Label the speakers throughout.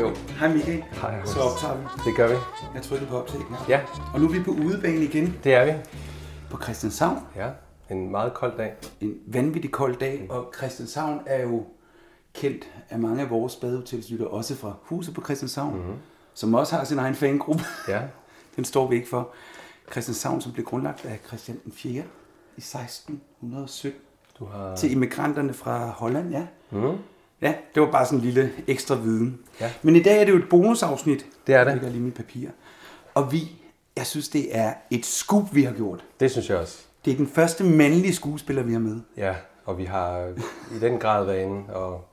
Speaker 1: Jo,
Speaker 2: Hej Michael.
Speaker 1: Hej, Anders.
Speaker 2: Så optager vi.
Speaker 1: det gør vi.
Speaker 2: Jeg trykker på optag her.
Speaker 1: Ja,
Speaker 2: Og nu er vi på udebane igen
Speaker 1: det er vi.
Speaker 2: på Christianshavn.
Speaker 1: Ja, en meget kold dag.
Speaker 2: En vanvittig kold dag, og Christianshavn er jo kendt af mange af vores badehotellyttere, også fra huset på Christianshavn,
Speaker 1: Mhm.
Speaker 2: mm-hmm. som også har sin egen fangruppe.
Speaker 1: Ja,
Speaker 2: Den står vi ikke for. Christianshavn, som blev grundlagt af Christian den 4. i 1617
Speaker 1: du har...
Speaker 2: til immigranterne fra Holland, ja. Mm. Ja, det var bare sådan en lille ekstra viden. Ja. Men i dag er det jo et bonusafsnit.
Speaker 1: Det er det.
Speaker 2: Jeg lægger lige mit papir. Og vi, jeg synes, det er et scoop, vi har gjort.
Speaker 1: Det synes jeg også.
Speaker 2: Det er den første mandlige skuespiller, vi har med.
Speaker 1: Ja, og vi har i den grad været inde og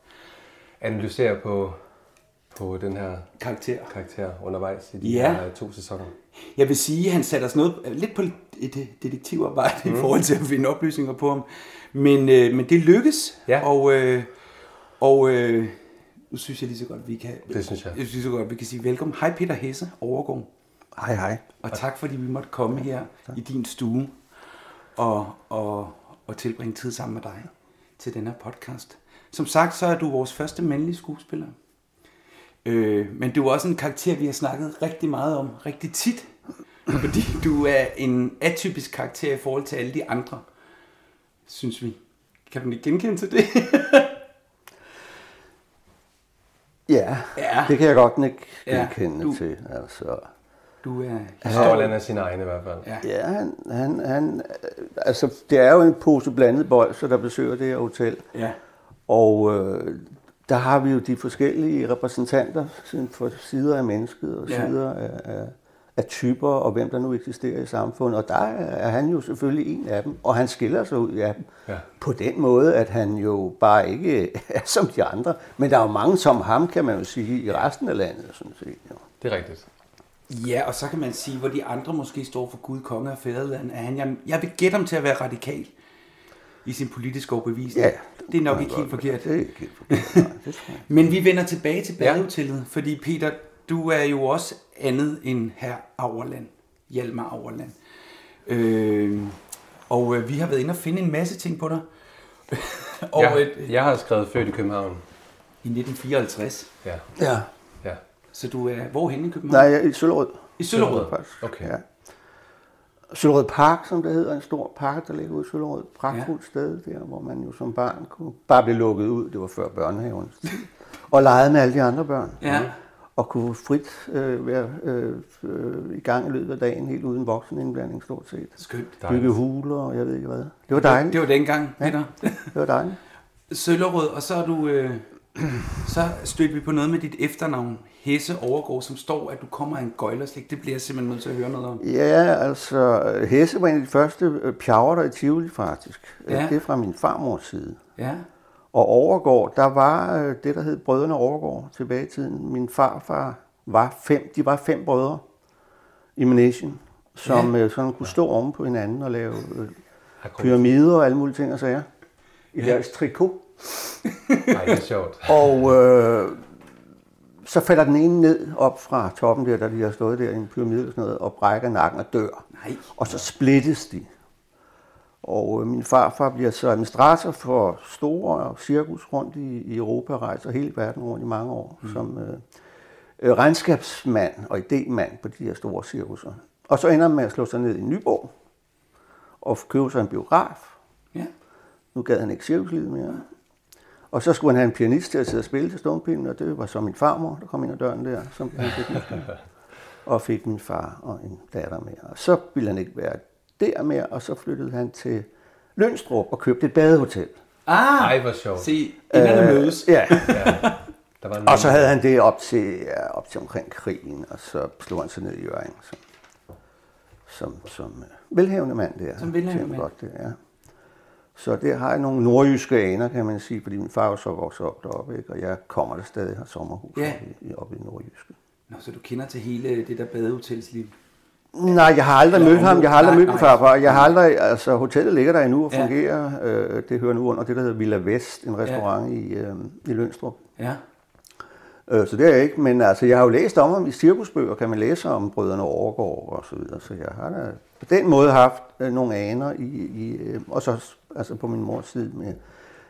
Speaker 1: analysere på, på den her
Speaker 2: Karakter.
Speaker 1: karakter undervejs i de
Speaker 2: Ja.
Speaker 1: ja. her to sæsoner.
Speaker 2: Jeg vil sige, at han satte os noget, lidt på et øh, detektivarbejde mm. i forhold til at finde oplysninger på ham. Men, øh, men det lykkes,
Speaker 1: Ja.
Speaker 2: og, øh, og øh, nu synes jeg lige så godt, vi kan,
Speaker 1: Det synes jeg.
Speaker 2: jeg synes så godt, vi kan sige velkommen. Hej Peter Hesse, Overgaard.
Speaker 3: Hej, hej.
Speaker 2: Og tak fordi vi måtte komme her i din stue og, og, og tilbringe tid sammen med dig til den her podcast. Som sagt, så er du vores første mandlige skuespiller. Øh, men du er også en karakter, vi har snakket rigtig meget om, rigtig tit. Fordi du er en atypisk karakter i forhold til alle de andre, synes vi. Kan du ikke genkende til det?
Speaker 3: Ja,
Speaker 2: Ja.
Speaker 3: ja. det kan jeg godt ikke
Speaker 2: Ja,
Speaker 3: genkende
Speaker 2: du-
Speaker 3: du... til. Altså,
Speaker 2: Du er...
Speaker 1: Historien er sin egen i hvert fald.
Speaker 2: Ja.
Speaker 3: ja, han, han, han, øh, altså, det er jo en pose blandet bolser, der besøger det her hotel.
Speaker 2: Ja.
Speaker 3: Og øh, der har vi jo de forskellige repræsentanter sådan for sider af mennesket og
Speaker 2: Ja.
Speaker 3: sider af, af, af typer og hvem der nu eksisterer i samfundet. Og der er han jo selvfølgelig en af dem, og han skiller sig ud af dem.
Speaker 1: Ja.
Speaker 3: På den måde, at han jo bare ikke er som de andre. Men der er jo mange som ham, kan man jo sige, i resten af landet, sådan set. Jo.
Speaker 1: Det er rigtigt.
Speaker 2: Ja, og så kan man sige, hvor de andre måske står for Gud, konge og fædreland, er han, jeg, jeg vil gætte ham til at være radikal i sin politiske overbevisning.
Speaker 3: Ja,
Speaker 2: det er nok ikke helt forkert.
Speaker 3: Det er ikke helt forkert. Nej, det tror jeg.
Speaker 2: Men vi vender tilbage til badehotellet, ja. fordi Peter, du er jo også andet end her Auerland, Hjalmar Auerland. Øh, og øh, vi har været inde og finde en masse ting på dig. og ja. øh,
Speaker 1: Jeg, jeg har skrevet født i København.
Speaker 2: i 1954.
Speaker 1: Ja,
Speaker 3: Ja.
Speaker 1: ja.
Speaker 2: Så du er hvorhenne i København?
Speaker 3: Nej, jeg er i Søllerød.
Speaker 2: I Søllerød.
Speaker 3: Faktisk.
Speaker 1: Okay.
Speaker 3: Ja. Søllerød Park, som det hedder, en stor park, der ligger ude i Søllerød. Pragtfuldt ja. sted der, hvor man jo som barn kunne bare blive lukket ud. Det var før børnehaven. og legede med alle de andre børn. Mm.
Speaker 2: Ja.
Speaker 3: Og kunne frit øh, være øh, øh, i gang i løbet af dagen, helt uden voksenindblanding stort set.
Speaker 2: Skønt.
Speaker 3: Bygge huler og jeg ved ikke hvad. Det var dejligt.
Speaker 2: Det var dengang, Peter. Ja.
Speaker 3: Det var dejligt.
Speaker 2: Søllerød, og så er du... Øh, så stødte vi på noget med dit efternavn, Hesse Overgaard, som står, at du kommer af en gøjlerslægt. Det bliver jeg simpelthen nødt til at høre noget om.
Speaker 3: Ja, altså Hesse var en af de første øh, pjaver, der i Tivoli faktisk. Øh,
Speaker 2: Ja.
Speaker 3: Det er fra min farmors side.
Speaker 2: Ja,
Speaker 3: Og Overgård, der var øh, det, der hed Brødrene Overgård tilbage i tiden. Min farfar var fem, de var fem brødre i Manesien, som ja. sådan kunne stå oven på hinanden og lave øh, pyramider og alle mulige ting og sager. I deres trikot.
Speaker 4: Nej, det er sjovt.
Speaker 3: Og øh, så falder den ene ned op fra toppen der, der de har stået der i en pyramide eller sådan noget, og brækker nakken og dør.
Speaker 2: Nej.
Speaker 3: Og så splittes de. Og øh, min farfar bliver så administrator for store cirkus rundt i, i Europa, rejser hele verden rundt i mange år, mm. som øh, øh, regnskabsmand og idémand på de her store cirkusser. Og så ender han med at slå sig ned i Nyborg og købe sig en biograf,
Speaker 2: ja.
Speaker 3: nu gad han ikke cirkuslivet mere. Og så skulle han have en pianist til at sidde og spille til stumpinden, og det var så min farmor, der kom ind ad døren der, som han fik og fik min far og en datter med. Og så ville han ikke være der mere, og så flyttede han til Lønstrup og købte et badehotel.
Speaker 2: Ah,
Speaker 4: Ej, hvor sjovt.
Speaker 2: Se, inderne øh, mødes.
Speaker 3: Ja,
Speaker 4: Der
Speaker 2: Mm.
Speaker 4: var en
Speaker 3: og så havde han det op til, ja, op til omkring krigen, og så slog han sig ned i Jørgen som, som, som øh, velhavende mand der.
Speaker 2: Som velhavende
Speaker 3: Tjente
Speaker 2: mand.
Speaker 3: Godt, det, ja. Så der har jeg nogle nordjyske aner, kan man sige, fordi min far var så vokset op deroppe, ikke? og jeg kommer der stadig har sommerhus
Speaker 2: Ja.
Speaker 3: oppe i, oppe i nordjyske.
Speaker 2: Nå, så du kender til hele det der badehotelsliv.
Speaker 3: Nej, jeg har aldrig
Speaker 2: Eller
Speaker 3: mødt ham. Jeg har aldrig
Speaker 2: nej,
Speaker 3: mødt min
Speaker 2: nej.
Speaker 3: farfar. Jeg har aldrig, altså hotellet ligger der endnu og
Speaker 2: Ja.
Speaker 3: fungerer. Øh, det hører nu under det, der hedder Villa Vest, en restaurant i, øh, i Lønstrup.
Speaker 2: Ja.
Speaker 3: Øh, så det er jeg ikke, men altså, jeg har jo læst om ham i cirkusbøger, kan man læse om brødrene Overgaard og så videre, så jeg har da på den måde haft øh, nogle aner i, i øh, og så s- altså på min mors side med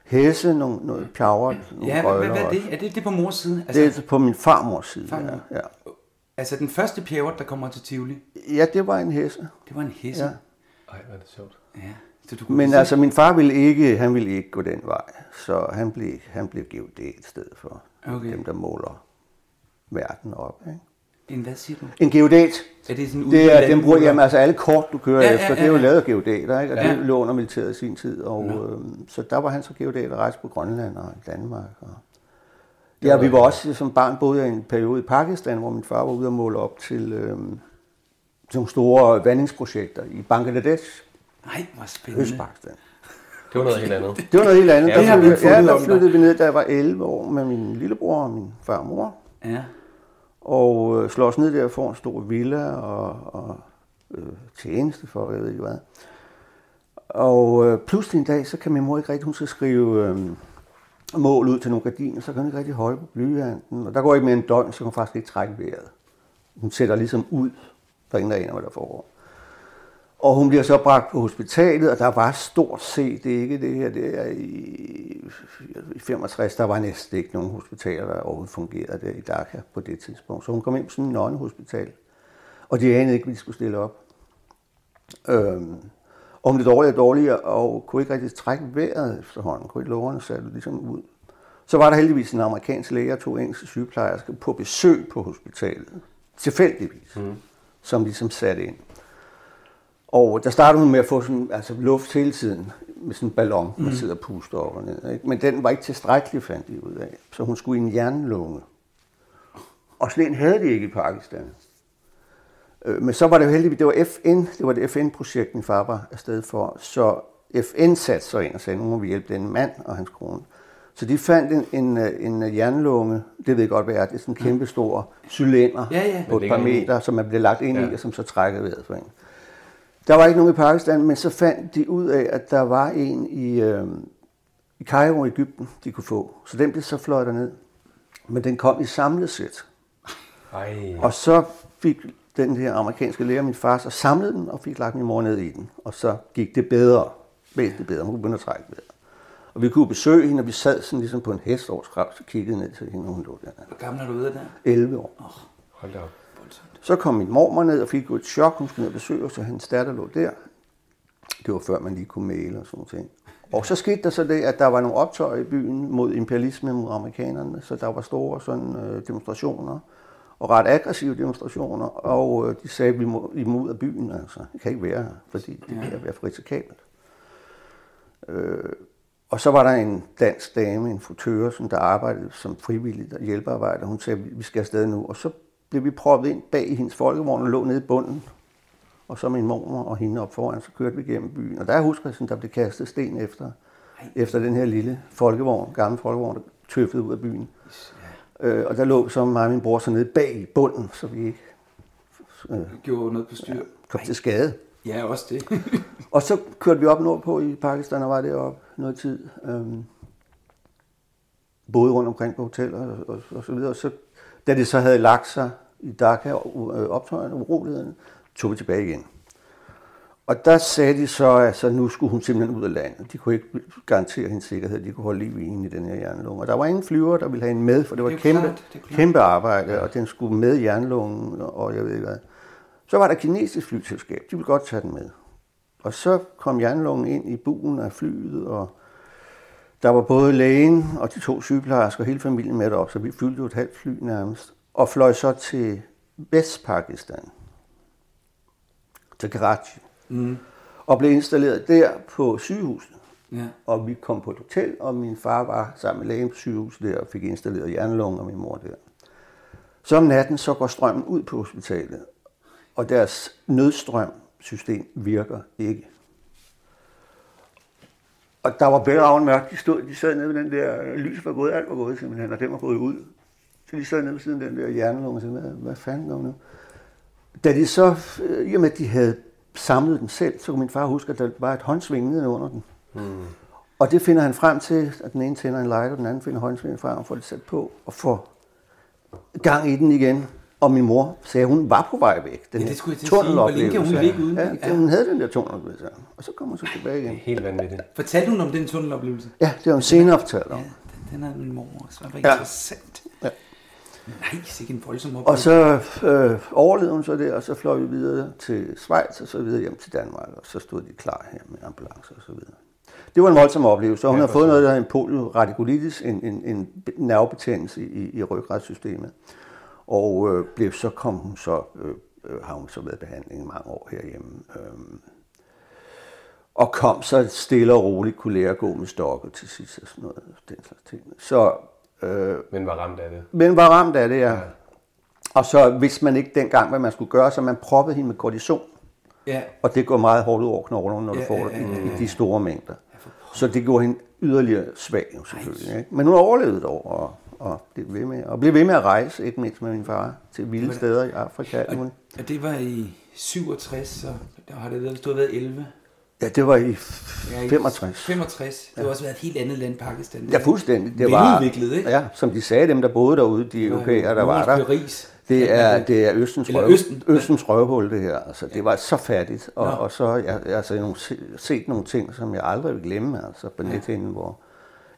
Speaker 3: Hesse, nogle, noget pjaver, nogle
Speaker 2: Ja, hvad, hvad,
Speaker 3: gøgler
Speaker 2: hvad er
Speaker 3: også.
Speaker 2: det? Er det, det er på mors side? Altså,
Speaker 3: Det er på min farmors side,
Speaker 2: Farmor.
Speaker 3: ja,
Speaker 2: altså den første pjævert, der kommer til Tivoli,
Speaker 3: ja. Ja, det var en Hesse.
Speaker 2: det var en hesse. Ja.
Speaker 4: Ej, hvor er det sjovt.
Speaker 2: ja. Så du kunne
Speaker 3: Men
Speaker 2: se-
Speaker 3: altså, min far ville ikke, han ville ikke gå den vej, så han blev, han blev givet det et sted for
Speaker 2: Okay.
Speaker 3: dem, der måler verden op. Ikke?
Speaker 2: En hvad siger du?
Speaker 3: En geodat,
Speaker 2: Er det sådan
Speaker 3: Det er,
Speaker 2: den
Speaker 3: den bruger, jamen, altså alle kort, du kører
Speaker 2: Ja,
Speaker 3: ja,
Speaker 2: ja,
Speaker 3: efter,
Speaker 2: ja,
Speaker 3: det er jo
Speaker 2: ja.
Speaker 3: lavet af geodater, ikke? og
Speaker 2: Ja.
Speaker 3: det lå under militæret i sin tid. Og, øhm, så der var han så geodat og rejste på Grønland og i Danmark. Og... Ja, vi var også som barn boede jeg i en periode i Pakistan, hvor min far var ude og måle op til, øhm, til nogle store vandingsprojekter i Bangladesh,
Speaker 2: Nej, hvor spændende.
Speaker 3: Østpakistan.
Speaker 4: Det var noget helt andet.
Speaker 3: Det var noget helt andet.
Speaker 4: Ja,
Speaker 3: Ja,
Speaker 4: det har
Speaker 3: der,
Speaker 4: vi
Speaker 3: flyttede,
Speaker 2: fundet
Speaker 3: ja,
Speaker 2: ud
Speaker 3: der
Speaker 2: om
Speaker 3: flyttede vi ned, da jeg var 11 år med min lillebror og min farmor.
Speaker 2: Ja.
Speaker 3: og øh, slår os ned der og får en stor villa og, og øh, tjeneste for, jeg ved ikke hvad. Og øh, pludselig en dag, så kan min mor ikke rigtig, hun skal skrive øh, mål ud til nogle gardiner, så kan hun ikke rigtig holde på blyanten. Og der går ikke mere en døgn, så kan hun faktisk ikke trække vejret. Hun sætter ligesom ud, der er ingen, der aner, hvad der foregår. Og hun bliver så bragt på hospitalet, og der var stort set det er ikke det her. Det er i, i 65, der var næsten ikke nogen hospitaler, der overhovedet fungerede der i Dhaka på det tidspunkt. Så hun kom ind på sådan en nonnehospital, og de anede ikke, hvad de skulle stille op. Øhm, og hun blev dårligere og dårligere, og kunne ikke rigtig trække vejret efterhånden. Kunne ikke lungerne satte ligesom ud. Så var der heldigvis en amerikansk læge og to engelske sygeplejersker på besøg på hospitalet. Tilfældigvis. Mm. Som ligesom satte ind. Og der startede hun med at få sådan, altså luft hele tiden med sådan en ballon, man
Speaker 2: Mm.
Speaker 3: sidder og puster op og ned. Ikke? Men den var ikke tilstrækkelig, fandt de ud af. Så hun skulle i en jernlunge. Og sådan en havde de ikke i Pakistan. Øh, Men så var det jo heldigvis, det var FN, det var det FN-projekt, min far var afsted for. Så FN satte sig ind og sagde, nu må vi hjælpe den mand og hans kone. Så de fandt en, en, øh, en øh, jernlunge, det ved jeg godt, hvad er, det er sådan en kæmpe stor cylinder
Speaker 2: Ja, ja.
Speaker 3: på
Speaker 4: Den
Speaker 3: et
Speaker 4: ligger
Speaker 3: par
Speaker 4: inde i.
Speaker 3: meter, som man bliver lagt ind
Speaker 4: Ja.
Speaker 3: i, og som så trækker vejret for en. Der var ikke nogen i Pakistan, men så fandt de ud af, at der var en i, øh, i Cairo, Ægypten, de kunne få. Så den blev så fløjet ned. Men den kom i samlet sæt.
Speaker 4: Ej,
Speaker 3: Og så fik den her amerikanske lærer, min far, så samlede den og fik lagt min mor ned i den. Og så gik det bedre, væsentligt bedre. Hun kunne begynde at trække bedre. Og vi kunne besøge hende, og vi sad sådan ligesom på en hest over skrab, så kiggede ned til hende, og hun lå der.
Speaker 2: Hvor gammel har du været der?
Speaker 3: 11 år.
Speaker 4: hold da op.
Speaker 2: Voldsomt.
Speaker 3: Så kom min mormor ned og fik jo et chok. Hun skulle ned og besøge os, og hans datter lå der. Det var før, man lige kunne male og sådan noget. Og så skete der så det, at der var nogle optøjer i byen mod imperialisme mod amerikanerne, så der var store sådan, øh, demonstrationer, og ret aggressive demonstrationer, og øh, de sagde, at vi må, I må ud af byen, altså. Det kan ikke være her, fordi det kan være for risikabelt. Øh, og så var der en dansk dame, en frutører, som der arbejdede som frivillig der hjælpearbejder. Hun sagde, vi skal afsted nu. Og så blev vi proppet ind bag i hendes folkevogn og lå nede i bunden. Og så min mormor og hende op foran, så kørte vi gennem byen. Og der husker jeg, sådan, der blev kastet sten efter, efter den her lille folkevogn, gamle folkevogn, der tøffede ud af byen. Øh, og der lå så mig og min bror så nede bag i bunden, så vi ikke
Speaker 2: Gjorde noget på styr.
Speaker 3: kom til skade.
Speaker 2: Ja, også det.
Speaker 3: Og så kørte vi op nordpå i Pakistan og var deroppe noget tid. Øhm, både rundt omkring på hoteller og, og, og så videre. Og så, da det så havde lagt sig i Dhaka, og, øh, optøjerne, uroligheden, tog vi tilbage igen. Og der sagde de så, at så nu skulle hun simpelthen ud af landet. De kunne ikke garantere hendes sikkerhed. De kunne holde liv i hende i den her jernlunge. Og der var ingen flyver, der ville have hende med, for det var
Speaker 2: Det
Speaker 3: et
Speaker 2: er
Speaker 3: kæmpe,
Speaker 2: klart, det er klart.
Speaker 3: kæmpe arbejde, og den skulle med jernlungen, og jeg ved ikke hvad. Så var der et kinesisk flyselskab. De ville godt tage den med. Og så kom jernlungen ind i buen af flyet, og der var både lægen og de to sygeplejersker og hele familien med derop, så vi fyldte jo et halvt fly nærmest, og fløj så til Vestpakistan, til Karachi,
Speaker 2: Mm.
Speaker 3: og blev installeret der på sygehuset.
Speaker 2: Ja.
Speaker 3: Og vi kom på et hotel, og min far var sammen med lægen på sygehuset der, og fik installeret jernlungen og min mor der. Så om natten, så går strømmen ud på hospitalet, og deres nødstrømsystem virker ikke. Og der var bælraven mørkt. De, stod, de sad nede ved den der, lys var gået, alt var gået simpelthen, og den var gået ud. Så de sad nede ved siden af den der jernlunge og sagde, hvad, hvad fanden gør vi nu? Da de så, øh, i og med at de havde samlet den selv, så kunne min far huske, at der var et håndsving nede under den. Mm.
Speaker 2: Hmm.
Speaker 3: Og det finder han frem til, at den ene tænder en light, og den anden finder håndsvingen frem og får det sat på, og får gang i den igen. Og min mor sagde, at hun var på vej væk.
Speaker 2: Ja,
Speaker 3: Den
Speaker 2: det
Speaker 3: her
Speaker 2: skulle jeg til at sige. Hvor længe kan hun
Speaker 3: tunneloplevelse.
Speaker 2: ligge uden-
Speaker 3: Ja,
Speaker 2: Ja.
Speaker 3: ja, hun havde den der tunneloplevelse. Og så kom hun så tilbage igen.
Speaker 4: Helt vanvittigt.
Speaker 2: Fortalte hun om den tunneloplevelse?
Speaker 3: Ja, det var en senere fortalt om.
Speaker 2: Ja, den, den havde min mormor også. Det var
Speaker 3: Ja.
Speaker 2: interessant.
Speaker 3: Ja.
Speaker 2: Nej, sikke en voldsom
Speaker 3: Og
Speaker 2: oplevelse.
Speaker 3: så øh, overlevede hun så det, og så fløj vi videre til Schweiz, og så videre hjem til Danmark, og så stod de klar her med ambulancer og så videre. Det var en voldsom oplevelse, og hun har fået noget, der hedder en polioradikulitis, en, en, en nervebetændelse i, i ryggretssystemet. Og øh, blev, så kom hun så, øh, øh, har hun så været i behandling i mange år herhjemme. Øh, og kom så stille og roligt, kunne lære at gå med stokke til sidst og sådan noget, den slags ting. Så øh,
Speaker 4: Men var ramt af det.
Speaker 3: men var ramt af det, ja. Og så vidste man ikke dengang, hvad man skulle gøre, så man proppede hende med kortison.
Speaker 2: Ja,
Speaker 3: Og det går meget hårdt ud over knoglerne, når du
Speaker 2: Ja,
Speaker 3: får
Speaker 2: ja,
Speaker 3: det
Speaker 2: ja, ja,
Speaker 3: i-
Speaker 2: ja.
Speaker 3: i de store mængder. Så det gjorde hende yderligere svag, jo, selvfølgelig. Ikke? Men hun overlevede dog, og, og, blev ved med, og blev ved med at rejse, ikke mindst med min far, til vilde steder i Afrika. Hun,
Speaker 2: og det var i 67, og der har det været, du har været 11.
Speaker 3: ja, det var i
Speaker 2: Ja, i
Speaker 3: 65.
Speaker 2: 65. Det har også været et helt andet land, Pakistan.
Speaker 3: Ja, fuldstændig. Det var,
Speaker 2: Veludviklet, ikke?
Speaker 3: Ja, som de sagde, dem der boede derude, de europæere, der var der.
Speaker 2: Nordens Paris.
Speaker 3: Det er, det er Østens,
Speaker 2: Eller
Speaker 3: røv,
Speaker 2: Østen.
Speaker 3: Østen. Østens røvhul, det her. Altså, det var så fattigt. Og, og så har jeg, jeg har set nogle, set nogle ting, som jeg aldrig vil glemme. Altså, på nethinden, hvor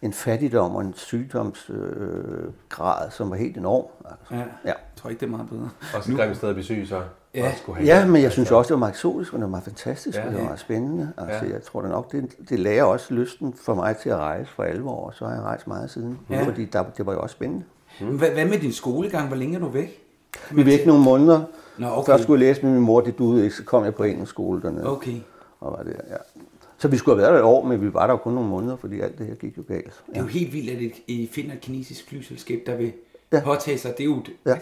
Speaker 3: en fattigdom og en sygdomsgrad, øh, grad, som var helt enorm. Altså.
Speaker 2: Ja.
Speaker 3: Ja.
Speaker 2: Jeg tror ikke, det er meget bedre.
Speaker 4: Også et grimt sted at blive syg, så.
Speaker 2: Ja.
Speaker 4: Og skulle have-
Speaker 3: ja, men jeg synes også, det var meget eksotisk, og det var meget fantastisk,
Speaker 4: Ja.
Speaker 3: ja. og det var meget spændende. Altså,
Speaker 4: Ja.
Speaker 3: jeg tror da nok, det, det lagde også lysten for mig til at rejse for alvor, og så har jeg rejst meget siden.
Speaker 2: Ja.
Speaker 3: Ja. Fordi der, det var jo også spændende.
Speaker 2: Mm. Hvad, hvad med din skolegang? Hvor længe er du væk?
Speaker 3: Vi var ikke nogle måneder.
Speaker 2: Nå, okay.
Speaker 3: Først skulle jeg læse med min mor, det duede ikke, så kom jeg på engelsk skole dernede.
Speaker 2: Okay.
Speaker 3: Og var der, ja. Så vi skulle have været der et år, men vi var der jo kun nogle måneder, fordi alt det her gik jo galt.
Speaker 2: Det er jo helt vildt, at et- I finder et kinesisk flyselskab, der vil ja.
Speaker 3: Ja.
Speaker 2: påtage sig. Det er jo... et-
Speaker 3: Ja,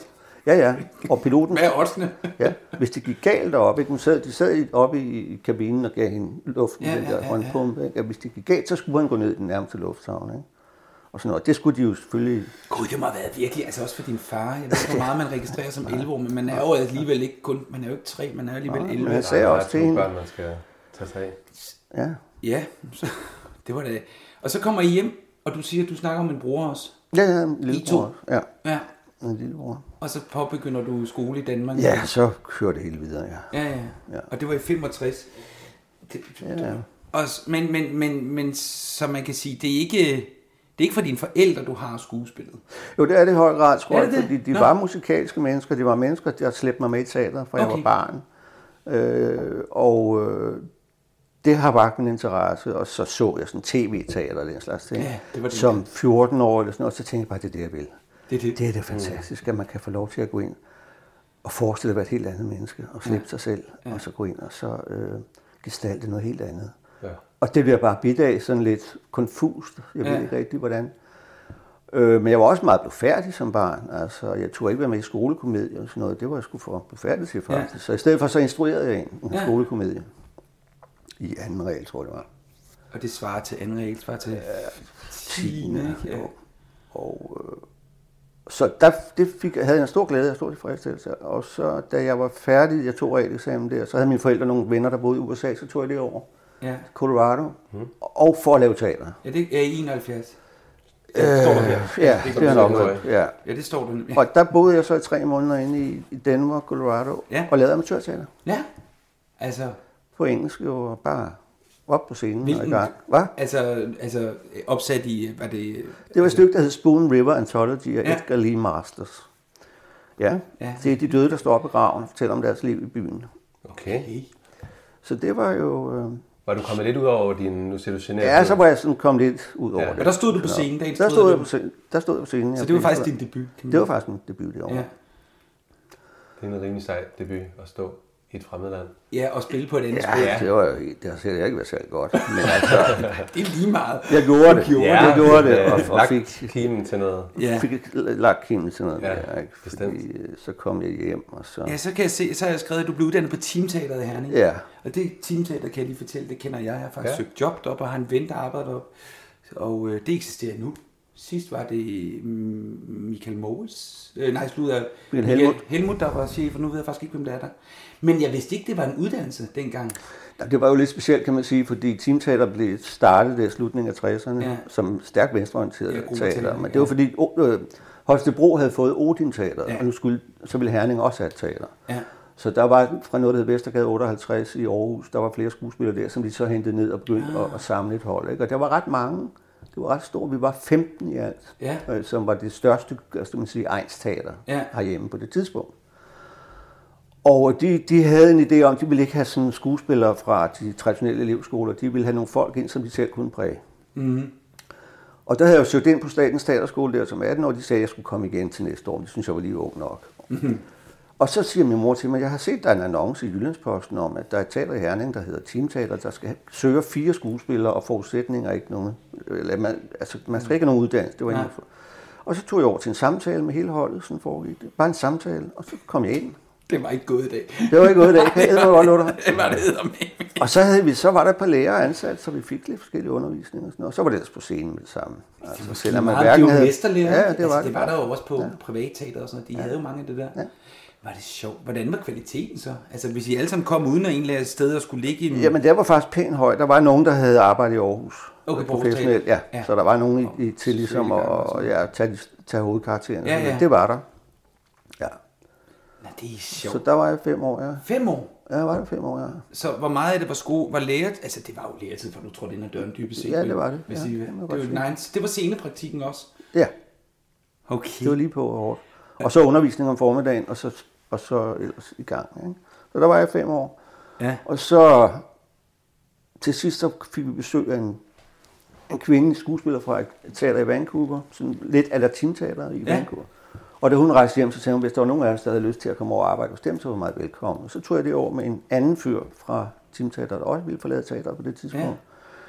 Speaker 3: ja. ja. Og piloten,
Speaker 2: Hvad er oddsene?
Speaker 3: ja, hvis det gik galt deroppe, ikke? Hun sad, de sad i- oppe i i kabinen og gav hende luft med
Speaker 2: Ja,
Speaker 3: ja, den
Speaker 2: ja,
Speaker 3: der
Speaker 2: ja,
Speaker 3: ja,
Speaker 2: ja.
Speaker 3: håndpumpe. Ikke? Og hvis det gik galt, så skulle han gå ned i den nærmeste lufthavn. Ikke? Og sådan noget. Det skulle de jo selvfølgelig...
Speaker 2: Gud, det må have været virkelig, altså også for din far. Jeg ved ikke, hvor meget man registrerer som 11 år, men man er jo alligevel ikke kun, man er jo ikke 3, man er jo alligevel 11
Speaker 3: men
Speaker 2: år.
Speaker 3: jeg sagde
Speaker 4: der er
Speaker 3: også til
Speaker 4: to
Speaker 3: hende-
Speaker 4: børn, man skal tage sig af.
Speaker 3: Ja,
Speaker 2: Ja, så, det var det. Og så kommer I hjem, og du siger, at du snakker om en bror også.
Speaker 3: ja, ja en
Speaker 2: I to?
Speaker 3: lillebror. også. Ja,
Speaker 2: Ja,
Speaker 3: en lillebror.
Speaker 2: og så påbegynder du skole i Danmark.
Speaker 3: Ja, så kører det hele videre, ja.
Speaker 2: Ja, ja. ja.
Speaker 3: Ja.
Speaker 2: Og det var i 65. Det,
Speaker 3: ja.
Speaker 2: Og, s- men, men, men, men, så man kan sige, det er ikke, Det er ikke for dine forældre, du har skuespillet.
Speaker 3: Jo, det er det i høj grad, tror
Speaker 2: Er
Speaker 3: jeg,
Speaker 2: det det?
Speaker 3: fordi de
Speaker 2: Nå.
Speaker 3: var musikalske mennesker. De var mennesker, der slæbte mig med i teater, fra okay. jeg
Speaker 2: Okay.
Speaker 3: var barn. Øh, og øh, det har vagt min interesse, og så så jeg sådan tv-teater og den slags ting.
Speaker 2: Ja, det var det.
Speaker 3: som 14 år eller sådan noget, så tænkte jeg bare, det er det, jeg vil.
Speaker 2: Det er det. Mm.
Speaker 3: Det er da fantastisk, at man kan få lov til at gå ind og forestille at være et helt andet menneske, og slippe ja. sig selv, ja. og så gå ind og så øh, gestalte noget helt andet.
Speaker 4: Ja.
Speaker 3: Og det bliver bare bidt af sådan lidt konfust. Jeg ved
Speaker 2: Ja.
Speaker 3: ja. ikke rigtig, hvordan. Øh, men jeg var også meget blufærdig som barn. Altså, jeg turde ikke være med i skolekomedier og sådan noget. Det var jeg sgu for blufærdig til,
Speaker 2: Ja.
Speaker 3: faktisk. Så i stedet for, så instruerede jeg en, en
Speaker 2: Ja.
Speaker 3: ja. skolekomedie. I anden regel, tror jeg, det var.
Speaker 2: Og det svarer til anden regel, svarer til tiende, ikke? Ja.
Speaker 3: Og, og, øh, så der, det fik, havde jeg en stor glæde og stor tilfredsstillelse. Og så, da jeg var færdig, jeg tog realeksamen der, så havde mine forældre nogle venner, der boede i USA, så tog jeg det over.
Speaker 2: Ja,
Speaker 3: Colorado. Mm. Og for at lave teater.
Speaker 2: ja det er i 71.
Speaker 4: står der her.
Speaker 3: Ja,
Speaker 4: Det
Speaker 3: det,
Speaker 4: kan
Speaker 3: det
Speaker 4: man
Speaker 3: er nok.
Speaker 4: se på,
Speaker 3: været, Ja.
Speaker 2: Ja, det står der. nemlig.
Speaker 3: Og der boede jeg så i tre måneder inde i, i Denver, Colorado,
Speaker 2: Ja.
Speaker 3: og lavede amatørteater.
Speaker 2: Ja, altså,
Speaker 3: På engelsk jo, og bare op på scenen og
Speaker 2: Hvilken-
Speaker 3: i gang. Hva?
Speaker 2: altså, altså opsat i, var det...
Speaker 3: Det var et stykke, der hed Spoon River Anthology af
Speaker 2: Ja.
Speaker 3: ja. Edgar Lee Masters. Ja.
Speaker 2: Ja.
Speaker 3: ja, det er de døde, der står op i graven og fortæller om deres liv i byen.
Speaker 4: Okay.
Speaker 3: Så det var jo... Øh...
Speaker 4: Var du kommet lidt ud over din... Nu ser du generet.
Speaker 3: Ja,
Speaker 4: ud.
Speaker 3: så var jeg sådan kommet lidt ud over
Speaker 4: Ja.
Speaker 3: det.
Speaker 2: Og der stod du på scenen, der
Speaker 3: der
Speaker 2: indstod
Speaker 3: stod,
Speaker 2: du.
Speaker 3: jeg på scenen, der stod jeg på scenen.
Speaker 2: Så
Speaker 3: jeg
Speaker 2: det var
Speaker 3: blev-
Speaker 2: faktisk din debut. kan man
Speaker 3: Det var
Speaker 2: sige.
Speaker 3: faktisk min debut det år.
Speaker 2: Ja.
Speaker 3: Ja.
Speaker 4: Det er en rimelig sej debut at stå i et fremmed land.
Speaker 2: ja, og spille på et andet spil.
Speaker 3: Ja, det var jo helt, det har sikkert ikke været særlig godt. Men altså,
Speaker 2: Det er lige meget.
Speaker 3: jeg gjorde det.
Speaker 2: gjorde
Speaker 3: ja, jeg gjorde det, og, og
Speaker 4: lagt
Speaker 3: fik,
Speaker 4: kimen til noget.
Speaker 2: Ja.
Speaker 3: fik lagt kimen til noget
Speaker 4: Ja,
Speaker 3: der, ikke? Fordi,
Speaker 4: bestemt.
Speaker 3: øh, så kom jeg hjem, og så...
Speaker 2: Ja, så kan jeg se, så har jeg skrevet, at du blev uddannet på Teamteateret i Herning.
Speaker 3: Ja.
Speaker 2: Og det Teamteater, kan jeg lige fortælle, det kender jeg. Jeg har faktisk
Speaker 4: Ja.
Speaker 2: ja. søgt job deroppe, og har en ven, der arbejder op. Og øh, det eksisterer nu. Sidst var det mm, Michael Moes. Øh, nej, slut af
Speaker 3: Michael Helmuth.
Speaker 2: Helmut, der var chef, og nu ved jeg faktisk ikke, hvem det er der. Men jeg vidste ikke, det var en uddannelse dengang.
Speaker 3: Nå, Det var jo lidt specielt, kan man sige, fordi teamteater blev startet der i slutningen af 60'erne,
Speaker 2: Ja.
Speaker 3: ja. som stærkt venstreorienteret
Speaker 2: Ja,
Speaker 3: ja,
Speaker 2: gruppe teater,
Speaker 3: teater. Men det
Speaker 2: ja.
Speaker 3: var fordi, O- øh, Holstebro havde fået Odin Teater,
Speaker 2: Ja.
Speaker 3: ja. og nu skulle, så ville Herning også have et teater.
Speaker 2: Ja.
Speaker 3: Så der var fra noget, der hed Vestergade 58 i Aarhus, der var flere skuespillere der, som de så hentede ned og begyndte ja. at,
Speaker 2: Ah.
Speaker 3: at samle et hold. Ikke? Og der var ret mange. Det var ret stort. Vi var 15 i alt,
Speaker 2: Ja.
Speaker 3: øh, som var det største, altså, kan man sige, egensteater
Speaker 2: Ja.
Speaker 3: herhjemme på det tidspunkt. Og de, de havde en idé om, de ville ikke have sådan skuespillere fra de traditionelle elevskoler. De ville have nogle folk ind, som de selv kunne præge.
Speaker 2: Mm-hmm.
Speaker 3: Og der havde jeg jo søgt ind på Statens Teaterskole der som 18 år, de sagde, at jeg skulle komme igen til næste år. Det synes jeg var lige ung nok.
Speaker 2: Mhm.
Speaker 3: Og så siger min mor til mig, at jeg har set, der er en annonce i Jyllandsposten om, at der er et teater i Herning, der hedder Teamteater, der skal søge fire skuespillere og forudsætninger ikke nogen. Eller man, altså, man skal ikke have nogen uddannelse. Det var
Speaker 2: Nej.
Speaker 3: ja. Og så tog jeg over til en samtale med hele holdet, sådan foregik det. Bare en samtale, og så kom jeg ind.
Speaker 2: Det var ikke gået i dag.
Speaker 3: Det var ikke gået i dag, kan jeg eddermame godt love dig.
Speaker 2: Det var det eddermame.
Speaker 3: Og så, havde vi, så var der et par lærere ansat, så vi fik lidt forskellige undervisninger og sådan noget. Og så var det ellers på scenen med det samme. Altså, selvom man
Speaker 2: Meget, de
Speaker 3: hverken
Speaker 2: var
Speaker 3: havde...
Speaker 2: mesterlærer.
Speaker 3: Ja, det var
Speaker 2: altså, det var der jo også på ja. privatteater og sådan noget. De ja. havde jo mange af det der. Ja. Var det sjovt? Hvordan var kvaliteten så? Altså, hvis I alle sammen kom uden at egentlig have et sted og skulle ligge i en...
Speaker 3: Mm. Jamen, der var faktisk pænt højt. Der var nogen, der havde arbejdet i Aarhus.
Speaker 2: Okay, på
Speaker 3: professionelt. Ja.
Speaker 2: hospitalet. Ja.
Speaker 3: ja, så der var nogen i, i til ligesom
Speaker 2: Selvfølgelig gør der sådan
Speaker 3: at og, ja, tage, de- tage hovedkaraktererne.
Speaker 2: Ja,
Speaker 3: Ja,
Speaker 2: ja.
Speaker 3: ja. Det var der. Ja.
Speaker 2: Nej, det er
Speaker 3: Så
Speaker 2: sjovt.
Speaker 3: der var jeg fem år, ja.
Speaker 2: Fem år?
Speaker 3: Ja, var der fem år, ja.
Speaker 2: Så hvor meget af det var sko, var lærer... Altså, det var jo læretid, for nu tror det ind ad døren dybest set.
Speaker 3: Ja,
Speaker 2: vel?
Speaker 3: det var det.
Speaker 2: Hvis
Speaker 3: Ja,
Speaker 2: I,
Speaker 3: det må
Speaker 2: det,
Speaker 3: jeg
Speaker 2: var
Speaker 3: godt
Speaker 2: jo
Speaker 3: sige.
Speaker 2: nice. det var scenepraktikken også.
Speaker 3: Ja,
Speaker 2: Okay.
Speaker 3: det var lige på hårdt. Og så undervisning om formiddagen, og så, og så ellers i gang. Ikke? Så der var jeg fem år.
Speaker 2: Ja.
Speaker 3: Og så til sidst så fik vi besøg af en, en kvindelig skuespiller fra et teater i Vancouver, sådan lidt af latinteateret i
Speaker 2: Ja.
Speaker 3: ja. Vancouver. Og da hun rejste hjem, så sagde hun, hvis der var nogen af os, der havde lyst til at komme over og arbejde hos dem, så var hun meget velkommen. Og så tog jeg det over med en anden fyr fra Teamteateret, der også ville forlade teateret på det tidspunkt.
Speaker 2: Ja.
Speaker 3: Ja.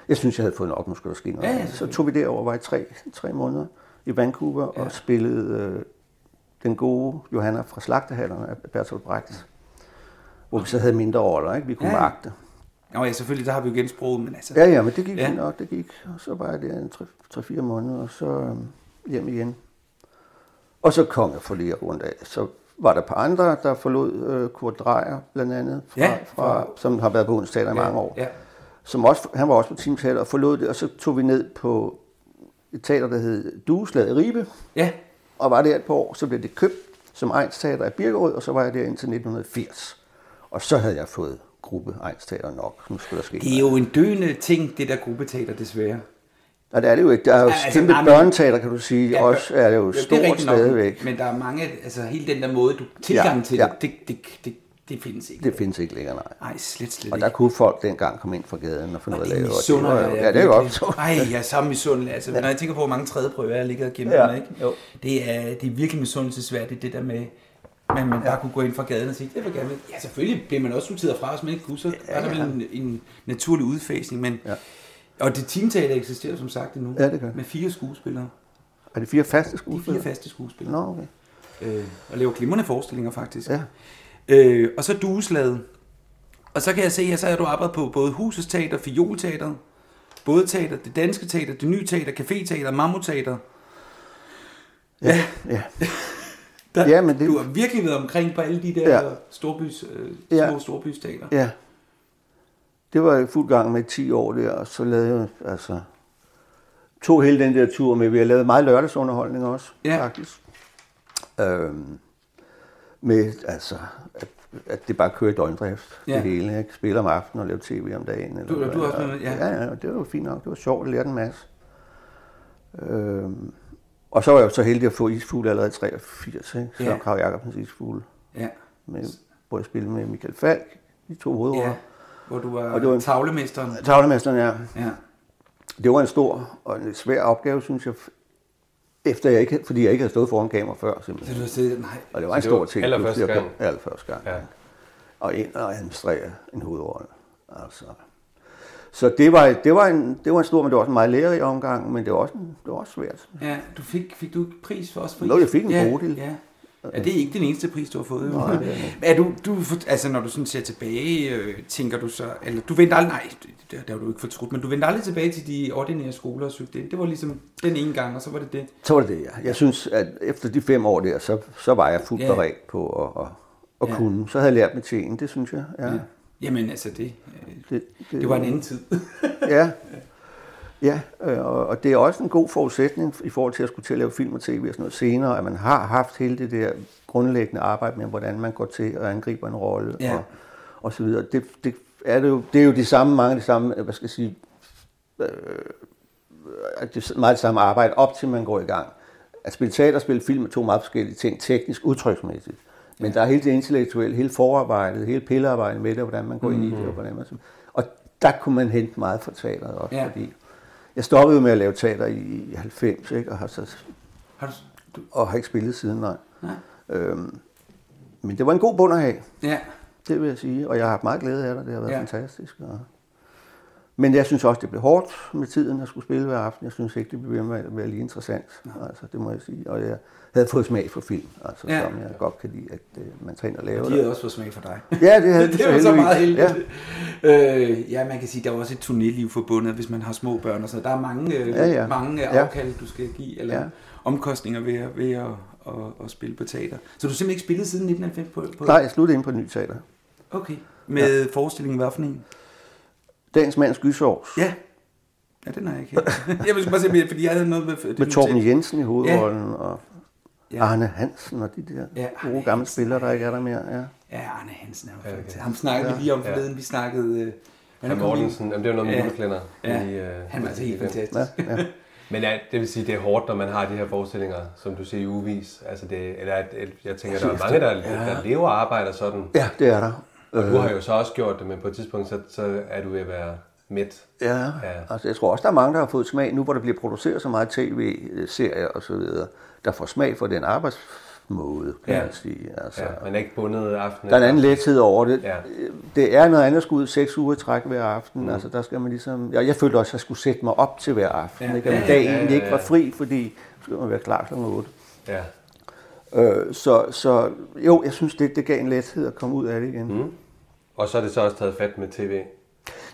Speaker 3: Jeg synes, jeg havde fået nok, nu skulle der ske noget.
Speaker 2: Ja, ja,
Speaker 3: andet. så
Speaker 2: selvfølgelig.
Speaker 3: tog vi derover, var i tre, tre måneder i Vancouver ja.
Speaker 2: Ja.
Speaker 3: og spillede øh, den gode Johanna fra Slagterhallerne af Bertolt Brecht. Hvor vi så havde mindre roller, ikke? Vi kunne
Speaker 2: Ja, ja.
Speaker 3: ja. magte.
Speaker 2: Nå ja, selvfølgelig, der har vi jo gensproget, men altså...
Speaker 3: Ja, ja, men det gik
Speaker 2: Ja.
Speaker 3: ja. nok, det gik. Og så var jeg der en 3-4 måneder, og så øhm, hjem igen. Og så kom jeg for lige rundt af. Så var der et par andre, der forlod øh, Kurt Dreyer, blandt andet, fra,
Speaker 2: Ja,
Speaker 3: ja, fra, som har været på Odense Teater i mange år.
Speaker 2: Ja.
Speaker 3: Som også, han var også på Team Teater og forlod det, og så tog vi ned på et teater, der hed Dueslaget i Ribe,
Speaker 2: Ja.
Speaker 3: og var der et par år. Så blev det købt som Egnsteater i Birkerød, og så var jeg der indtil 1980. Og så havde jeg fået gruppe Egnsteater nok. Nu skulle der ske
Speaker 2: Det er jo en døende ting, det der gruppeteater, desværre.
Speaker 3: Og det er det jo ikke. Der er jo
Speaker 2: Ja, altså,
Speaker 3: altså, kæmpe
Speaker 2: nej, men-
Speaker 3: børneteater, kan du sige. Ja, også er det jo
Speaker 2: det er
Speaker 3: stort
Speaker 2: rigtigt nok,
Speaker 3: stadigvæk.
Speaker 2: Men der er mange, altså hele den der måde, du tilgang ja,
Speaker 3: Ja,
Speaker 2: til
Speaker 3: ja.
Speaker 2: det, det, det, det, det findes ikke.
Speaker 3: Det findes ikke længere, nej.
Speaker 2: Nej, slet, slet
Speaker 3: Og
Speaker 2: ikke.
Speaker 3: der kunne folk dengang komme ind fra gaden og få noget at lave. og det
Speaker 2: misunder
Speaker 3: var jo-
Speaker 2: jeg
Speaker 3: Ja, det er
Speaker 2: virkelig.
Speaker 3: godt. så.
Speaker 2: Ej, jeg er så misundelig. Altså, ja. Når jeg tænker på, hvor mange tredje prøver jeg ligger og gemmer
Speaker 3: Ja,
Speaker 2: ja. ikke?
Speaker 3: jo.
Speaker 2: Det, er, det er virkelig misundelsesværdigt, det der med, man, man bare kunne gå ind fra gaden og sige, jeg vil gerne med. Ja, selvfølgelig bliver man også sorteret fra, hvis man ikke kunne, så ja, er der vel en, en naturlig udfasning. Men, ja. Og det teamteater eksisterer som sagt endnu,
Speaker 3: Ja, det gør det.
Speaker 2: med fire skuespillere.
Speaker 3: Er det fire faste
Speaker 2: De fire
Speaker 3: skuespillere?
Speaker 2: faste skuespillere
Speaker 3: Nå, okay.
Speaker 2: øh, og laver glimrende forestillinger faktisk.
Speaker 3: Ja.
Speaker 2: Øh, og så dueslaget. Og så kan jeg se, at så har du arbejdet på både Husets Teater, Fiolteateret, Både Teater, Det Danske Teater, Det Nye Teater, Café Teater, Mammut Teater.
Speaker 3: Ja, ja.
Speaker 2: Der,
Speaker 3: Ja, men det-
Speaker 2: Du har virkelig været omkring på alle de der ja.
Speaker 3: Ja.
Speaker 2: storbys, øh, små
Speaker 3: Ja.
Speaker 2: storbystater.
Speaker 3: ja. Det var jeg i fuld gang med i 10 år der, og så lavede jeg, altså, tog hele den der tur med. Vi har lavet meget lørdagsunderholdning også,
Speaker 2: Ja.
Speaker 3: faktisk. Øhm, med, altså, at, at det bare kører i døgndrift,
Speaker 2: Ja.
Speaker 3: det hele. Ikke? Spiller om aftenen og laver tv om dagen. Eller
Speaker 2: Du-
Speaker 3: hvad
Speaker 2: du er også
Speaker 3: det er.
Speaker 2: med, ja.
Speaker 3: Ja, ja, det var jo fint nok. Det var sjovt, jeg lærte en masse. Øhm, og så var jeg jo så heldig at få Isfugle allerede i 83, ikke?
Speaker 2: Ja.
Speaker 3: Så ja. Karl Jacobsens Isfugle.
Speaker 2: Ja.
Speaker 3: med, hvor jeg spillede med Michael Falk, de to hovedroller.
Speaker 2: ja. Hvor du var,
Speaker 3: Og det var en-
Speaker 2: tavlemesteren.
Speaker 3: Ja. Tavlemesteren, ja.
Speaker 2: Ja.
Speaker 3: Det var en stor og en lidt svær opgave, synes jeg, efter jeg ikke, fordi jeg ikke havde stået foran kamera før,
Speaker 2: Så
Speaker 3: simpelthen.
Speaker 2: du har siddet, nej,
Speaker 3: Og det var en
Speaker 4: Så det
Speaker 3: stor
Speaker 4: var
Speaker 3: ting.
Speaker 4: allerførste
Speaker 3: pludselig at-
Speaker 4: gang?
Speaker 3: Allerførste gang.
Speaker 4: Ja.
Speaker 3: Ja. Og ind og administrere en hovedrolle. Altså. Så det var, det, var en, det var en stor, men det var også en meget lærerig omgang, men det var også, en, det var også svært.
Speaker 2: Ja, du fik, fik du ikke pris for os? Pris?
Speaker 3: Nå, jeg fik en
Speaker 2: ja,
Speaker 3: Bodil.
Speaker 2: Ja. ja, det er ikke den eneste pris, du har fået. jo.
Speaker 3: Nej, det er det ikke.
Speaker 2: er du, du, altså, når du sådan ser tilbage, øh, tænker du så... Eller, du vendte aldrig... Nej, det- det, der var du ikke fortrudt, men du vendte aldrig tilbage til de ordinære skoler og søgte ind. Det var ligesom den ene gang, og så var det det.
Speaker 3: Så var det det, ja. Jeg synes, at efter de fem år der, så, så var jeg fuldt
Speaker 2: Ja.
Speaker 3: beredt på at, at, at
Speaker 2: Ja.
Speaker 3: kunne. Så havde jeg lært mit ting, det synes jeg. Ja. Ja.
Speaker 2: Jamen, altså, det, øh,
Speaker 3: Det,
Speaker 2: det var en anden tid.
Speaker 3: Ja, ja øh, og og det er også en god forudsætning i forhold til at skulle til at lave film og tv og sådan noget senere, at man har haft hele det der grundlæggende arbejde med, hvordan man går til og angriber en rolle
Speaker 2: Ja.
Speaker 3: og, og så videre. Det, det, er det, jo, det er jo de samme, mange af de samme, øh, hvad skal jeg sige, øh, det er meget det samme arbejde, op til man går i gang. At spille teater og spille film er to meget forskellige ting, teknisk udtryksmæssigt. Men der er hele det intellektuelle, hele forarbejdet, hele pillearbejdet med det, og hvordan man går ind i
Speaker 2: Mm-hmm.
Speaker 3: det, og hvordan man... Og der kunne man hente meget fra teateret også,
Speaker 2: Ja.
Speaker 3: ja. fordi jeg stoppede jo med at lave teater i i 90, ikke? Og, har så,
Speaker 2: Har du, du,
Speaker 3: og har ikke spillet siden, nej.
Speaker 2: nej?
Speaker 3: Øhm, men det var en god bund at have,
Speaker 2: Ja,
Speaker 3: det vil jeg sige, og jeg har haft meget glæde af det, det har været
Speaker 2: Ja.
Speaker 3: ja. fantastisk. Og... Men jeg synes også, det blev hårdt med tiden at skulle spille hver aften. Jeg synes ikke, det blev ved med at være lige interessant, altså, det må jeg sige. Og jeg havde fået smag for film, altså,
Speaker 2: Ja.
Speaker 3: ja. som jeg godt kan lide, at øh, man træner at lave.
Speaker 2: de havde også fået smag for dig.
Speaker 3: Ja, det havde de
Speaker 2: det var så
Speaker 3: heldigvis.
Speaker 2: meget heldigt.
Speaker 3: Ja.
Speaker 2: Ja. Øh, ja, man kan sige, der er jo også et turnéliv forbundet, hvis man har små børn og sådan noget. Der er mange, øh, ja,
Speaker 3: Ja,
Speaker 2: ja.
Speaker 3: ja.
Speaker 2: mange øh,
Speaker 3: Ja.
Speaker 2: afkald, du skal give, eller ja.
Speaker 3: Ja.
Speaker 2: omkostninger ved, at- ved at, at, at, spille på teater. Så du har simpelthen ikke spillet siden 1990 på? på
Speaker 3: Nej, jeg sluttede ind på et nyt teater.
Speaker 2: Okay. Med ja. forestillingen, hvad for en?
Speaker 3: Dagens mands gysovs.
Speaker 2: Ja. Ja, den har jeg ikke. jeg vil bare se, mere, fordi jeg havde noget med... det
Speaker 3: Med
Speaker 2: nye
Speaker 3: Torben
Speaker 2: teater.
Speaker 3: Jensen i hovedrollen, og
Speaker 2: Ja.
Speaker 3: Arne Hansen og de der
Speaker 2: Ja, Arne
Speaker 3: gode gamle spillere, der ikke er der mere.
Speaker 2: Ja,
Speaker 3: Ja.
Speaker 2: Arne Hansen er jo
Speaker 4: Ja, okay.
Speaker 2: faktisk. Ham snakkede vi lige om
Speaker 4: Ja.
Speaker 2: forleden. Vi snakkede... Øh,
Speaker 4: Han
Speaker 2: kom vi-
Speaker 4: Mortensen, jamen, det var noget med
Speaker 2: Ja.
Speaker 4: juleklænder.
Speaker 2: Ja,
Speaker 4: i, øh,
Speaker 2: han var altså
Speaker 4: i
Speaker 2: helt
Speaker 4: den.
Speaker 2: fantastisk.
Speaker 3: Ja, ja.
Speaker 4: Men ja, det vil sige, det er hårdt, når man har de her forestillinger, som du siger i uvis. Altså det, eller, at- at- jeg tænker, der er mange, der, der lever og arbejder sådan.
Speaker 3: ja, det er der. Øh,
Speaker 4: Du har jo så også gjort det, men på et tidspunkt, så, så er du ved at være mæt.
Speaker 3: Ja,
Speaker 4: Ja.
Speaker 3: altså jeg tror også, der er mange, der har fået smag, nu hvor der bliver produceret så meget tv-serier og så videre, der får smag for den arbejdsmåde, kan
Speaker 4: Ja.
Speaker 3: man sige. Altså,
Speaker 4: Ja, man er ikke bundet aften.
Speaker 3: Der er en anden lethed over det.
Speaker 4: Ja.
Speaker 3: Ja. Det er noget andet at skulle ud seks uger i træk hver aften. Mm. Altså, der skal man ligesom... Jeg, jeg følte også, at jeg skulle sætte mig op til hver aften.
Speaker 2: Ja.
Speaker 3: Ja. Ikke? Og
Speaker 2: Ja,
Speaker 3: min
Speaker 2: ja,
Speaker 3: dag
Speaker 4: ja,
Speaker 3: egentlig ikke
Speaker 4: ja,
Speaker 3: var
Speaker 4: ja.
Speaker 3: fri, fordi så skulle man være klar kl. 8.
Speaker 4: Ja.
Speaker 3: Øh, så, så jo, jeg synes, det, det gav en lethed at komme ud af det igen. Mm.
Speaker 4: Og så er det så også taget fat med tv.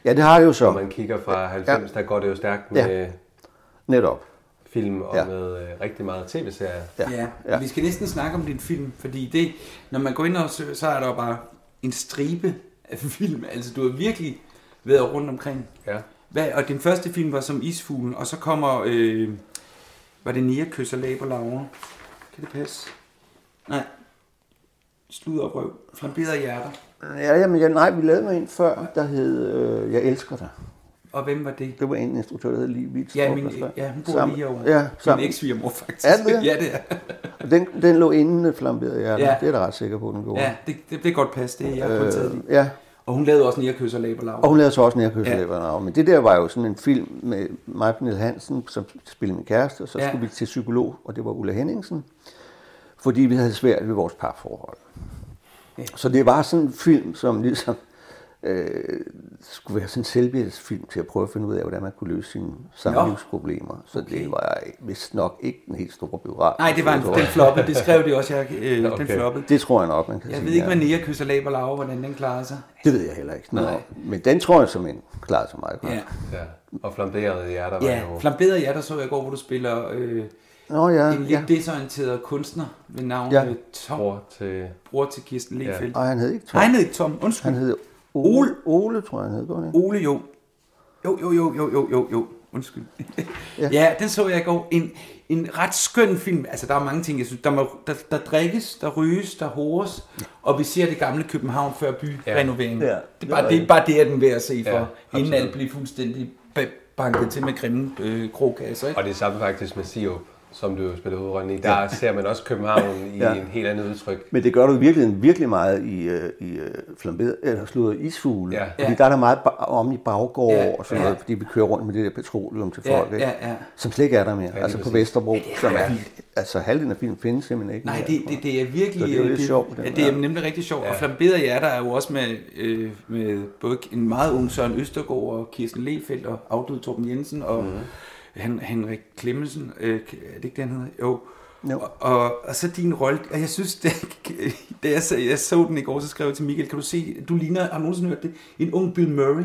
Speaker 3: Ja, det har det jo
Speaker 4: Når
Speaker 3: så.
Speaker 4: man kigger fra 90, der går det jo stærkt med ja.
Speaker 3: Netop.
Speaker 4: film og
Speaker 3: Ja.
Speaker 4: med øh, rigtig meget tv-serier.
Speaker 3: Ja.
Speaker 2: Ja. ja.
Speaker 3: Ja.
Speaker 2: Vi skal næsten snakke om din film, fordi det, når man går ind og søger, så er der jo bare en stribe af film. Altså, du har virkelig været rundt omkring.
Speaker 4: Ja.
Speaker 2: Hvad, og din første film var som Isfuglen, og så kommer, øh, var det Nia kysser læber Laura? Kan det passe? Nej. Slud og røv. Flamberede hjerter.
Speaker 3: Ja, jamen, ja, nej, vi lavede med en før, der hed øh, Jeg elsker dig.
Speaker 2: og hvem var det?
Speaker 3: Det var en instruktør, der hed Lee Wittstrup.
Speaker 2: Ja, min,
Speaker 3: og så-
Speaker 2: ja hun bor
Speaker 3: sammen-
Speaker 2: lige over.
Speaker 3: Ja,
Speaker 2: Min
Speaker 3: sammen.
Speaker 2: eks-svigermor, faktisk.
Speaker 3: Er det det?
Speaker 2: Ja, det er.
Speaker 3: Og Den, den lå inden øh, flamberede hjertet.
Speaker 2: Ja.
Speaker 3: Ja. Det er jeg da ret sikker på, den gjorde.
Speaker 2: Ja, det, det, det kan godt passe. Det er jeg har kun taget lige.
Speaker 3: ja.
Speaker 2: Og hun lavede også Nierkøs og Laberlav.
Speaker 3: Øh. Og hun lavede så også
Speaker 2: Ja.
Speaker 3: nærkørslæberne ja. Men det der var jo sådan en film med mig og Pernille Hansen, som spillede min kæreste, og så
Speaker 2: Ja.
Speaker 3: ja. skulle vi til psykolog, og det var Ulla Henningsen, fordi vi havde svært ved vores parforhold.
Speaker 2: Ja.
Speaker 3: Ja. Så det var sådan en film, som ligesom øh, skulle være sådan en selvhjælpsfilm til at prøve at finde ud af, hvordan man kunne løse sine samlivsproblemer. Så okay. det var vist nok ikke den helt store biograf.
Speaker 2: Nej, det var en, den floppede. Det skrev det også, jeg, øh, okay. den
Speaker 4: Okay.
Speaker 2: floppede.
Speaker 3: Det tror jeg nok, man kan
Speaker 2: Jeg
Speaker 3: sige.
Speaker 2: ved ikke,
Speaker 3: Altså, ja.
Speaker 2: hvad Nierkøs og Laberlav, hvordan den klarer sig.
Speaker 3: Det ved jeg heller ikke.
Speaker 2: Nej.
Speaker 3: Nej. Men den tror jeg som en klarede sig meget godt.
Speaker 2: Ja,
Speaker 4: Ja. Og flamberede hjerter var
Speaker 2: ja.
Speaker 4: jo...
Speaker 2: flamberede jeg, der så jeg øh, i går, hvor du spiller øh,
Speaker 3: Nå ja,
Speaker 2: en lidt
Speaker 3: ja.
Speaker 2: desorienteret kunstner ved navn
Speaker 3: Ja.
Speaker 2: ja. Tom,
Speaker 4: Bror til...
Speaker 2: bror til Kirsten Lefeldt.
Speaker 3: Nej, han hed ikke Tom.
Speaker 2: Nej, han hed ikke Tom. Undskyld.
Speaker 3: Han hed
Speaker 2: Ole.
Speaker 3: Ole, Ole tror jeg, han hed. Gør han ikke?
Speaker 2: Ole, jo. Jo, jo, jo, jo, jo, jo, jo. Undskyld. ja.
Speaker 3: Ja.
Speaker 2: ja, den så jeg i går. En, en ret skøn film. Altså, der er mange ting, jeg synes. Der, må, der, der drikkes, der ryges, der hores. Og vi ser det gamle København før byrenoveringen.
Speaker 3: Ja.
Speaker 2: Ja.
Speaker 3: Ja,
Speaker 2: Ja. Det,
Speaker 3: det
Speaker 2: er bare,
Speaker 3: var
Speaker 2: det er
Speaker 3: det.
Speaker 2: bare det, er den værd at se for. Ja, inden
Speaker 4: absolut.
Speaker 2: alt bliver fuldstændig ba- banket til med grimme øh, krogkasser. Ikke?
Speaker 4: Og det er samme faktisk med Siop, som du jo spiller hovedrollen i. Der ser man også København i
Speaker 3: Ja.
Speaker 4: en helt anden udtryk.
Speaker 3: Men det gør du virkelig, virkelig meget i, øh, i øh, flamberet, eller slået isfugle.
Speaker 4: Ja.
Speaker 3: Fordi
Speaker 2: Ja.
Speaker 3: der er der meget ba- om i baggård
Speaker 2: Ja,
Speaker 3: og sådan
Speaker 2: ja.
Speaker 3: noget, fordi vi kører rundt med det der petroleum til
Speaker 2: Ja,
Speaker 3: folk, ikke?
Speaker 2: ja, ja.
Speaker 3: som slet ikke er der mere.
Speaker 4: lige
Speaker 3: altså på
Speaker 4: præcis.
Speaker 3: Vesterbro, som er, altså halvdelen af filmen findes simpelthen ikke.
Speaker 2: Nej,
Speaker 3: mere.
Speaker 2: det, det, det er virkelig...
Speaker 3: Så det er jo lidt sjovt,
Speaker 2: Det,
Speaker 3: den
Speaker 2: ja, det er
Speaker 3: der.
Speaker 2: nemlig rigtig sjovt. Ja. Og
Speaker 4: Ja.
Speaker 2: Flamberet Hjerter er jo også med, øh, med både en meget ung Søren Østergaard og Kirsten Lefeldt og afdøde Torben Jensen og
Speaker 3: Mhm.
Speaker 2: mm. han, Henrik Klemmensen. Øh, er det ikke det, han hedder? Jo.
Speaker 3: Jo.
Speaker 2: Og, og, og så din rolle, og jeg synes, det, da jeg, så, jeg så den i går, så skrev jeg til Michael, kan du se, du ligner, har du nogensinde hørt det, en ung Bill Murray?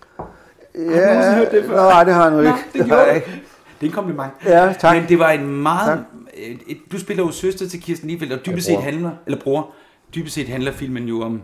Speaker 2: Har du nogensinde hørt det før?
Speaker 3: Nej, det har jeg nu
Speaker 2: Nå,
Speaker 3: ikke.
Speaker 2: det
Speaker 3: har
Speaker 2: gjorde
Speaker 3: jeg
Speaker 2: jeg.
Speaker 3: ikke.
Speaker 2: Det er en kompliment.
Speaker 3: Ja, tak.
Speaker 2: Men det var en meget...
Speaker 3: Tak.
Speaker 2: Et, et, du spiller jo søster til Kirsten Liefeldt, og dybest
Speaker 4: Ja,
Speaker 2: set
Speaker 4: bror.
Speaker 2: handler... Eller bror. Dybest set handler filmen jo om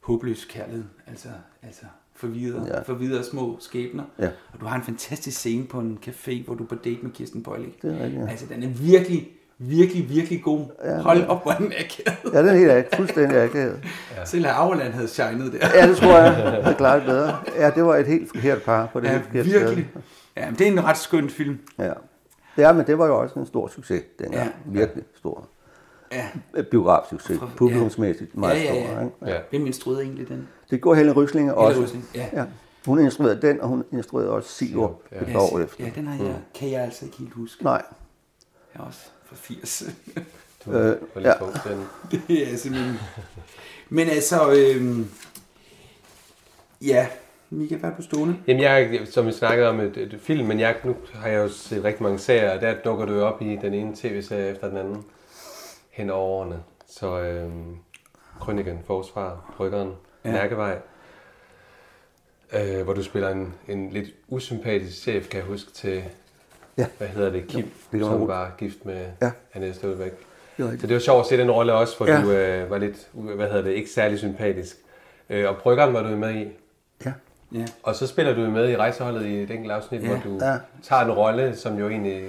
Speaker 2: håbløs kærlighed. Altså, altså forvidere, ja.
Speaker 3: Ja.
Speaker 2: forvidere små skæbner.
Speaker 3: Ja.
Speaker 2: Og du har en fantastisk scene på en café, hvor du er på date med Kirsten Bøjle.
Speaker 3: Det er rigtigt, ja.
Speaker 2: Altså, den er virkelig, virkelig, virkelig god. Ja, Hold op, hvor er den akavet.
Speaker 3: Ja, det er helt ikke. Fuldstændig ikke.
Speaker 2: Ja. Selv Auerland havde shined der.
Speaker 3: Ja, det tror jeg. Det klarer det bedre. Ja, det var et helt forkert par på det
Speaker 2: Ja,
Speaker 3: helt forkerte sted.
Speaker 2: virkelig. Ja, men det er en ret skøn film.
Speaker 3: Ja. ja, men det var jo også en stor succes dengang.
Speaker 2: Ja.
Speaker 3: Ja. Virkelig stor.
Speaker 2: Ja.
Speaker 3: Øh, Biografsucces.
Speaker 2: Fra- ja.
Speaker 3: Publikumsmæssigt meget
Speaker 2: Ja, ja, ja.
Speaker 3: stor. Ikke?
Speaker 4: Ja.
Speaker 2: Hvem instruerede egentlig den?
Speaker 3: Det gjorde Helen Ryslinge også.
Speaker 2: Ryslinge, ja.
Speaker 3: ja. Hun instruerede den, og hun instruerede også Sigur
Speaker 4: Sirup, ja.
Speaker 3: et
Speaker 2: Ja,
Speaker 3: år
Speaker 2: se-
Speaker 3: efter. Mm.
Speaker 2: Ja, den har jeg, kan jeg altså ikke helt huske.
Speaker 3: Nej,
Speaker 2: Jeg er også fra 80.
Speaker 4: Du
Speaker 3: Øh,
Speaker 4: var lidt
Speaker 3: ja.
Speaker 4: tung til den.
Speaker 2: det er simpelthen... Men altså, øhm, ja, Mika, hvad er du stående?
Speaker 4: Jamen, jeg, som vi snakkede om et, et film, men jeg, nu har jeg jo set rigtig mange serier, og der dukker du jo op i den ene tv-serie efter den anden hen over årene. Så øh, Krøniken, Forsvar, Bryggeren,
Speaker 2: Ja.
Speaker 4: ja. Mærkevej, øh, hvor du spiller en, en lidt usympatisk chef, kan jeg huske, til,
Speaker 3: Ja.
Speaker 4: ja. hvad hedder det, Kim,
Speaker 3: kan
Speaker 4: jo,
Speaker 3: man
Speaker 4: som
Speaker 3: roligt.
Speaker 4: var gift med
Speaker 3: Ja.
Speaker 4: ja. Anne Støvbæk.
Speaker 3: det var
Speaker 4: Så
Speaker 3: ikke.
Speaker 4: det var sjovt at se den rolle også, hvor
Speaker 3: Ja.
Speaker 4: ja. du øh, var lidt, u- hvad hedder det, ikke særlig sympatisk. Øh, og Bryggeren var du med i.
Speaker 3: Ja.
Speaker 2: Ja.
Speaker 4: Og så spiller du jo med i rejseholdet i et enkelt afsnit,
Speaker 2: Ja.
Speaker 4: ja. hvor du
Speaker 3: Ja.
Speaker 4: ja. tager en rolle, som jo egentlig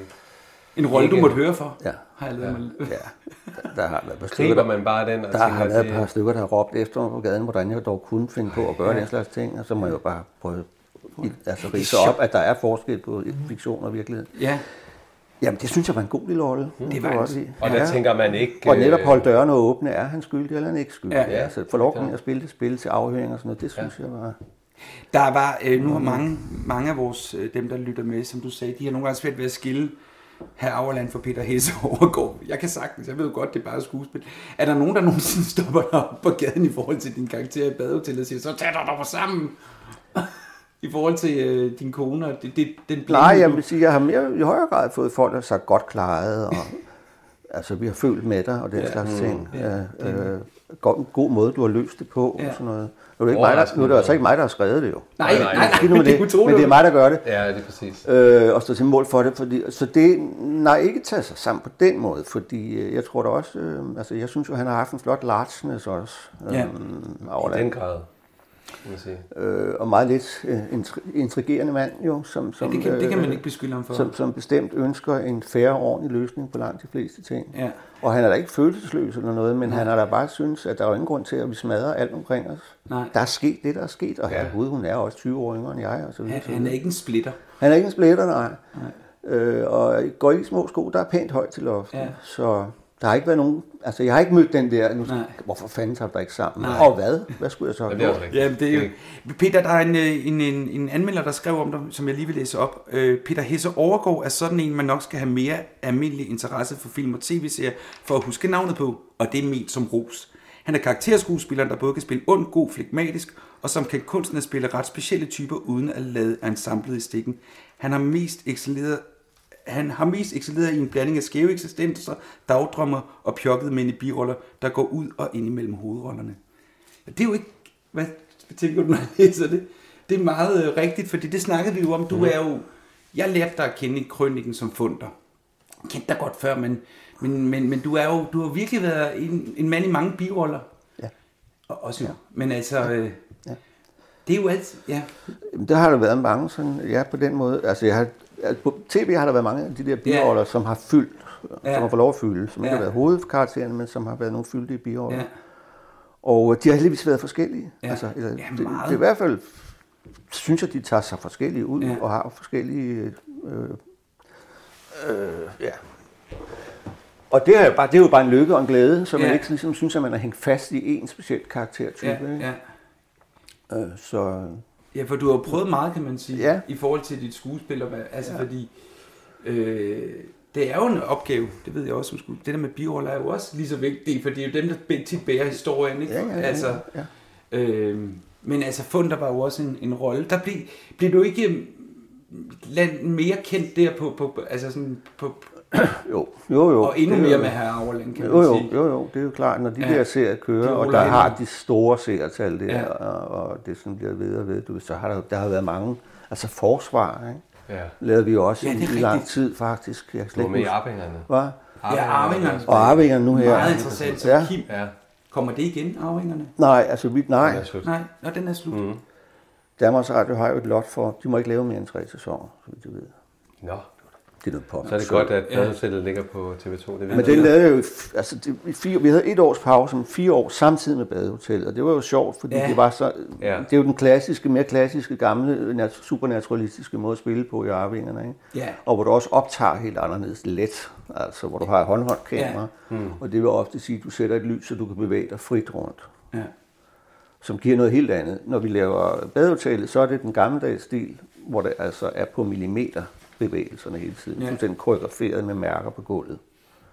Speaker 2: En rolle, du
Speaker 4: Ikke-
Speaker 2: måtte høre for,
Speaker 3: Ja.
Speaker 2: har jeg lavet mig.
Speaker 3: ja. Der- Der har været et par stykker,
Speaker 4: griber
Speaker 3: der,
Speaker 4: man bare den og
Speaker 3: der har
Speaker 4: tænker,
Speaker 3: været
Speaker 4: at
Speaker 3: et
Speaker 4: det,
Speaker 3: par stykker, der har råbt efter mig på gaden, hvordan jeg dog kunne finde på at gøre den slags ting, og så må jeg jo bare prøve i- altså rise op, at der er forskel på fiktion og virkelighed.
Speaker 2: Ja,
Speaker 3: Jamen, det synes jeg var en god lille rolle.
Speaker 2: Det var
Speaker 3: jeg
Speaker 2: en-
Speaker 3: godt lide.
Speaker 4: og der
Speaker 3: Ja.
Speaker 4: tænker man ikke...
Speaker 3: Og netop
Speaker 4: øh,
Speaker 3: holde dørene åbne, er han skyldig eller er han ikke skyldig?
Speaker 2: Ja.
Speaker 3: Ja, ja. Så for lov at spille det spil til afhøring og sådan noget, det synes ja. jeg var...
Speaker 2: der var, øh, nu har mange, mange af vores, øh, dem der lytter med, som du sagde, de har nogle gange svært ved at skille herr Auerland for Peter Hesse overgår. Jeg kan sagtens, jeg ved jo godt, det er bare skuespil. Er der nogen, der nogensinde stopper dig op på gaden i forhold til din karakter i badehotellet og siger, så tag dig dog sammen? I forhold til øh, din kone og det, det, den
Speaker 3: Nej,
Speaker 2: blanding,
Speaker 3: jeg
Speaker 2: du-
Speaker 3: vil sige, jeg har mere, i højere grad fået folk, der sig godt klaret, og altså, vi har følt med dig og den ja, slags ting. Ja, øh, god, god måde, du har løst det på
Speaker 2: Ja.
Speaker 3: og sådan noget. Nu er det, ikke mig, der, nu er det altså ikke mig, der har skrevet det jo.
Speaker 2: Nej, nej,
Speaker 4: Nej, nej,
Speaker 2: nej,
Speaker 3: Skidt nu
Speaker 2: nej,
Speaker 3: med
Speaker 2: det er
Speaker 3: det, men
Speaker 2: utroligt.
Speaker 3: det er mig, der gør det.
Speaker 4: Ja, det er præcis.
Speaker 3: Øh, og stå til mål for det. Fordi, så det, nej, ikke tage sig sammen på den måde, fordi øh, jeg tror da også, øh, altså jeg synes jo, han har haft en flot lartsnes også. Øh,
Speaker 2: Ja.
Speaker 3: Auerland.
Speaker 4: I den grad. kan man sige.
Speaker 3: øh, og meget lidt øh, intri- intrigerende mand, jo, som, som,
Speaker 2: Ja, det, kan, det kan man
Speaker 3: øh,
Speaker 2: ikke beskylde ham for.
Speaker 3: som, som bestemt ønsker en færre og ordentlig løsning på langt de fleste ting.
Speaker 2: Ja.
Speaker 3: Og han er da ikke følelsesløs eller noget, men han har da bare synes, at der er ingen grund til, at vi smadrer alt omkring os.
Speaker 2: Nej.
Speaker 3: Der er sket det, der er sket, og
Speaker 4: Ja.
Speaker 3: ja. Gud, hun er også 20 år yngre end jeg. Og så videre,
Speaker 2: Han,
Speaker 3: så
Speaker 2: han er
Speaker 3: videre.
Speaker 2: ikke en splitter.
Speaker 3: han er ikke en splitter, nej. Øh, og går i små sko, der er pænt højt til loftet.
Speaker 2: Ja.
Speaker 3: Ja. Så der har ikke været nogen... Altså, jeg har ikke mødt den der... Nu,
Speaker 2: Nej.
Speaker 3: hvorfor fanden tager du dig ikke sammen?
Speaker 2: Nej.
Speaker 3: Og hvad? Hvad skulle jeg så have
Speaker 4: Jamen, det er også
Speaker 3: gjort?
Speaker 4: rigtigt.
Speaker 2: Jamen, det er jo...
Speaker 4: Det
Speaker 2: Peter, der er en, øh, en, en, en anmelder, der skrev om dig, som jeg lige vil læse op. Øh, Peter Hesse overgår er sådan en, man nok skal have mere almindelig interesse for film og tv-serier, for at huske navnet på, og det er ment som ros. Han er karakterskuespilleren, der både kan spille ond, god, flegmatisk, og som kan kunsten at spille ret specielle typer, uden at lade ensemblet i stikken. Han har mest excelleret han har mest excelleret i en blanding af skæve eksistenser, dagdrømmer og pjokkede mænd i biroller, der går ud og ind imellem hovedrollerne. Og Det er jo ikke... Hvad tænker du, når jeg læser det? Det er meget øh, rigtigt, fordi det snakkede vi jo om. Du er jo... Jeg lærte dig at kende i krønningen som funder. Jeg kendte dig godt før, men, men, men, men du, er jo, du har virkelig været en, en mand i mange biroller.
Speaker 3: Ja.
Speaker 2: Og også jo. Men altså... Øh, ja. Det er jo alt... Ja.
Speaker 3: Jamen, Der har der været mange sådan, ja, på den måde. Altså, jeg har, altså, på tv har der været mange af de der biroller, som har fyldt,
Speaker 2: Ja.
Speaker 3: ja. som har fået lov at fylde, som ja. ikke
Speaker 2: Ja.
Speaker 3: har været hovedkarakteren, men som har været nogle fyldige biroller.
Speaker 2: ja.
Speaker 3: Ja. Og øh, de har heldigvis været forskellige.
Speaker 2: Ja.
Speaker 3: Altså, eller,
Speaker 2: Ja,
Speaker 3: det, det
Speaker 2: meget.
Speaker 3: er i hvert fald, synes jeg, de tager sig forskellige ud
Speaker 2: Ja.
Speaker 3: ja. og har forskellige... Øh, øh, ja. Og det er, jo bare, det er jo bare en lykke og en glæde, så man
Speaker 2: Ja.
Speaker 3: ja. ikke ligesom synes, at man er hængt fast i en speciel karaktertype.
Speaker 2: ja,
Speaker 3: ikke?
Speaker 2: ja.
Speaker 3: Øh, så
Speaker 2: Ja, for du har jo prøvet meget, kan man sige,
Speaker 3: Ja.
Speaker 2: i forhold til dit skuespil. Og hvad, altså, ja. fordi øh, det er jo en opgave, det ved jeg også som skuespiller. Det der med biroller er jo også lige så vigtigt, for det er jo dem, der bæ- tit bærer historien, ikke?
Speaker 3: ja, ja, ja,
Speaker 2: altså,
Speaker 3: ja.
Speaker 2: Øh, men altså, Funder var jo også en, en rolle. Der blev, blev du ikke øh, land- mere kendt der på, på, altså sådan på,
Speaker 3: Jo, jo, jo.
Speaker 2: og endnu
Speaker 3: Det er
Speaker 2: mere
Speaker 3: jo-
Speaker 2: med herre Auerland, kan
Speaker 3: Jo,
Speaker 2: man
Speaker 3: jo,
Speaker 2: sige.
Speaker 3: jo, jo, det er jo klart, når de
Speaker 2: Ja.
Speaker 3: ja. der serier kører,
Speaker 2: Det
Speaker 3: og
Speaker 2: ruller
Speaker 3: der
Speaker 2: hen.
Speaker 3: har de store seriertal der,
Speaker 2: Ja.
Speaker 3: ja. og, og det sådan bliver ved og ved, du, ved, så har der, der har været mange, altså forsvar, ikke?
Speaker 4: Ja.
Speaker 3: lavede vi jo også
Speaker 2: Ja,
Speaker 3: ja,
Speaker 2: det
Speaker 3: i
Speaker 2: er
Speaker 3: i lang
Speaker 2: rigtigt.
Speaker 3: tid faktisk, jeg kan
Speaker 4: Du
Speaker 3: slet
Speaker 4: var
Speaker 3: ikke
Speaker 4: med i
Speaker 3: huske,
Speaker 4: Arvingerne.
Speaker 3: Hva?
Speaker 2: Ja, Arvingerne.
Speaker 3: Og arvingerne nu her.
Speaker 2: Meget interessant, så
Speaker 3: Ja.
Speaker 2: Kim,
Speaker 4: Ja.
Speaker 2: kommer det igen, Arvingerne?
Speaker 3: Nej, altså vi, nej,
Speaker 4: absolut.
Speaker 2: Nej, nå, den er slut. Mm.
Speaker 3: Danmarks Radio har jo et lot for, de må ikke lave mere end tre sæsoner, så vidt jeg ved.
Speaker 4: Nå,
Speaker 3: Det er noget pop.
Speaker 4: så er det godt, at Badehotellet ligger på TV2. Det ved
Speaker 3: Men
Speaker 4: jeg.
Speaker 3: den lavede jeg jo, i f- altså det, i fire, vi havde et års pause om fire år samtidig med badehotellet, og det var jo sjovt, fordi
Speaker 2: Ja.
Speaker 3: ja. det var så,
Speaker 4: Ja.
Speaker 3: ja. det er jo den klassiske, mere klassiske, gamle, øh, nat- supernaturalistiske måde at spille på i Arvingerne, ikke?
Speaker 2: Ja.
Speaker 3: Og hvor du også optager helt anderledes let, altså hvor du har et håndholdt kamera, ja. mm. og det vil ofte sige, at du sætter et lys, så du kan bevæge dig frit rundt
Speaker 2: Ja.
Speaker 3: som giver noget helt andet. Når vi laver badehotellet, så er det den gammeldags stil, hvor det altså er på millimeter bevægelserne hele tiden.
Speaker 2: Ja.
Speaker 3: Ja. Fuldstændig koreograferet med mærker på gulvet.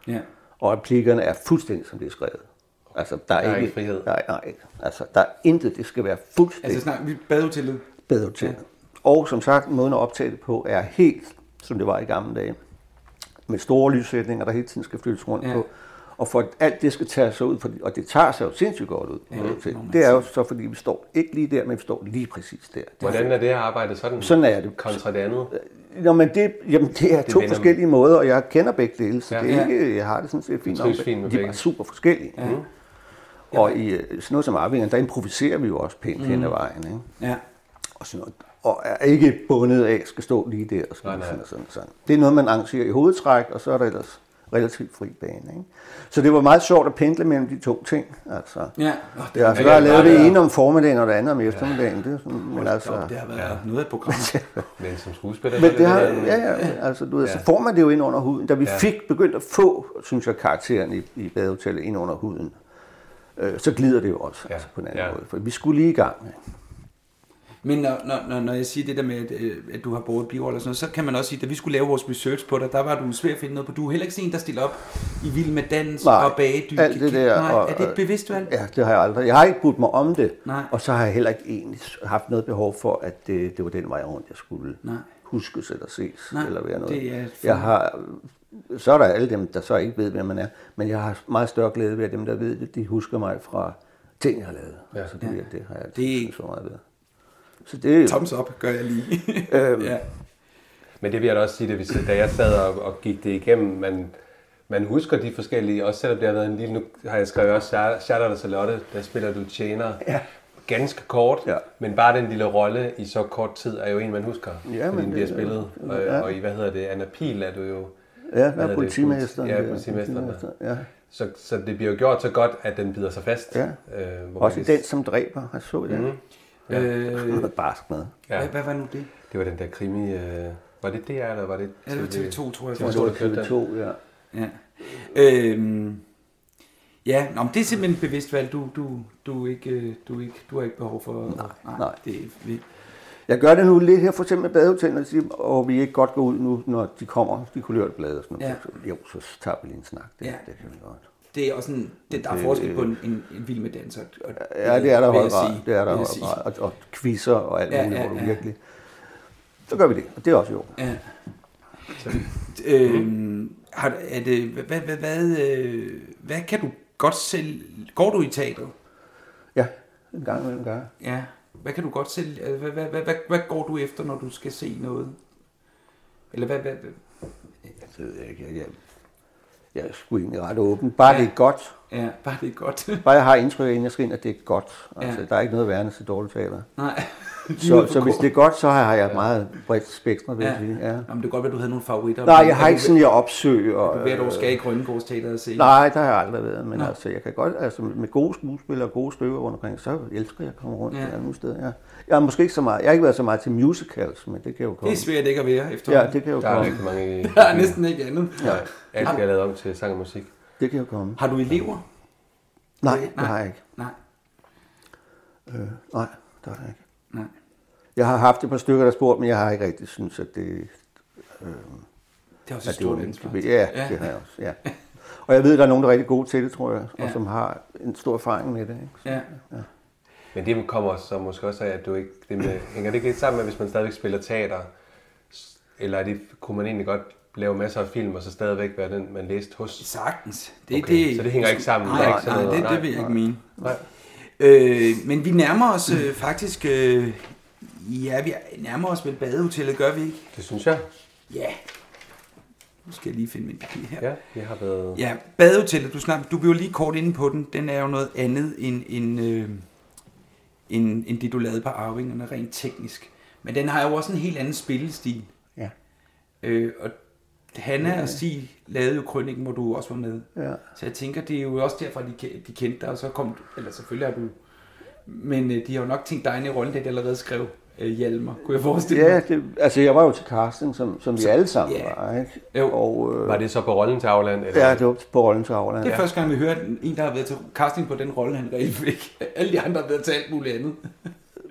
Speaker 2: ja.
Speaker 3: Og replikkerne er fuldstændig, som det er skrevet. Altså, der er,
Speaker 4: Der er ikke frihed.
Speaker 3: Nej, nej. Altså, der er intet. Det skal være fuldstændig
Speaker 2: Altså,
Speaker 3: altså,
Speaker 2: snak, vi badehotellet.
Speaker 3: bedre til. Ja. Og som sagt, måden at optage det på er helt, som det var i gamle dage. Med store lyssætninger, der hele tiden skal flyttes rundt
Speaker 2: Ja.
Speaker 3: ja. på. Og for at alt det skal tage sig ud, for, og det tager sig jo sindssygt godt ud. Ja,
Speaker 2: det må man
Speaker 3: det er jo så, fordi vi står ikke lige der, men vi står lige præcis der.
Speaker 4: Hvordan er det her arbejde sådan?
Speaker 3: Sådan er det.
Speaker 4: Kontra det andet?
Speaker 3: Nå, men det, jamen, det er
Speaker 4: Det
Speaker 3: to
Speaker 4: vender-
Speaker 3: forskellige måder, og jeg kender begge dele, så
Speaker 4: Ja.
Speaker 3: ja. det er
Speaker 2: Ja.
Speaker 3: ikke, jeg har det sådan set fint
Speaker 4: trives fint med
Speaker 3: De er
Speaker 4: begge.
Speaker 3: bare super forskellige. Ja. Og i øh, sådan noget som Arvingerne, der improviserer vi jo også pænt mm. hen ad vejen, ikke?
Speaker 2: Ja.
Speaker 3: Og, sådan noget. og er ikke bundet af, skal stå lige der og skal
Speaker 4: Nej,
Speaker 3: nej,
Speaker 4: nej.
Speaker 3: nej. sådan og sådan, og sådan. Det er noget, man arrangerer i hovedtræk, og så er der ellers relativt fri bane, ikke? Så det var meget sjovt at pendle mellem de to ting, altså.
Speaker 2: Ja, Nå, det,
Speaker 3: Ja, altså,
Speaker 4: Ja,
Speaker 3: der har
Speaker 4: ja,
Speaker 3: lavet
Speaker 4: ja,
Speaker 3: det
Speaker 4: ja.
Speaker 3: ene om formiddagen, og det andet om eftermiddagen. Det er sådan, men altså,
Speaker 2: det har været ja. noget af et program.
Speaker 4: Men som skuespiller?
Speaker 3: Men
Speaker 4: så er
Speaker 3: det har,
Speaker 4: der-
Speaker 3: ja, ja, altså, du ved,
Speaker 4: Ja.
Speaker 3: så får man det jo ind under huden. Da vi
Speaker 4: Ja.
Speaker 3: ja. fik begyndt at få, synes jeg, karakteren i, i badehotellet ind under huden, øh, så glider det jo også
Speaker 4: Ja.
Speaker 3: ja. altså, på en anden
Speaker 4: Ja.
Speaker 3: ja. måde. For vi skulle lige i gang.
Speaker 2: Men når, når, når, når jeg siger det der med, at, øh, at du har båret biroller og sådan noget, så kan man også sige, at da vi skulle lave vores research på dig, der var du svær at finde noget på. Du er heller ikke sådan en, der stiller op i vild med dans
Speaker 3: Nej,
Speaker 2: og bagedyk.
Speaker 3: alt det der,
Speaker 2: Nej,
Speaker 3: og-
Speaker 2: er det et bevidst valg?
Speaker 3: Ja, det har jeg aldrig. Jeg har ikke budt mig om det,
Speaker 2: Nej.
Speaker 3: og så har jeg heller ikke egentlig haft noget behov for, at det, det var den vej rundt, jeg skulle
Speaker 2: Nej.
Speaker 3: huskes eller ses.
Speaker 2: Nej,
Speaker 3: eller være noget.
Speaker 2: det er et
Speaker 3: jeg har, så er der alle dem, der så ikke ved, hvem man er, men jeg har meget større glæde ved, at dem, der ved det, de husker mig fra ting, jeg har lavet.
Speaker 4: Ja.
Speaker 3: Altså, det, ja. det har jeg
Speaker 2: Det er-
Speaker 3: det... synes så meget ved. Så det,
Speaker 2: Thumbs up, gør jeg lige. ja.
Speaker 4: Men det vil jeg da også sige, da, vi, da jeg sad og, og gik det igennem, man, man husker de forskellige, også selvom det har været en lille... Nu har jeg skrevet også Charlotte og Charlotte, der spiller du tjener. Ja. ganske kort,
Speaker 3: Ja.
Speaker 4: men bare den lille rolle i så kort tid er jo en, man husker,
Speaker 3: Ja,
Speaker 4: fordi
Speaker 3: men
Speaker 4: den bliver
Speaker 3: det-
Speaker 4: spillet. Og,
Speaker 3: ja.
Speaker 4: og i, hvad hedder det, Anna Pil er du jo.
Speaker 3: Ja,
Speaker 4: hedder
Speaker 3: der er
Speaker 4: det?
Speaker 3: politimesteren.
Speaker 4: Ja,
Speaker 3: der.
Speaker 4: politimesteren, ja.
Speaker 3: Ja.
Speaker 4: Så, så det bliver jo gjort så godt, at den bider sig fast.
Speaker 3: Ja.
Speaker 4: Øh, hvor man
Speaker 3: Også
Speaker 4: kan
Speaker 3: den, som dræber, har så det.
Speaker 4: Mhm.
Speaker 3: Mm.
Speaker 4: Ja.
Speaker 2: Øh,
Speaker 3: Noget barsk med.
Speaker 4: Ja.
Speaker 2: hvad, hvad var nu det?
Speaker 4: Det var den der krimi... Øh, var det DR, eller var det...
Speaker 2: Ja, det var TV2, tror jeg.
Speaker 4: Det var
Speaker 3: Det
Speaker 4: stor
Speaker 3: var
Speaker 4: kløft, ja.
Speaker 3: TV2, ja.
Speaker 2: Ja. Øhm, ja, nå, men det er simpelthen et bevidst valg. Du, du, du, er ikke, øh, du, er ikke, du har ikke behov for... Nej,
Speaker 3: nej.
Speaker 2: Det er vildt.
Speaker 3: Jeg gør det nu lidt her, for eksempel med badehotellet, og siger, åh, vi ikke godt gå ud nu, når de kommer, de kulørte blade og sådan noget. Ja. Jo, så tager vi lige en snak. Det,
Speaker 2: Ja.
Speaker 3: ja. det kan vi godt.
Speaker 2: Det er også sådan, det, der er forskel på en, en, en vild med danser. Og,
Speaker 3: Ja, det er der
Speaker 2: vil
Speaker 3: i høj
Speaker 2: jeg
Speaker 3: grad.
Speaker 2: sige.
Speaker 3: Det er der i
Speaker 2: Vil jeg
Speaker 3: høj
Speaker 2: sige.
Speaker 3: grad. Og, og quizzer og alt
Speaker 2: Ja,
Speaker 3: muligt,
Speaker 2: ja,
Speaker 3: hvor du
Speaker 2: ja.
Speaker 3: virkelig... Så gør vi det, og det er også jo.
Speaker 2: Ja. Øhm, har, er det, hvad, hvad, hvad, øh, hvad kan du godt selv... Går du i teateret?
Speaker 3: Ja, en gang imellem gør jeg.
Speaker 2: Ja. Hvad kan du godt selv... øh, Hvad, hvad, hvad, hvad, hvad går du efter, når du skal se noget? Eller hvad... hvad, hvad
Speaker 3: Det ved jeg ikke. Jeg, jeg, jeg er sgu egentlig ret åben. Bare ja. det er godt.
Speaker 2: ja, bare det er godt.
Speaker 3: Bare jeg har indtryk af, inden jeg skal ind, at det er godt. Altså,
Speaker 2: Ja.
Speaker 3: ja. der er ikke noget værende til dårligt teater.
Speaker 2: Nej.
Speaker 3: Så, så hvis det er godt, så har jeg meget bredt spektrum, vil jeg
Speaker 2: Ja.
Speaker 3: sige. Ja.
Speaker 2: Jamen, det er godt, at du havde nogle favoritter.
Speaker 3: Nej,
Speaker 2: Men
Speaker 3: jeg har
Speaker 2: er
Speaker 3: ikke
Speaker 2: du-
Speaker 3: sådan, jeg opsøger. øh,
Speaker 2: Hvert år skal jeg i Grønnegårds Teater og se.
Speaker 3: Nej, der har jeg aldrig været, men
Speaker 2: Nå.
Speaker 3: altså, jeg kan godt, altså med gode skuespillere og gode stykker rundt omkring, så elsker jeg at komme rundt
Speaker 2: Ja.
Speaker 3: ja. nogle steder. Ja. Jeg har måske ikke så meget, jeg har ikke været så meget til musicals, men det kan jo
Speaker 2: Det
Speaker 3: komme.
Speaker 2: er svært ikke at være efter.
Speaker 3: ja, det kan jo
Speaker 4: Der er
Speaker 3: komme.
Speaker 4: rigtig mange...
Speaker 2: Der er næsten ikke andet.
Speaker 4: Ja. Alt bliver lavet om til sang og musik.
Speaker 3: Det kan jo komme.
Speaker 2: Har du elever?
Speaker 3: Nej, det har jeg ikke.
Speaker 2: Nej.
Speaker 3: Øh, nej, det har jeg ikke.
Speaker 2: Nej.
Speaker 3: Jeg har haft et par stykker, der spurgte, men jeg har ikke rigtig synes, at det,
Speaker 2: Det er også
Speaker 3: at
Speaker 2: et
Speaker 3: det var
Speaker 2: stort
Speaker 3: en
Speaker 2: ansvar.
Speaker 3: Ja,
Speaker 2: Ja.
Speaker 3: ja, det har jeg også. Ja. Og jeg ved, at der er nogen, der er rigtig gode til det, tror jeg, og
Speaker 2: Ja.
Speaker 3: som har en stor erfaring med det. Ikke?
Speaker 2: Ja.
Speaker 4: Men det kommer så måske også af, at du ikke... Det med, hænger det ikke lidt sammen med, hvis man stadigvæk spiller teater? S- Eller er det, kunne man egentlig godt lave masser af film, og så stadigvæk være den, man læste hos?
Speaker 2: Sagtens. Det,
Speaker 4: Okay, så det hænger ikke sammen.
Speaker 2: Nej,
Speaker 4: Der er
Speaker 2: nej,
Speaker 4: ikke sådan
Speaker 2: nej,
Speaker 4: noget-
Speaker 2: det, det
Speaker 4: nej,
Speaker 2: vil jeg ikke mene.
Speaker 4: Nej.
Speaker 2: Øh, men vi nærmer os øh, faktisk... Øh, ja, vi nærmer os vel badehotellet, gør vi ikke?
Speaker 4: Det synes jeg.
Speaker 2: Ja. Nu skal jeg lige finde min papir her.
Speaker 4: Ja, vi har været...
Speaker 2: Ja, badehotellet, du, snak, du blev jo lige kort inde på den. Den er jo noget andet end, end, øh, end, end det, du lavede på Arvingerne rent teknisk. Men den har jo også en helt anden spillestil.
Speaker 3: Ja.
Speaker 2: Øh, og Hanna og Stig lavede jo krønningen, hvor du også var med.
Speaker 3: Ja.
Speaker 2: Så jeg tænker, det er jo også derfor, de, ke- de kendte dig, og så kom du, eller selvfølgelig er du, men øh, de har jo nok tænkt dig ind i rollen, da de allerede skrev øh, Hjalmar, kunne jeg forestille
Speaker 3: Ja,
Speaker 2: mig.
Speaker 3: det, altså jeg var jo til casting, som, som vi alle sammen
Speaker 2: ja.
Speaker 3: var, ikke?
Speaker 2: Jo.
Speaker 3: Og, øh,
Speaker 4: Var det så på rollen til Afland? Eller?
Speaker 3: Ja, det var på rollen til Aarland.
Speaker 2: Det er
Speaker 3: Ja.
Speaker 2: første gang, vi hører en, der har været til casting på den rolle, han reelt fik. Alle de andre har været til alt muligt andet.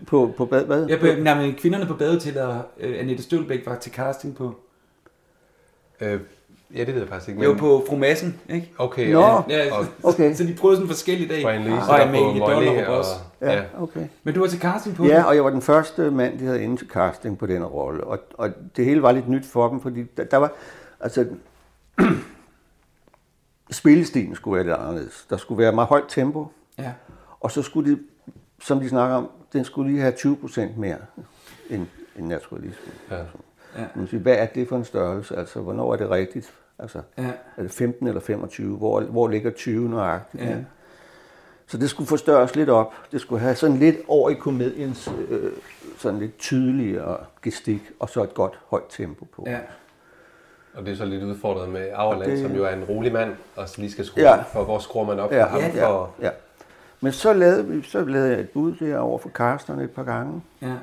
Speaker 3: På, på bad, hvad?
Speaker 2: Jeg blev, nej, men kvinderne på badehotellet og øh, Annette Stølbæk var til casting på...
Speaker 4: Øh, ja, det ved jeg faktisk ikke.
Speaker 2: Jo, på Fru Madsen, ikke?
Speaker 4: Okay,
Speaker 3: Nå.
Speaker 4: og,
Speaker 2: Ja,
Speaker 4: og
Speaker 3: Okay.
Speaker 2: Så de prøvede sådan forskellige dage.
Speaker 4: Brian Lee,
Speaker 2: og
Speaker 4: der på Molly.
Speaker 2: Amalie Dollerup
Speaker 4: Og,
Speaker 2: også.
Speaker 3: Ja,
Speaker 4: ja.
Speaker 3: okay.
Speaker 2: Men du var til casting på
Speaker 3: Ja,
Speaker 2: den?
Speaker 3: og jeg var den første mand, de havde inde til casting på den rolle. Og, og det hele var lidt nyt for dem, fordi der, der var... Altså, spillestilen skulle være lidt anderledes. Der skulle være meget højt tempo,
Speaker 2: ja.
Speaker 3: og så skulle de, som de snakker om, den skulle lige have 20 procent mere end, end naturalisme.
Speaker 4: Ja.
Speaker 2: Ja.
Speaker 3: Man siger, hvad er det for en størrelse? Altså, hvornår er det rigtigt? Altså,
Speaker 2: Ja.
Speaker 3: Er det 15 eller 25? Hvor, hvor ligger 20 nøjagtigt?
Speaker 2: Ja.
Speaker 3: ikke? Så det skulle forstørres lidt op. Det skulle have sådan lidt over i komediens øh, sådan lidt tydeligere gestik, og så et godt højt tempo på.
Speaker 2: Ja.
Speaker 4: og det er så lidt udfordret med Auerland,
Speaker 3: Og det-
Speaker 4: som jo er en rolig mand, og så lige skal skrue
Speaker 3: Ja.
Speaker 4: for, hvor skruer man op
Speaker 3: ja,
Speaker 4: for ham?
Speaker 3: ja, ja,
Speaker 4: For,
Speaker 3: ja. Men så lavede, vi, så lavede jeg et bud der over for Carsterne et par gange.
Speaker 2: ja.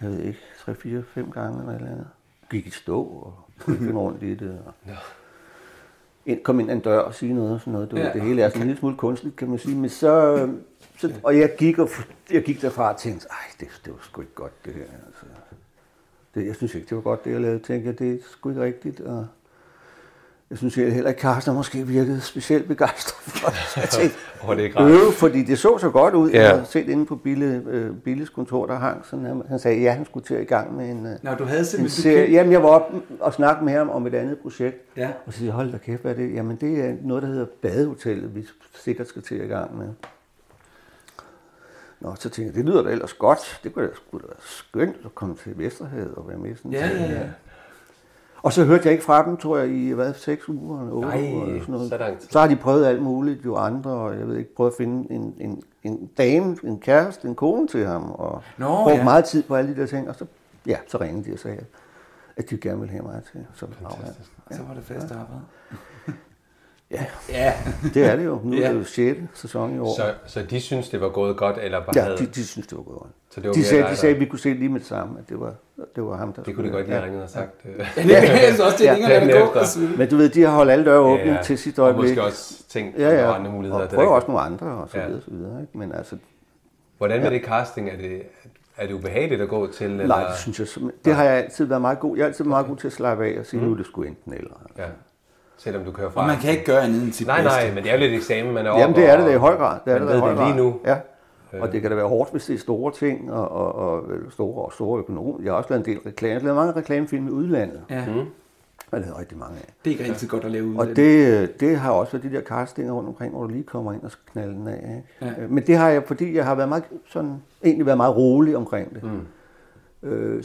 Speaker 3: Jeg ved ikke, 3, 4, 5 gange eller et eller andet. Gik i stå og kunne ikke finde rundt i det. Og...
Speaker 4: Nå.
Speaker 3: øh, ind, kom ind ad en dør og sige noget og sådan noget. Du,
Speaker 2: Ja.
Speaker 3: ja. Det hele er sådan en lille smule kunstigt, kan man sige. Men så, øh, så, og jeg gik, og, jeg gik derfra og tænkte, ej, det, det var sgu ikke godt det her. Altså. Det, jeg synes ikke, det var godt det, jeg lavede. Tænkte jeg, det er sgu ikke rigtigt. Og jeg synes heller ikke, Carsten måske virkede specielt begejstret for det. Så jeg tænkte,
Speaker 4: Åh, det er ikke rart.
Speaker 3: Øh, fordi det så så godt ud.
Speaker 4: Ja.
Speaker 3: Ja. Jeg havde set inde på Bille, øh, Billes kontor, der hang sådan, han, han sagde, ja, han skulle til at i gang med en, øh,
Speaker 2: Nå, du havde
Speaker 3: en
Speaker 2: simpelthen...
Speaker 3: serie. Jamen, jeg var op og snakke med ham om et andet projekt.
Speaker 2: Ja.
Speaker 3: Og så siger jeg, hold da kæft, hvad er det? Jamen, det er noget, der hedder Badehotellet, vi sikkert skal til i gang med. Nå, så tænkte jeg, det lyder da ellers godt. Det kunne da sgu da være skønt at komme til Vesterhavet og være med i sådan en
Speaker 2: Ja,
Speaker 3: ting
Speaker 2: ja,
Speaker 3: her."
Speaker 2: ja.
Speaker 3: Og så hørte jeg ikke fra dem, tror jeg, i hvad, seks uger eller otte
Speaker 4: Nej,
Speaker 3: uger. Eller sådan noget.
Speaker 4: så lang tid.
Speaker 3: så har de prøvet alt muligt, jo andre, og jeg ved ikke, prøvet at finde en, en en dame, en kæreste, en kone til ham, og
Speaker 2: Nå,
Speaker 3: brugte
Speaker 2: ja.
Speaker 3: meget tid på alle de der ting, og så, ja, så ringede de og sagde, at de gerne ville have mig til som aflærte.
Speaker 4: Fantastisk.
Speaker 2: Så var det fast arbejde.
Speaker 3: Ja,
Speaker 2: Ja.
Speaker 3: det er det jo. Nu er
Speaker 2: Ja.
Speaker 3: det jo 6. sæson i år.
Speaker 4: Så, så de synes, det var gået godt, eller bare
Speaker 3: ja,
Speaker 4: havde...
Speaker 3: de, de synes, det var godt.
Speaker 4: Så det var
Speaker 3: de
Speaker 4: mere
Speaker 3: sagde,
Speaker 4: dig,
Speaker 3: de
Speaker 4: der-
Speaker 3: sagde, at vi kunne se lige med det samme, at det var, det var ham, der
Speaker 4: Det kunne de
Speaker 3: skulle-
Speaker 4: godt lige have ringet og sagt. øh,
Speaker 2: Ja, det er altså også det,
Speaker 3: Ja,
Speaker 2: ja, længere
Speaker 4: den
Speaker 2: der går
Speaker 4: efter.
Speaker 2: og sige.
Speaker 3: Men du ved, de har holdt alle døre åbne
Speaker 4: ja,
Speaker 3: til sidste
Speaker 4: og
Speaker 3: øjeblik.
Speaker 4: Måske også tænkt
Speaker 3: ja, ja.
Speaker 4: på andre muligheder.
Speaker 3: Og
Speaker 4: det er
Speaker 3: prøv
Speaker 4: rigtigt.
Speaker 3: også nogle andre, og så
Speaker 4: Ja.
Speaker 3: videre, og så videre. Ikke? Men altså,
Speaker 4: Hvordan med det casting? Er det, er det ubehageligt at gå til? Eller?
Speaker 3: nej, det synes jeg simpelthen. Det har jeg altid været meget god. Jeg har altid været meget god til at slappe af og
Speaker 4: Mm.
Speaker 3: sige, nu er det sgu enten eller.
Speaker 4: Ja. Selvom du kører fra.
Speaker 2: Og man kan ikke gøre andet end sit
Speaker 4: Nej,
Speaker 2: bedste.
Speaker 4: nej, men det er jo lidt eksamen, man er
Speaker 3: Jamen,
Speaker 4: oppe
Speaker 3: det er det
Speaker 4: og-
Speaker 3: da i høj grad. Det er
Speaker 4: man
Speaker 3: det, da i
Speaker 4: ved
Speaker 3: høj
Speaker 4: det
Speaker 3: grad.
Speaker 4: lige nu. Øh.
Speaker 3: Ja. Og det kan da være hårdt, hvis det er store ting, og, og, og øh, store, og store økonomer. Jeg har også lavet en del reklame. Jeg har lavet mange reklamefilm i udlandet.
Speaker 2: Ja,
Speaker 4: Mm.
Speaker 3: Jeg har lavet rigtig mange af.
Speaker 2: det er ikke altid godt at lave ud
Speaker 3: Og
Speaker 2: af
Speaker 3: det, øh, det har også været de der castinger rundt omkring, hvor du lige kommer ind og skal knalde den af. Ikke? Ja. Men det har jeg, fordi jeg har været meget, sådan, egentlig været meget rolig omkring det. Mm. Øh,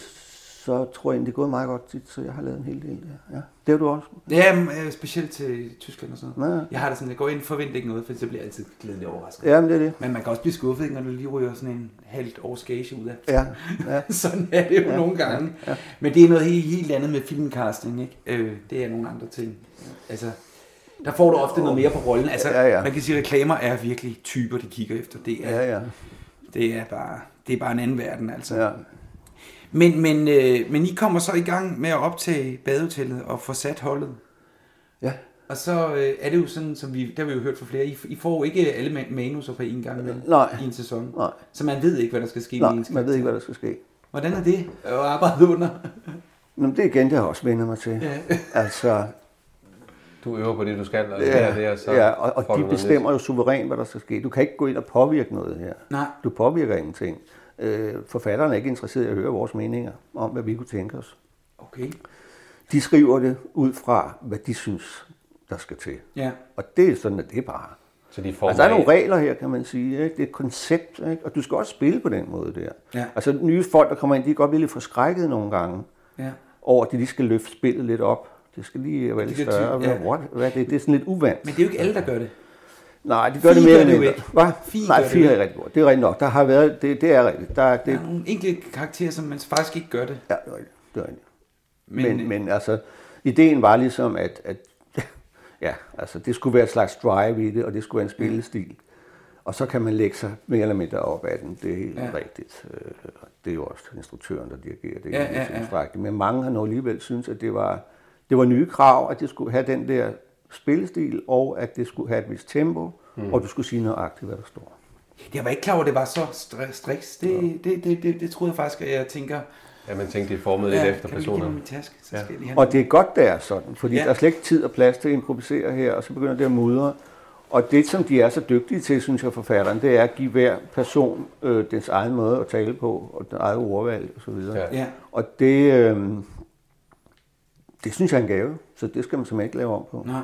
Speaker 3: så tror jeg egentlig, det er gået meget godt tit, så jeg har lavet en hel del der. Ja. Det har du også.
Speaker 2: Ja, men, øh, specielt til Tyskland og sådan noget.
Speaker 3: Ja.
Speaker 2: Jeg har det sådan, jeg går ind og forventer ikke noget, for så bliver jeg altid glædelig overrasket.
Speaker 3: Ja, men det er det.
Speaker 2: Men man kan også blive skuffet, ikke, når du lige ryger sådan en halvt års gage ud af.
Speaker 3: Ja, ja.
Speaker 2: sådan er det jo ja, nogle gange. Ja, ja. Men det er noget helt, helt andet med filmcasting, ikke? Øh, det er nogle andre ting. Altså, der får du ofte noget mere på rollen. Altså,
Speaker 3: Ja, ja.
Speaker 2: man kan sige, at reklamer er virkelig typer, de kigger efter. Det er,
Speaker 3: Ja, ja.
Speaker 2: det er, bare, det er bare en anden verden, altså.
Speaker 3: ja.
Speaker 2: Men, men, øh, men I kommer så i gang med at optage badehotellet og få sat holdet.
Speaker 3: ja.
Speaker 2: Og så øh, er det jo sådan, som vi, der har vi jo hørt fra flere, I, I får jo ikke alle man- manuser på en gang imellem
Speaker 3: Nej.
Speaker 2: i en sæson.
Speaker 3: Nej.
Speaker 2: Så man ved ikke, hvad der skal ske med
Speaker 3: Nej,
Speaker 2: ens
Speaker 3: man ved ikke, hvad der skal ske.
Speaker 2: Hvordan er det at arbejde under?
Speaker 3: Nå, men det er igen, det har jeg også vendt mig til.
Speaker 2: Ja.
Speaker 3: Altså,
Speaker 4: Du øver på det, du skal, og det er
Speaker 3: ja,
Speaker 4: det, og så
Speaker 3: ja, og,
Speaker 4: får du
Speaker 3: og de
Speaker 4: noget nyt.
Speaker 3: bestemmer jo suverænt, hvad der skal ske. Du kan ikke gå ind og påvirke noget her.
Speaker 2: Nej.
Speaker 3: Du påvirker ingenting. Øh, forfatterne er ikke interesseret i at høre vores meninger om, hvad vi kunne tænke os.
Speaker 2: Okay.
Speaker 3: De skriver det ud fra, hvad de synes, der skal til.
Speaker 2: Ja.
Speaker 3: Og det er sådan, at det er bare.
Speaker 4: Så de får
Speaker 3: Altså, der er nogle
Speaker 4: regler.
Speaker 3: regler her, kan man sige. Ikke? Det er et koncept, ikke? og du skal også spille på den måde der.
Speaker 2: Ja.
Speaker 3: Altså, nye folk, der kommer ind, de kan godt blive lidt forskrækket nogle gange
Speaker 2: Ja.
Speaker 3: over, at de lige skal løfte spillet lidt op. Det skal lige være lidt
Speaker 2: Det kan
Speaker 3: større.
Speaker 2: tyde- ja.
Speaker 3: Hvad, what? Hvad er det? det er sådan lidt uvandt.
Speaker 2: Men det er jo ikke alle, der gør det.
Speaker 3: Nej, de gør
Speaker 2: Fie
Speaker 3: det mere
Speaker 2: gør
Speaker 3: end
Speaker 2: det jo
Speaker 3: mindre.
Speaker 2: ikke.
Speaker 3: Hvad?
Speaker 2: Fie
Speaker 3: Nej,
Speaker 2: gør det
Speaker 3: fire
Speaker 2: jo
Speaker 3: er rigtig godt. Det er rigtigt nok. Der har været, det, det er rigtigt. Der, er- det,
Speaker 2: Der er nogle enkelte karakterer, som man faktisk ikke gør det.
Speaker 3: Ja, det er rigtigt. Det er rigtigt.
Speaker 2: Men-
Speaker 3: Men, men, men altså, ideen var ligesom, at, at ja, altså, det skulle være et slags drive i det, og det skulle være en spillestil. Og så kan man lægge sig mere eller mindre op af den. Det er helt
Speaker 2: Ja.
Speaker 3: ja. rigtigt. Øh, og Det er jo også instruktøren, der dirigerer det.
Speaker 2: Ja,
Speaker 3: Ja,
Speaker 2: ja,
Speaker 3: ja,
Speaker 2: ja.
Speaker 3: ja. Men mange har nu alligevel synes, at det var, det var nye krav, at det skulle have den der spillestil, og at det skulle have et vist tempo, mm. og du skulle sige nøjagtigt, hvad der står.
Speaker 2: Jeg var ikke klar over, at det var så stri- striks. Det, det, det, det, det troede jeg faktisk, at jeg tænker...
Speaker 4: Ja, man tænkte, de er formet lidt efter
Speaker 2: kan du lige give mig
Speaker 4: personerne.
Speaker 2: min taske? Så skal jeg lige have
Speaker 3: Og det er godt, det er sådan, fordi
Speaker 2: Ja.
Speaker 3: ja. der er slet ikke tid og plads til at improvisere her, og så begynder det at mudre. Og det, som de er så dygtige til, synes jeg, forfatteren, det er at give hver person øh, dens egen måde at tale på, og den eget ordvalg osv.
Speaker 4: Ja.
Speaker 3: Ja.
Speaker 2: Ja.
Speaker 3: Og det, øh, det synes jeg er en gave, så det skal man simpelthen ikke lave om på.
Speaker 2: Nej.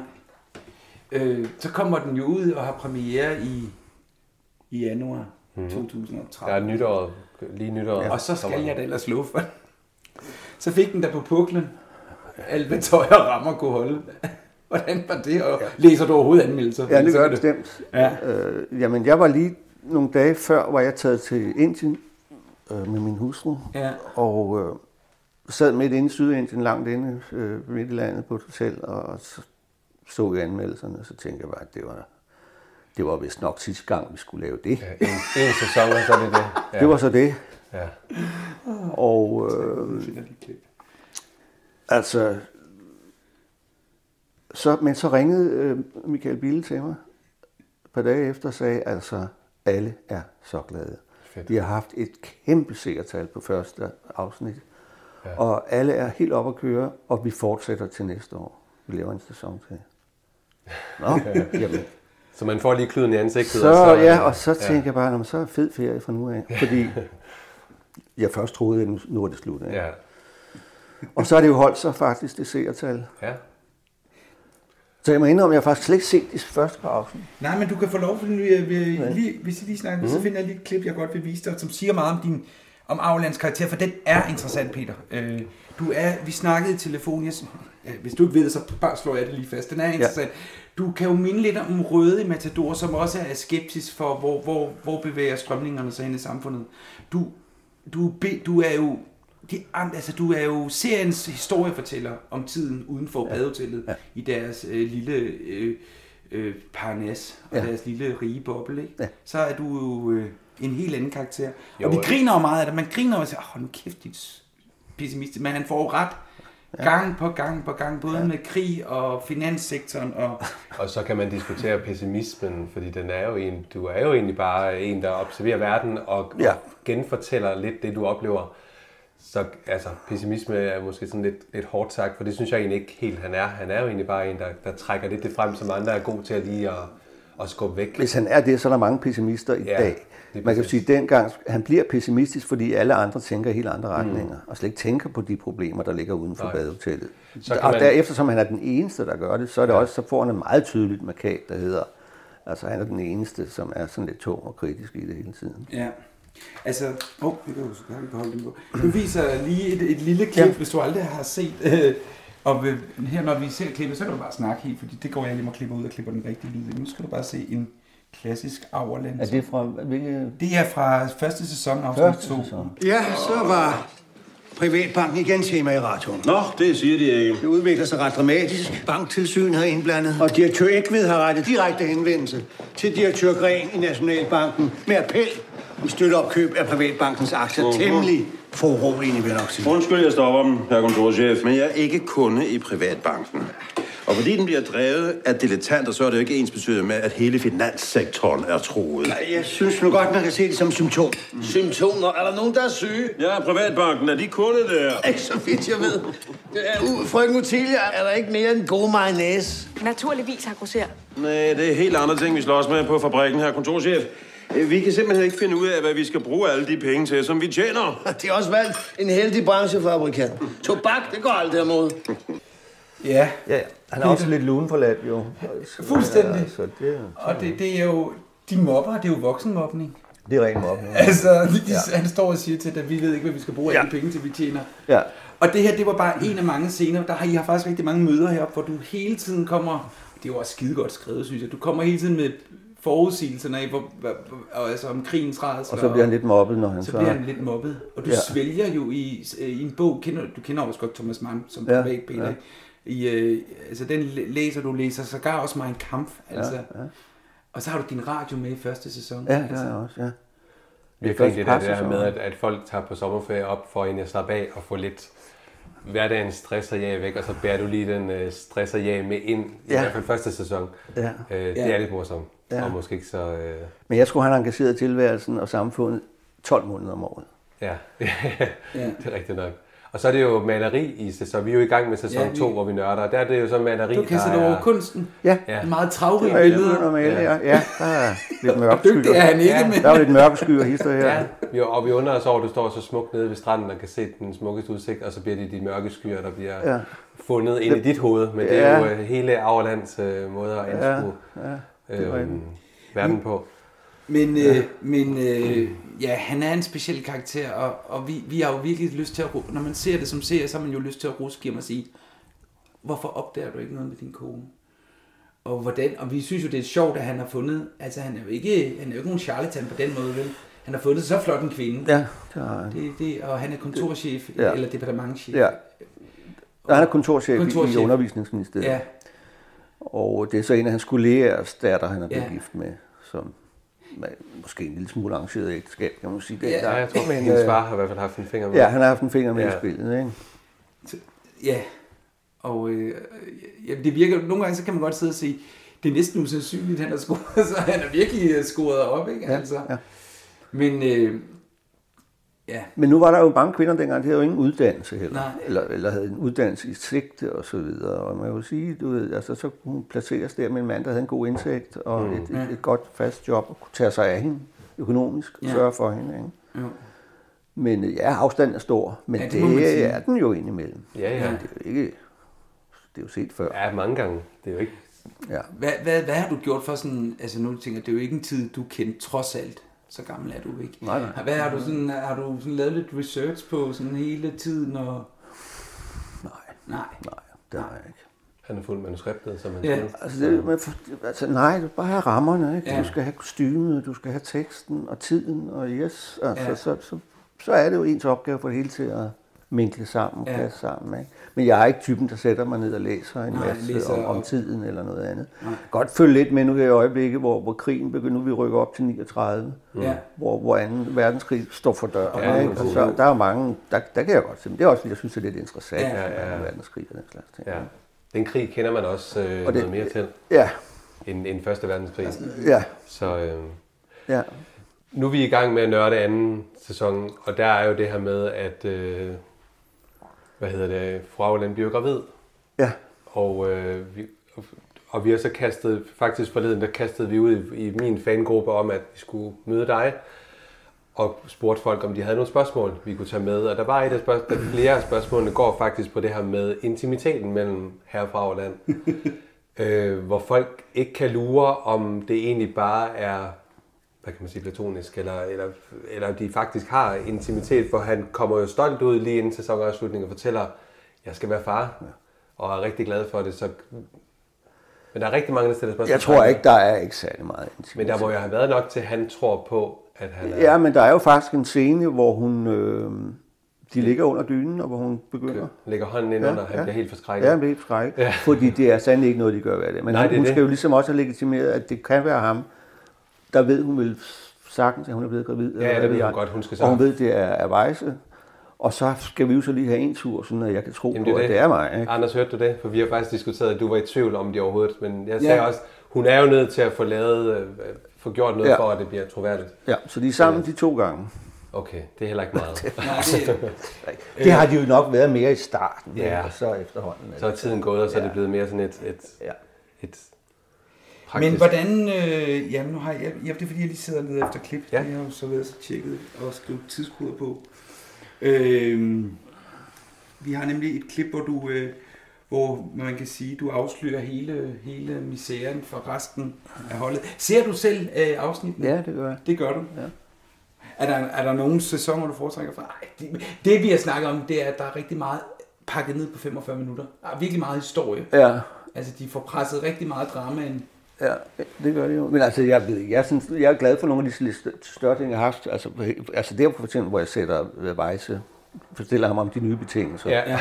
Speaker 2: Øh, så kommer den jo ud og har premiere i, i januar
Speaker 4: Mhm.
Speaker 2: 2013.
Speaker 4: Der er nytåret, lige nytåret.
Speaker 2: Og så skal jeg da ellers love for det. Så fik den der på puklen. Alt hvad tøj og rammer kunne holde. Hvordan var det? Og læser du overhovedet anmeldelser?
Speaker 3: Ja, det
Speaker 2: Så
Speaker 3: gør jeg
Speaker 2: kan du-
Speaker 3: bestemt.
Speaker 2: Ja.
Speaker 3: Øh, jamen, jeg var lige nogle dage før, var jeg taget til Indien øh, med min hustru,
Speaker 2: Ja.
Speaker 3: og øh, sad midt inde i Sydindien, langt inde øh, midt i landet på et hotel, og så så jeg anmeldelserne, og så tænkte jeg bare, at det var, det var vist nok sidste gang, vi skulle lave det.
Speaker 4: Ja, En, en sæson, og så er det det. Ja.
Speaker 3: Det var så det.
Speaker 4: ja.
Speaker 3: Og øh,
Speaker 2: Nu finder jeg lige et klip.
Speaker 3: altså, så, men så ringede øh, Michael Bille til mig et par dage efter og sagde, altså, alle er så glade.
Speaker 4: Fedt.
Speaker 3: Vi har haft et kæmpe seertal på første afsnit,
Speaker 4: Ja.
Speaker 3: ja. og alle er helt oppe at køre, og vi fortsætter til næste år. Vi laver en sæson til. Nå, jamen,
Speaker 4: Så man får lige kluden i ansigtet.
Speaker 3: så, ja, og så tænkte ja. jeg bare, "Nå, men så er fed ferie fra nu af, fordi jeg først troede, at nu- nu er det slut. Ikke?
Speaker 4: Ja.
Speaker 3: Og så er det jo holdt sig faktisk, det seertal.
Speaker 4: ja.
Speaker 3: Så jeg må indrømme, at jeg har faktisk slet ikke set de første par afsnit.
Speaker 2: Nej, men du øh, kan få lov, fordi vi, vi, lige, hvis I lige snakker, mm. så finder jeg lige et klip, jeg godt vil vise dig, som siger meget om din, om Aulands karakter, for den er interessant, Peter. Øh, du er, vi snakkede i telefon, jeg, ja, hvis du ikke ved det, så bare slår jeg det lige fast. Den er interessant. Ja. Du kan jo minde lidt om røde i Matador, som også er skeptisk for, hvor, hvor, hvor bevæger strømningerne sig ind i samfundet. Du, du, er be- du er jo de, andre- altså, du er jo seriens historiefortæller om tiden uden for ja. badehotellet ja. i deres øh, lille øh, øh, parnas og ja.
Speaker 3: Ja.
Speaker 2: deres lille rige boble, ikke?
Speaker 3: Ja.
Speaker 2: så er du jo øh, en helt anden karakter. Jo,
Speaker 4: Jo,
Speaker 2: og vi
Speaker 4: øh.
Speaker 2: griner jo meget af det. Man griner jo og siger, åh, nu kæft, din s- pessimist. Men han får jo ret gang på gang på gang, både ja. med krig og finanssektoren. Og,
Speaker 4: Og så kan man diskutere pessimismen, fordi den er jo en, du er jo egentlig bare en, der observerer verden og, ja.
Speaker 3: Ja.
Speaker 4: og genfortæller lidt det, du oplever. Så altså, pessimisme er måske sådan lidt, lidt hårdt sagt, for det synes jeg egentlig ikke helt, han er. Han er jo egentlig bare en, der, der trækker lidt det frem, som andre er god til at lige at, at skubbe væk.
Speaker 3: Hvis han er det, så er der mange pessimister i
Speaker 4: Ja,
Speaker 3: ja,
Speaker 4: lige
Speaker 3: dag. Man kan
Speaker 4: præcis.
Speaker 3: jo sige, at dengang han bliver pessimistisk, fordi alle andre tænker i helt andre retninger, mm. og slet ikke tænker på de problemer, der ligger uden for
Speaker 4: Nej.
Speaker 3: badehotellet.
Speaker 4: Så kan
Speaker 3: og
Speaker 4: man-
Speaker 3: man... derefter, som han er den eneste, der gør det, så, er det ja. også, så får han et meget tydeligt markat, der hedder, altså han er den eneste, som er sådan lidt tung og kritisk i det hele tiden.
Speaker 2: ja. Altså, åh, oh, det kan jo så godt holde den på. Du viser lige et, et lille klip, ja. hvis du aldrig har set. Øh, og øh, her, når vi ser klippet, så kan du bare snakke helt, fordi det går jeg lige og klipper ud og klipper den rigtige lyd. ind. Nu skal du bare se en klassisk Auerland.
Speaker 3: det fra hvilke...
Speaker 2: Det er fra første sæson, afsnit
Speaker 3: Første
Speaker 2: 2.
Speaker 3: sæson.
Speaker 5: Ja, så var Privatbanken igen tema i radioen.
Speaker 6: Nå, det siger de ikke.
Speaker 5: Det udvikler sig ret dramatisk. Banktilsyn har indblandet, og direktør Ekved har rettet direkte henvendelse til direktør Gren i Nationalbanken med appel om støtteopkøb af Privatbankens aktier. Uh-huh. Temmelig foruroligende, vil jeg nok sige.
Speaker 6: Undskyld, jeg stopper dem, herre kontorchef. Men jeg er ikke kunde i Privatbanken. Og fordi den bliver drevet af dilettanter, så er det jo ikke ens betydende med, at hele finanssektoren er truet.
Speaker 5: Jeg synes nu godt, man kan se det som symptom.
Speaker 7: Mm. Symptomer? Er der nogen, der er syge?
Speaker 6: Ja, Privatbanken, er de kunde der?
Speaker 7: Ikke så vidt, jeg ved. Det er
Speaker 5: Uh,
Speaker 7: u- Frøken Utilia, er der ikke mere end god mayonnaise?
Speaker 8: Naturligvis har grosser.
Speaker 6: Nej, det er helt andre ting, vi slås med på fabrikken, herre kontorchef. Øh, Vi kan simpelthen ikke finde ud af, hvad vi skal bruge alle de penge til, som vi tjener.
Speaker 7: Det er også valgt en heldig branchefabrikant. Tobak, det går aldrig imod.
Speaker 2: Ja,
Speaker 3: Ja, han er også lidt luneforladt jo. Så,
Speaker 2: Fuldstændig.
Speaker 3: Ja, så det,
Speaker 2: og det, det er jo... De mobber, det er jo voksenmobning.
Speaker 3: det er rent mobbning.
Speaker 2: Altså, de, ja. han står og siger til dem, vi ved ikke, hvad vi skal bruge ja. alle penge til, vi tjener.
Speaker 3: Ja.
Speaker 2: Og det her, det var bare en af mange scener. Der har, I har faktisk rigtig mange møder heroppe, hvor du hele tiden kommer... Det var også skide godt skrevet, synes jeg. Du kommer hele tiden med forudsigelserne af, hvor, hvor, hvor, altså om krigens rædsler.
Speaker 3: Og så bliver han lidt mobbet, når han
Speaker 2: Så
Speaker 3: så...
Speaker 2: bliver han lidt mobbet, og du ja.
Speaker 3: Ja.
Speaker 2: svælger jo i, øh, i en bog, kender, du kender også godt Thomas Mann som ja.
Speaker 3: Ja,
Speaker 2: privat Peter, ja. i, øh, altså den læ- læser du læser, sågar også Mein Kampf, altså. Ja, ja. Og så har du din radio med i første sæson.
Speaker 3: Ja, det
Speaker 2: altså.
Speaker 3: er jeg også, ja.
Speaker 4: Virkelig det, det der, det der med, at, at folk tager på sommerferie op for egentlig at slappe af og få lidt hverdagens stress og jag væk, og så bærer du lige den øh, stress og jag med ind, ja. i
Speaker 3: Ja.
Speaker 4: hvert fald første sæson.
Speaker 3: Ja.
Speaker 4: Øh, det
Speaker 2: Ja.
Speaker 4: er lidt morsomt, ja.
Speaker 3: Ja.
Speaker 4: og måske ikke så... Øh,
Speaker 3: Men jeg tror, han har engageret tilværelsen og samfundet 12 måneder om året.
Speaker 4: ja. det er rigtigt nok. Og så er det jo maleri i sæson. Vi er jo i gang med
Speaker 2: Ja,
Speaker 4: sæson
Speaker 2: vi-
Speaker 4: 2, hvor vi nørder, og der er det jo så maleri,
Speaker 2: Du kaster dig
Speaker 4: der
Speaker 2: over kunsten.
Speaker 3: Ja.
Speaker 4: Ja.
Speaker 2: En meget
Speaker 3: Og
Speaker 2: travrig
Speaker 3: jeg begynder at
Speaker 2: billeder.
Speaker 3: male, ja. ja, der er lidt mørke
Speaker 2: Dygtig er han ikke,
Speaker 4: Ja.
Speaker 2: ja. men
Speaker 3: Der er lidt mørke skyer hister her.
Speaker 4: Ja, vi, og vi undrer os over, at du står så smukt nede ved stranden og kan se den smukkeste udsigt, og så bliver det de mørke skyer, der bliver ja.
Speaker 3: Ja.
Speaker 4: fundet ind i dit hoved. Men det er
Speaker 3: Ja.
Speaker 4: jo øh, hele Auerlands øh, måde at anskue ja.
Speaker 3: er
Speaker 4: Ja. Øhm,
Speaker 3: rigtigt.
Speaker 4: verden på.
Speaker 2: Men, øh, men øh, ja, han er en speciel karakter, og, og vi, vi har jo virkelig lyst til at... ro- Når man ser det som seer, så har man jo lyst til at ruske hjem og sige, hvorfor opdager du ikke noget med din kone? Og, hvordan, og vi synes jo, det er sjovt, at han har fundet... Altså, han er jo ikke, han er jo ikke nogen charlatan på den måde, vel? Han har fundet så flot en kvinde.
Speaker 3: Ja, der er han.
Speaker 2: Det, det, og han er kontorchef, ja.
Speaker 3: Ja.
Speaker 2: eller departementchef.
Speaker 3: Ja. Der er han er kontorchef, kontorchef. i
Speaker 2: Kontorchef.
Speaker 3: undervisningsministeriet.
Speaker 2: ja.
Speaker 3: Og det er så en af hans kollegers datter, han er blevet
Speaker 2: Ja.
Speaker 3: ja. gift med, som ma- måske en lille smule arrangeret ægteskab, kan man sige. Det,
Speaker 2: Ja.
Speaker 4: Ja, jeg tror, at hendes far har i hvert fald haft en finger med.
Speaker 3: øh, ja, han har haft en finger med ja.
Speaker 4: Ja.
Speaker 3: i spillet, ikke?
Speaker 2: Ja, og øh, ja, det virker, nogle gange så kan man godt sidde og sige, det er næsten usandsynligt, han har scoret, så han er virkelig øh, scoret op, ikke? Ja, altså. ja. Men øh, ja,
Speaker 3: Men nu var der jo mange kvinder dengang, de havde jo ingen uddannelse heller.
Speaker 2: Nej.
Speaker 3: Eller, eller havde en uddannelse i sigte og så videre. Og man kan jo sige, du ved, altså, så kunne hun placeres der med en mand, der havde en god indsigt og mm. et, et, et, godt fast job, og kunne tage sig af hende økonomisk og
Speaker 2: Ja.
Speaker 3: sørge for hende. Ikke?
Speaker 2: jo.
Speaker 3: Men øh, ja, afstanden er stor, men
Speaker 2: Ja,
Speaker 3: ja,
Speaker 2: det
Speaker 3: det,
Speaker 2: må man sige.
Speaker 3: det er den jo indimellem.
Speaker 4: Ja, ja.
Speaker 2: Ja.
Speaker 3: Det er jo ikke... Det er jo set før.
Speaker 4: Ja, mange gange. Det er jo ikke...
Speaker 3: Ja.
Speaker 2: Hvad, hvad, hvad har du gjort for sådan, altså nu tænker jeg, det er jo ikke en tid, du kendte trods alt. Så gammel er du ikke.
Speaker 3: Nej, nej.
Speaker 2: Hvad har du sådan, har du sådan lavet lidt research på sådan hele tiden? Og...
Speaker 3: Nej,
Speaker 2: Nej.
Speaker 3: nej, det har jeg ikke.
Speaker 4: Han har fuldt manuskriptet, som han
Speaker 2: Ja.
Speaker 4: ja. siger.
Speaker 3: Altså, det, man, for- altså nej, du bare have rammerne, ikke?
Speaker 2: Ja.
Speaker 3: Du skal have kostymet, du skal have teksten og tiden, og yes, altså,
Speaker 2: Ja.
Speaker 3: ja. så, så, så er det jo ens opgave for det hele til at minkle sammen,
Speaker 2: Ja.
Speaker 3: ja. passe sammen, ikke? Men jeg er ikke typen, der sætter mig ned og læser en
Speaker 2: Nej,
Speaker 3: masse
Speaker 2: læser
Speaker 3: om, om
Speaker 2: op.
Speaker 3: tiden eller noget andet. Nej. Godt følge lidt med nu her i øjeblikket, hvor, hvor krigen begynder, nu er vi rykker op til 39,
Speaker 2: Ja.
Speaker 3: hvor, hvor 2. verdenskrig står for døren,
Speaker 4: Ja,
Speaker 3: ja, ikke? Og
Speaker 4: præcis.
Speaker 3: så, der er jo mange, der, der kan jeg godt se, men det er også, jeg synes, det er lidt interessant,
Speaker 2: Ja,
Speaker 3: ja,
Speaker 2: ja,
Speaker 4: ja.
Speaker 3: ja, ja. verdenskrig og den slags ting.
Speaker 4: Ja. Den krig kender man også øh,
Speaker 3: Og det-
Speaker 4: noget mere til
Speaker 3: Ja,
Speaker 4: end, end Første Verdenskrig.
Speaker 3: ja,
Speaker 4: Så øh,
Speaker 3: ja.
Speaker 4: nu er vi i gang med at nørde anden sæson, og der er jo det her med, at øh, hvad hedder det, fru Auland bliver gravid.
Speaker 3: ja.
Speaker 4: Og, øh, vi, og vi har så kastet, faktisk forleden, der kastede vi ud i, i min fangruppe om, at vi skulle møde dig, og spurgte folk, om de havde nogle spørgsmål, vi kunne tage med. Og der var et af spørgsmål, der flere af spørgsmålene går faktisk på det her med intimiteten mellem herre og fru Auland. øh, hvor folk ikke kan lure, om det egentlig bare er hvad kan man sige, platonisk, eller, eller, eller om de faktisk har intimitet, for han kommer jo stolt ud lige inden sæsonafslutningen og fortæller, jeg skal være far, ja. og er rigtig glad for det. Så... Men der er rigtig mange, der stiller spørgsmål.
Speaker 3: Jeg tror ikke, der er ikke særlig meget intimitet.
Speaker 4: Men der må jo have været nok til, at han tror på, at han er...
Speaker 3: Ja, men der er jo faktisk en scene, hvor hun... Øh, de ligger under dynen, og hvor hun begynder...
Speaker 4: lægger hånden ind ja, under, han ja. bliver helt forskrækket.
Speaker 3: Ja, han bliver helt skræk. Ja. Fordi det er sandelig ikke noget, de gør ved det.
Speaker 4: Nej,
Speaker 3: Men Nej,
Speaker 4: det er
Speaker 3: hun
Speaker 4: det.
Speaker 3: skal jo ligesom også have legitimeret, at det kan være ham, der ved, hun vil sagtens, at hun er blevet gravid. eller
Speaker 4: det
Speaker 3: hvad
Speaker 4: ved
Speaker 3: jeg.
Speaker 4: hun godt, hun skal
Speaker 3: Og hun
Speaker 4: så-
Speaker 3: ved, det er, er vejse. Og så skal vi jo så lige have en tur, sådan at jeg kan tro
Speaker 4: Jamen,
Speaker 3: på, at det er mig. Ikke?
Speaker 4: Anders, hørte du det? For vi har faktisk diskuteret, at du var i tvivl om det overhovedet. Men jeg
Speaker 2: Ja.
Speaker 4: sagde også, hun er jo nødt til at få, lavet, øh, øh, få gjort noget ja.
Speaker 3: Ja.
Speaker 4: for, at det bliver troværdigt.
Speaker 3: Ja, så de er sammen de to gange.
Speaker 4: Okay, det er heller ikke meget.
Speaker 2: Nej, det,
Speaker 3: Det har de jo nok været mere i starten,
Speaker 4: Ja.
Speaker 3: ikke? og så efterhånden. altså.
Speaker 4: så er tiden gået, og så er det
Speaker 3: Ja.
Speaker 4: blevet mere sådan et, et,
Speaker 3: Ja.
Speaker 4: et
Speaker 2: men hvordan... Øh, jamen, nu har jeg, ja, det er fordi, jeg lige sidder og leder efter klip.
Speaker 4: Ja.
Speaker 2: Ja. Det har jeg jo så været så tjekket og skrevet tidskoder på. Øh, vi har nemlig et klip, hvor du... Øh, hvor man kan sige, du afslører hele, hele misæren for resten af holdet. Ser du selv øh, afsnittene?
Speaker 3: ja, det gør jeg.
Speaker 2: Det gør du. Ja. Er, der, er der nogle sæsoner, du foretrækker fra? Ej, det, det vi har snakket om, det er, at der er rigtig meget pakket ned på 45 minutter. Der er virkelig meget historie.
Speaker 3: Ja,
Speaker 2: Altså, de får presset rigtig meget drama ind.
Speaker 3: Ja, det gør det jo. Men altså, jeg ved ikke, jeg, synes, jeg er glad for nogle af de lidt stør- større ting, jeg har haft. Altså, på he- altså der for eksempel, hvor jeg sætter øh, Vejse, fortæller ham om de nye betingelser.
Speaker 4: Ja, ja.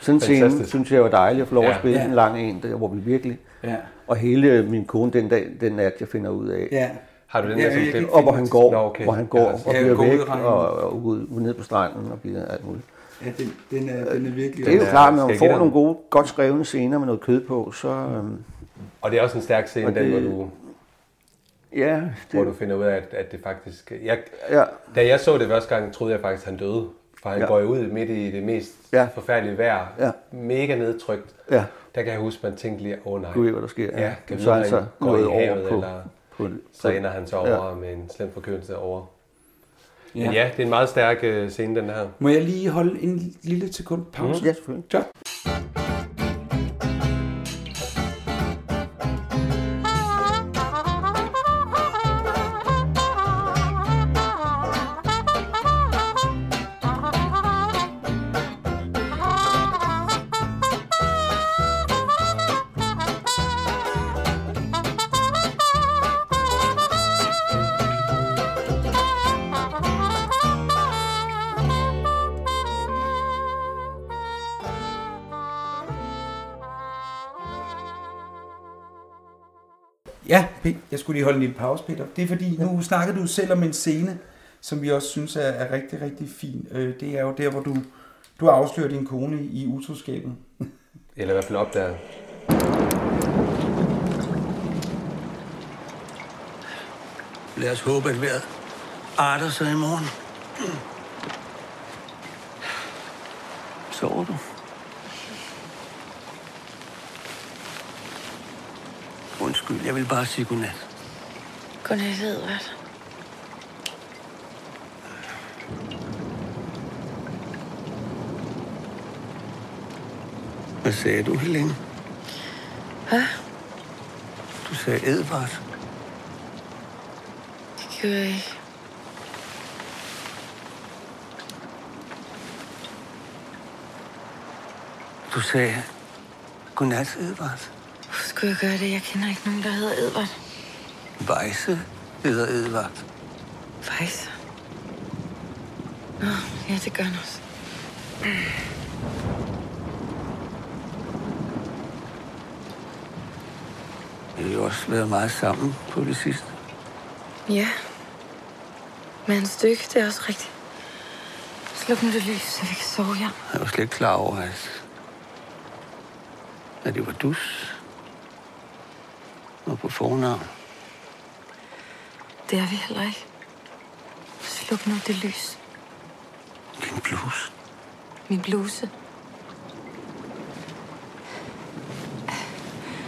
Speaker 3: Sådan en scene,
Speaker 4: fantastisk.
Speaker 3: synes jeg var dejligt at få lov at
Speaker 4: Ja.
Speaker 3: spille
Speaker 2: Ja.
Speaker 3: en lang en, der, hvor vi virkelig...
Speaker 2: Ja.
Speaker 3: Og hele min kone den, dag, den nat, jeg finder ud af.
Speaker 2: ja.
Speaker 4: Har du den
Speaker 2: Ja,
Speaker 4: der som
Speaker 2: jeg kan
Speaker 4: klip?
Speaker 2: ikke
Speaker 3: Og hvor han går,
Speaker 4: Nå, okay.
Speaker 3: hvor han går
Speaker 4: Ja,
Speaker 3: og
Speaker 4: altså,
Speaker 2: ja,
Speaker 3: bliver
Speaker 2: går ud i
Speaker 3: væk
Speaker 2: regnen.
Speaker 3: og, og ude, ude nede på stranden og bliver alt muligt.
Speaker 2: ja den, den, er, den er virkelig...
Speaker 3: Det er jo
Speaker 4: er-
Speaker 3: klart, når
Speaker 4: skal
Speaker 3: man
Speaker 4: jeg
Speaker 3: får
Speaker 4: give dig
Speaker 3: nogle
Speaker 4: den?
Speaker 3: gode, godt skrevne scener med noget kød på, så... Øhm,
Speaker 4: Og det er også en stærk scene,
Speaker 3: Og
Speaker 4: den, hvor
Speaker 3: det-
Speaker 4: du,
Speaker 3: ja,
Speaker 4: hvor du
Speaker 3: det,
Speaker 4: finder ud af, at, at det faktisk... Jeg,
Speaker 3: ja,
Speaker 4: Da jeg så det første gang, troede jeg faktisk, at han døde. For han ja.
Speaker 3: Ja.
Speaker 4: går jo ud midt i det mest ja.
Speaker 3: Ja.
Speaker 4: forfærdelige vejr.
Speaker 3: Ja.
Speaker 4: Mega nedtrykt.
Speaker 3: ja.
Speaker 4: Der kan jeg huske, at man tænkte lige, åh oh, nej.
Speaker 3: Du ved, hvad der sker.
Speaker 4: Ja, kan
Speaker 3: så er han
Speaker 4: vide,
Speaker 3: så
Speaker 4: om han går
Speaker 3: gået
Speaker 4: i havet,
Speaker 3: over på,
Speaker 4: eller
Speaker 3: på, en-
Speaker 4: Så
Speaker 3: på-
Speaker 4: ender han så over ja. med en slem forkølelse over. Ja.
Speaker 2: Ja.
Speaker 4: Men ja, det er en meget stærk øh, scene, den her.
Speaker 2: Må jeg lige holde en lille sekund pause?
Speaker 3: Ja, selvfølgelig.
Speaker 2: Ja. Ja, Pe- jeg skulle lige holde en lille pause, Peter. Det er fordi, nu snakker du selv om en scene, som vi også synes er, er rigtig, rigtig fin. Øh, det er jo der, hvor du, du afslører din kone i utroskaben.
Speaker 4: Eller i hvert fald opdager.
Speaker 5: Lad os håbe, at vejret arter sig i morgen. Sover du? Undskyld, jeg vil bare sige godnat.
Speaker 8: Godnat, Edvard.
Speaker 5: Hvad sagde du, Helene?
Speaker 8: Hvad?
Speaker 5: Du sagde Edvard.
Speaker 8: gør jeg ikke.
Speaker 5: Du sagde, godnat, Edvard.
Speaker 8: Hvorfor skulle jeg gøre det? Jeg kender ikke nogen, der hedder Edvard.
Speaker 5: Vejse hedder Edvard.
Speaker 8: Fejser. Nå, ja, det gør han også.
Speaker 5: Vi har jo også været meget sammen på det sidste.
Speaker 8: Ja. Men en stykke, det er også rigtigt. Sluk nu det lys, så vi kan sove her.
Speaker 5: Jeg var slet ikke klar over, at, at det var dus. Og på fornavn.
Speaker 8: Det er vi heller ikke. Sluk nu det lys.
Speaker 5: Din bluse.
Speaker 8: Min bluse.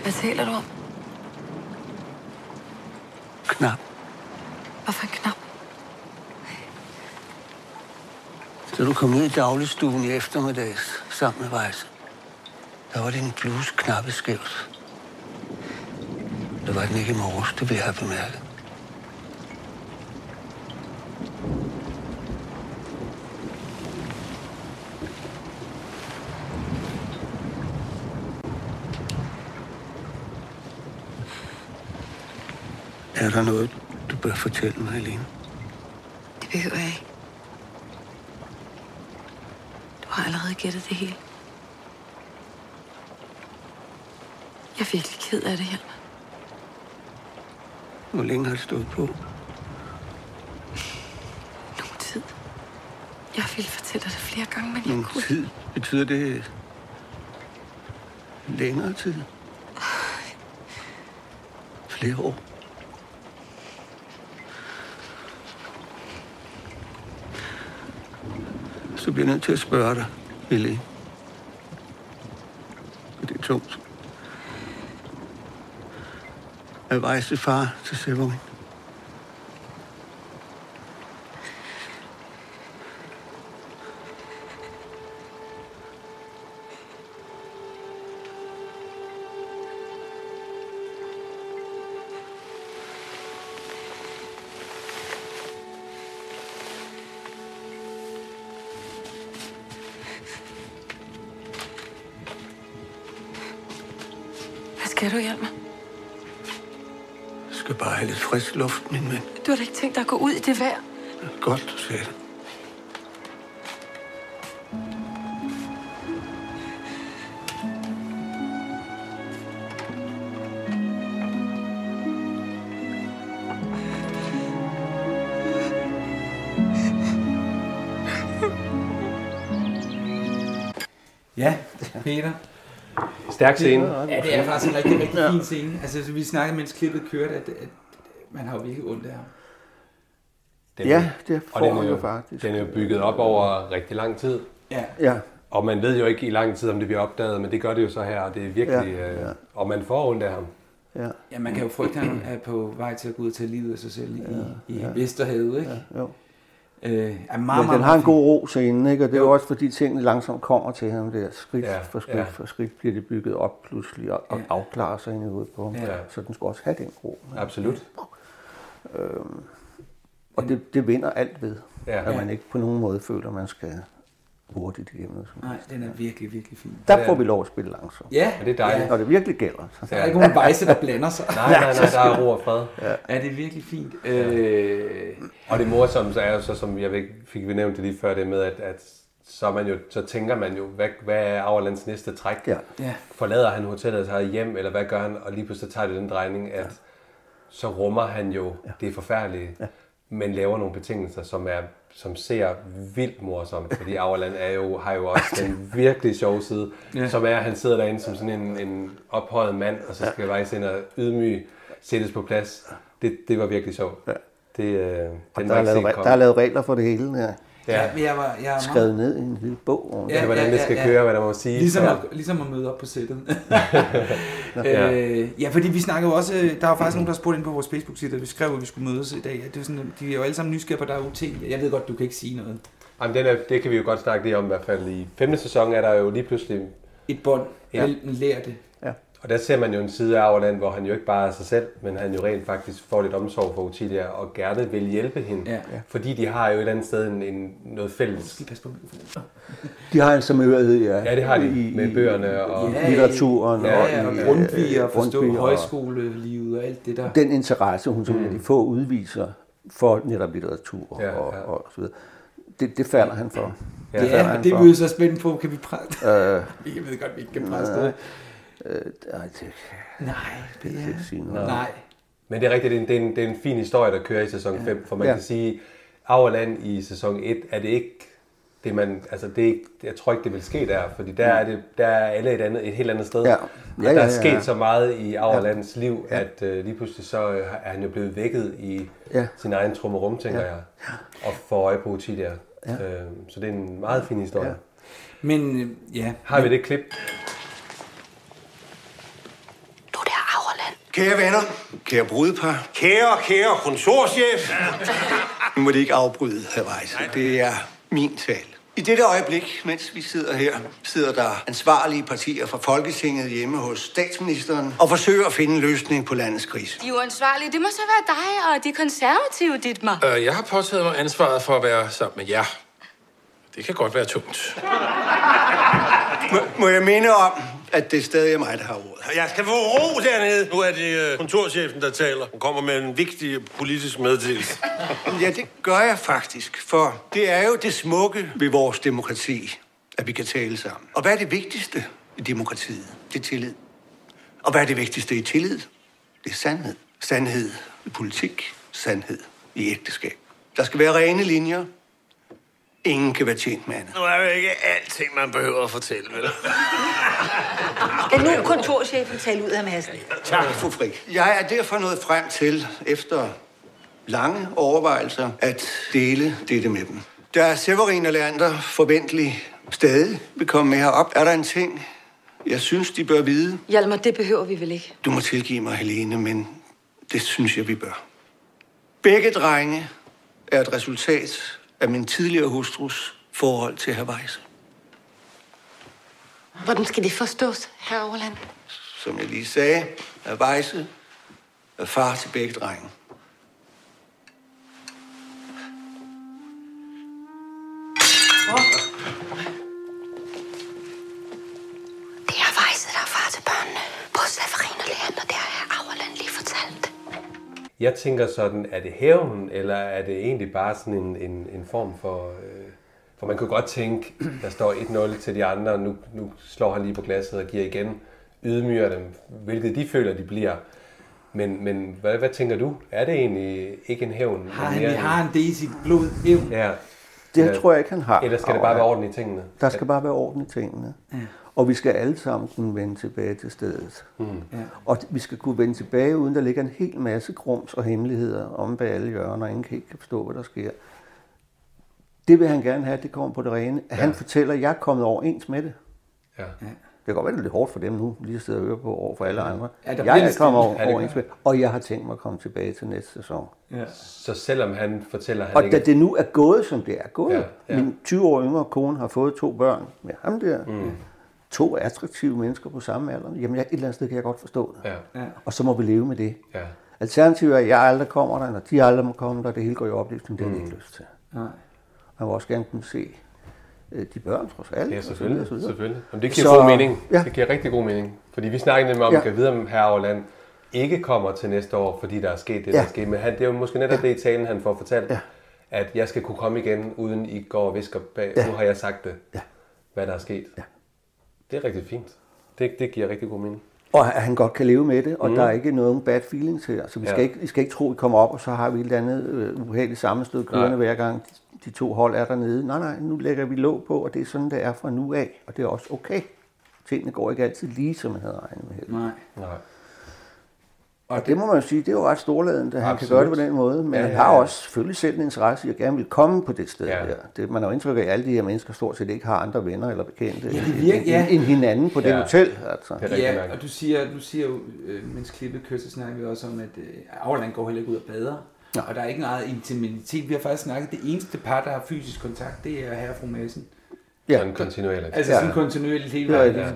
Speaker 8: Hvad taler du om?
Speaker 5: Knap.
Speaker 8: Hvorfor en knap?
Speaker 5: Da du kom ned i dagligstuen i eftermiddags sammen med Vejse, der var din bluse knappe skævt. Det var den ikke i morges, det vil jeg have bemærket. Er der noget, du bør fortælle mig, Helene?
Speaker 8: Det behøver jeg ikke. Du har allerede gættet det hele. Jeg er virkelig ked af det her.
Speaker 5: Hvor længe har det stået på?
Speaker 8: Nogen tid. Jeg ville fortælle dig det flere gange, men
Speaker 3: Mm.
Speaker 8: jeg
Speaker 5: Nogen
Speaker 8: kunne...
Speaker 5: tid? Betyder det længere tid? Flere år? Så bliver jeg nødt til at spørge dig, Helene. Og det er tungt. Er Vejse far til Severin?
Speaker 8: Hvad skal du hjælpe mig?
Speaker 5: Jeg skal bare have lidt frisk luft, min ven.
Speaker 8: Du har da ikke tænkt dig at gå ud i det vejr?
Speaker 5: Godt, du sagde det.
Speaker 2: Ja, Peter.
Speaker 4: Stærk scene.
Speaker 2: Ja, det er faktisk en rigtig, rigtig fin scene. Altså, så vi snakkede, mens klippet kørte, at, at man har jo virkelig ondt af ham.
Speaker 4: Den,
Speaker 3: Ja, det
Speaker 4: og
Speaker 3: får
Speaker 4: den er
Speaker 3: man jo faktisk.
Speaker 4: Den er jo bygget op over rigtig lang tid.
Speaker 2: Ja,
Speaker 3: Ja,
Speaker 4: Og man ved jo ikke i lang tid, om det bliver opdaget, men det gør det jo så her, og det er virkelig...
Speaker 3: Ja,
Speaker 4: Ja,
Speaker 3: ja.
Speaker 4: ja. Og man får ondt af ham.
Speaker 3: ja,
Speaker 2: ja man kan jo frygte, at han er på vej til at gå ud og tage livet af sig selv i, ja, i ja. Vesterhavet, ikke? Ja.
Speaker 3: jo.
Speaker 2: Øh, er meget,
Speaker 4: Ah,
Speaker 3: Men
Speaker 2: meget,
Speaker 3: den har en
Speaker 2: meget fin.
Speaker 3: god ro scenen, ikke? Og det er jo også fordi tingene langsomt kommer til ham der. Skridt
Speaker 4: Ja,
Speaker 3: ja, for skridt
Speaker 4: ja.
Speaker 3: ja. for skridt bliver det bygget op pludselig og, og
Speaker 2: Ja.
Speaker 3: afklarer sig ind i hovedet på ham.
Speaker 2: Ja.
Speaker 3: Ja. Så den skulle også have den ro.
Speaker 4: Absolut.
Speaker 3: Og det, det vinder alt ved,
Speaker 4: Ja.
Speaker 3: ja. at man ikke på nogen måde føler, at man skal hurtigt igennem. noget som-
Speaker 2: Nej, den er virkelig, virkelig fin.
Speaker 3: Der får vi lov at spille langsomt.
Speaker 2: Ja,
Speaker 4: Og det er dejligt.
Speaker 2: Ja.
Speaker 3: Når det virkelig gælder. Så.
Speaker 2: Der er ikke nogen vejse, der blander sig.
Speaker 4: Nej, nej, nej, der er ro og fred.
Speaker 2: Ja, det er virkelig fint. Øh,
Speaker 4: Og det morsomme så er jo så, som jeg ved- fik vi nævnt det lige før, det med, at, at så, er man jo, så tænker man jo, hvad, hvad er Auerlands næste træk?
Speaker 3: Ja.
Speaker 2: ja,
Speaker 4: Forlader han hotellet og tager hjem, eller hvad gør han? Og lige pludselig tager det den drejning, at så rummer han jo ja. det forfærdelige, ja. men laver nogle betingelser, som, er, som ser vildt morsomt, fordi Auerland er jo, har jo også den virkelig sjove side, ja. som er, at han sidder derinde som sådan en, en ophøjet mand, og så skal ja. vejs ind og ydmyg sættes på plads. Det, det var virkelig sjovt. Ja. Det, øh, den
Speaker 3: Og der
Speaker 4: var
Speaker 3: er,
Speaker 4: ikke set
Speaker 3: lavet, re-
Speaker 4: komme.
Speaker 3: der er lavet regler for det hele. Ja.
Speaker 4: Ja.
Speaker 2: ja. men jeg var, jeg var
Speaker 3: Skrevet ned i en lille bog. om
Speaker 2: Ja.
Speaker 3: det.
Speaker 4: Det er, hvordan det skal køre, hvad der må sige.
Speaker 2: Ligesom, at, ligesom at møde op på sættet. øh, ja, fordi vi snakkede jo også, øh, der var faktisk nogen, der spurgte ind på vores Facebook-side, at vi skrev, at vi skulle mødes i dag. Ja, Det er jo sådan, de er jo alle sammen nysgerrige på, at der er UT. Jeg ved godt, du kan ikke sige noget.
Speaker 4: Jamen, den er, det kan vi jo godt snakke lige om i hvert fald. I femte sæson er der jo lige pludselig,
Speaker 2: Et bånd,
Speaker 4: Ja.
Speaker 2: ja. en lærte.
Speaker 3: Ja.
Speaker 4: Og der ser man jo en side af Auerland, hvor han jo ikke bare er sig selv, men han jo rent faktisk får lidt omsorg for Utilia og gerne vil hjælpe hende.
Speaker 2: Ja.
Speaker 4: Fordi de har jo et eller andet sted en, en, noget fælles.
Speaker 2: Skal I passe på?
Speaker 3: De har en samhørighed, ja.
Speaker 4: Ja, det har de
Speaker 3: I-
Speaker 4: med
Speaker 3: i-
Speaker 4: bøgerne og...
Speaker 2: Ja,
Speaker 3: litteraturen
Speaker 2: Ja,
Speaker 3: og
Speaker 2: ja, og
Speaker 3: i, øh,
Speaker 2: Grundtvig og
Speaker 3: Grundtvig
Speaker 2: forstå
Speaker 3: og-
Speaker 2: højskolelivet og alt det der.
Speaker 3: den interesse, hun som mm. de få udviser for netop litteratur
Speaker 4: Ja,
Speaker 3: ja, og,
Speaker 4: ja.
Speaker 3: ja. og så videre, det, det falder han for.
Speaker 2: Ja,
Speaker 3: falder
Speaker 2: ja
Speaker 3: han
Speaker 2: og det er
Speaker 3: for.
Speaker 2: vi jo så spændt på. Kan vi presse?
Speaker 3: Øh,
Speaker 2: Jeg ved godt, vi ikke kan presse det.
Speaker 3: øh, ej, det
Speaker 2: Nej,
Speaker 3: kan jeg ikke sige noget. om.
Speaker 2: Nej.
Speaker 4: Men det er rigtigt, det er en, det er en, det er en fin historie, der kører i sæson 5, for man
Speaker 3: Ja.
Speaker 4: kan sige, Auerland i sæson 1 er det ikke det man, altså det er ikke, jeg tror ikke, det vil ske der, fordi der er, det, der er alle et, andet, et helt andet sted.
Speaker 3: Ja.
Speaker 4: og
Speaker 3: Ja,
Speaker 4: der
Speaker 3: ja,
Speaker 4: er
Speaker 3: ja,
Speaker 4: sket
Speaker 3: ja.
Speaker 4: så meget i Auerlands liv, at øh, lige pludselig så øh, er han jo blevet vækket i
Speaker 3: Ja.
Speaker 4: sin egen trummerum, tænker jeg, og får øje på Utilia. Ja. Øh, så det er en meget fin historie. Ja.
Speaker 2: Men øh, ja,
Speaker 4: Har vi det klip?
Speaker 8: Du der, Auerland.
Speaker 5: Kære venner, kære brudepar, kære, kære kontorchef. Nu må det ikke afbryde hervejs. Det er min tale. I dette øjeblik, mens vi sidder her, sidder der ansvarlige partier fra Folketinget hjemme hos statsministeren og forsøger at finde en løsning på landets krise.
Speaker 9: De er uansvarlige. Det må så være dig og de konservative, dit mig.
Speaker 10: Øh, jeg har påtaget mig ansvaret for at være sammen med jer. Det kan godt være tungt.
Speaker 5: Må, må jeg minde om, at det stadig er mig, der har ordet.
Speaker 11: Jeg skal få ro dernede. Nu er det øh, kontorchefen, der taler. Hun kommer med en vigtig politisk meddelelse.
Speaker 5: Ja, det gør jeg faktisk, for det er jo det smukke ved vores demokrati, at vi kan tale sammen. Og hvad er det vigtigste i demokratiet? Det er tillid. Og hvad er det vigtigste i tillid? Det er sandhed. Sandhed i politik, sandhed i ægteskab. Der skal være rene linjer. Ingen kan være tjent med andet.
Speaker 11: Nu er jo ikke alting, man behøver at fortælle, vel?
Speaker 12: Kan nu kontorchefen tale ud af massen?
Speaker 5: Tak, fru Frik. Jeg er derfor nået frem til, efter lange overvejelser, at dele dette med dem. Da Severin og Leander forventelig stadig vil komme med herop, er der en ting, jeg synes, de bør vide.
Speaker 8: Hjalmar, det behøver vi vel ikke.
Speaker 5: Du må tilgive mig, Helene, men det synes jeg, vi bør. Begge drenge er et resultat af min tidligere hustrus forhold til herr Weiss.
Speaker 8: Hvordan skal det forstås, herr Auerland?
Speaker 5: Som jeg lige sagde, er Weisse er far til begge drenge.
Speaker 8: Det er Weisse, der er far til børnene. På Severin og Leander, der er Auerland lige fortalt.
Speaker 4: Jeg tænker sådan, er det hævn, eller er det egentlig bare sådan en, en, en form for... Øh, for man kunne godt tænke, der står 1-0 til de andre, nu, nu slår han lige på glasset og giver igen, ydmyger dem, hvilket de føler, de bliver. Men, men hvad, hvad tænker du? Er det egentlig ikke en hævn? men
Speaker 2: har han,
Speaker 4: mere en-
Speaker 2: har han det i sit blod? Ev.
Speaker 4: Ja.
Speaker 3: Det
Speaker 4: Ja.
Speaker 3: tror jeg ikke, han har.
Speaker 4: Eller skal det bare være orden i tingene?
Speaker 3: Der skal bare være orden i tingene. Og vi skal alle sammen kunne vende tilbage til stedet. Mm. Og vi skal kunne vende tilbage, uden der ligger en hel masse grums og hemmeligheder om bag alle hjørner, og ingen kan ikke kan forstå, hvad der sker. Det vil han gerne have, det kommer på det rene. Ja. Han fortæller, at jeg er kommet overens med det.
Speaker 4: Ja.
Speaker 3: Det kan godt være, det er lidt hårdt for dem nu, lige at sidde og høre på over for alle andre.
Speaker 2: Ja, der
Speaker 3: Ja,
Speaker 2: bliver
Speaker 3: jeg er
Speaker 2: lidt
Speaker 3: kommet
Speaker 2: stille.
Speaker 3: over, overens med, og jeg har tænkt mig at komme tilbage til næste sæson.
Speaker 2: Ja.
Speaker 4: Så selvom han fortæller, han
Speaker 3: Og
Speaker 4: ikke...
Speaker 3: da det nu er gået, som det er gået,
Speaker 4: Ja,
Speaker 3: ja,
Speaker 4: ja.
Speaker 3: ja. min 20 år yngre kone har fået to børn med ham der, mm. to attraktive mennesker på samme alder, jamen jeg, et eller andet sted kan jeg godt forstå det.
Speaker 4: Ja.
Speaker 3: Og så må vi leve med det.
Speaker 4: Ja.
Speaker 3: Alternativet er, at jeg aldrig kommer der, når de aldrig må komme der, det hele går i opløsning, det har
Speaker 4: Mm.
Speaker 3: jeg ikke lyst til.
Speaker 2: Nej.
Speaker 3: Man vil også gerne kunne se øh, de børn, trods alt.
Speaker 4: Ja,
Speaker 3: og så
Speaker 4: selvfølgelig.
Speaker 3: videre, så videre.
Speaker 4: selvfølgelig. Jamen, det giver så,
Speaker 3: Så-
Speaker 4: god mening. Ja.
Speaker 3: ja.
Speaker 4: Det giver rigtig god mening. Fordi vi snakkede nemlig om,
Speaker 3: Ja.
Speaker 4: ja. at videre om herre Auerland ikke kommer til næste år, fordi der er sket det, ja.
Speaker 3: Ja.
Speaker 4: der er sket. Men han, det er jo måske netop ja. det i talen, han får fortalt, ja.
Speaker 3: Ja.
Speaker 4: at jeg skal kunne komme igen, uden I går og visker bag. Ja.
Speaker 3: Ja.
Speaker 4: Nu har jeg sagt det,
Speaker 3: Ja.
Speaker 4: hvad der er sket.
Speaker 3: Ja.
Speaker 4: Det er rigtig fint. Det, det giver rigtig god mening.
Speaker 3: Og at han godt kan leve med det, og mm. der er ikke nogen bad feelings her. Så vi skal,
Speaker 4: Ja.
Speaker 3: ja. ikke, vi skal ikke tro, at vi kommer op, og så har vi et eller andet øh, uheldigt sammenstød kørende
Speaker 4: Nej.
Speaker 3: hver gang de, de to hold er dernede. Nej, nej, nu lægger vi låg på, og det er sådan, det er fra nu af. Og det er også okay. Tingene går ikke altid lige, som man havde regnet med. heller.
Speaker 2: Nej.
Speaker 4: Nej.
Speaker 3: Og det må man jo sige, det er jo ret storladent, at han kan
Speaker 4: Absolut.
Speaker 3: gøre det på den måde. Men
Speaker 4: Ja,
Speaker 3: ja, han
Speaker 4: ja,
Speaker 3: har
Speaker 4: ja.
Speaker 3: også selvfølgelig selv en interesse i at gerne vil komme på det sted
Speaker 4: Ja.
Speaker 3: ja. der. Det, man har jo indtryk af, at alle de her mennesker stort set ikke har andre venner eller bekendte ja,
Speaker 2: virker-
Speaker 3: end,
Speaker 2: ja.
Speaker 3: end, end hinanden på det
Speaker 4: Ja.
Speaker 3: hotel. Altså.
Speaker 4: Det er rigtig
Speaker 2: Ja,
Speaker 4: nok.
Speaker 2: og du siger, du siger jo, øh, mens klippet kører, så snakker vi også om, at øh, Auerland går heller ikke ud og bader. Ja. Og der er ikke meget intimitet. Vi har faktisk snakket, det eneste par, der har fysisk kontakt, det er herre og fru Madsen.
Speaker 4: Ja. Sådan kontinuerligt.
Speaker 2: Altså sådan kontinuerligt hele vejen. Ja,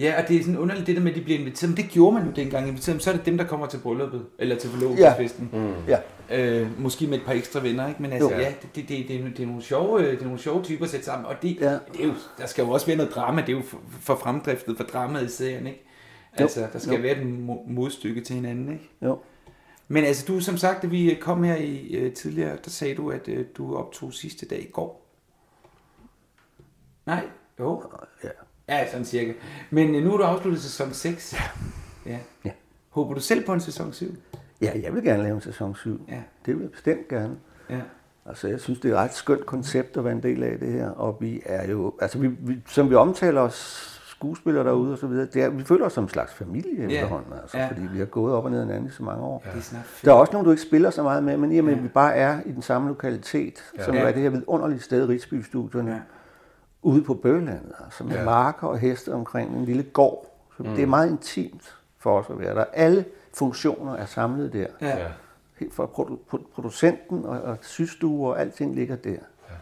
Speaker 2: ja, og det er sådan underligt det der med, at de bliver inviteret. Men det gjorde man jo dengang. Inviteret dem. Så er det dem, der kommer til brylluppet. Eller til forlovelsesfesten.
Speaker 3: Ja. Mm. Ja.
Speaker 2: Øh, måske med et par ekstra venner, ikke? Men altså,
Speaker 3: Jo.
Speaker 2: ja, det, det, det, det, er, det, er nogle sjove, øh, det er nogle sjove typer at sætte sammen. Og det, ja. det er jo, der skal jo også være noget drama. Det er jo for, for fremdriftet, for dramaet i serien, ikke?
Speaker 3: Jo.
Speaker 2: Altså, der skal
Speaker 3: Jo.
Speaker 2: være et mo- modstykke til hinanden, ikke?
Speaker 3: Jo.
Speaker 2: Men altså, du som sagt, da vi øh, kom her i, øh, tidligere, der sagde du, at øh, du optog sidste dag i går. Nej, jo.
Speaker 3: Ja.
Speaker 2: Ja, sådan cirka. Men øh, nu er du afsluttet sæson 6. Ja. ja.
Speaker 3: ja.
Speaker 2: Håber du selv på en sæson 7?
Speaker 3: Ja, jeg vil gerne lave en sæson 7.
Speaker 2: Ja.
Speaker 3: Det vil jeg bestemt gerne.
Speaker 2: Ja.
Speaker 3: Altså, jeg synes, det er et ret skønt koncept at være en del af det her, og vi er jo, altså, vi, vi, som vi omtaler os skuespillere derude og så videre, det er, vi føler os som en slags familie
Speaker 2: Ja.
Speaker 3: efterhånden, altså,
Speaker 2: Ja.
Speaker 3: fordi vi har gået op og ned ad hinanden i så mange år.
Speaker 2: Ja. Det er snart fedt.
Speaker 3: Der er også nogen, du ikke spiller så meget med, men i og med, at vi bare er i den samme lokalitet,
Speaker 2: Ja.
Speaker 3: ja. som
Speaker 2: Ja.
Speaker 3: er det her vidunderlige sted, Rigsbystudierne, ja. ude på Bøgelandet, altså med
Speaker 2: Ja.
Speaker 3: ja. marker og heste omkring en lille gård. Så
Speaker 2: Mm.
Speaker 3: mm. Det er meget intimt for os at være der. Alle funktioner er samlet der.
Speaker 2: Ja. Ja.
Speaker 3: Helt fra produ- pro- producenten og, og systuer og alting ligger der. Ja.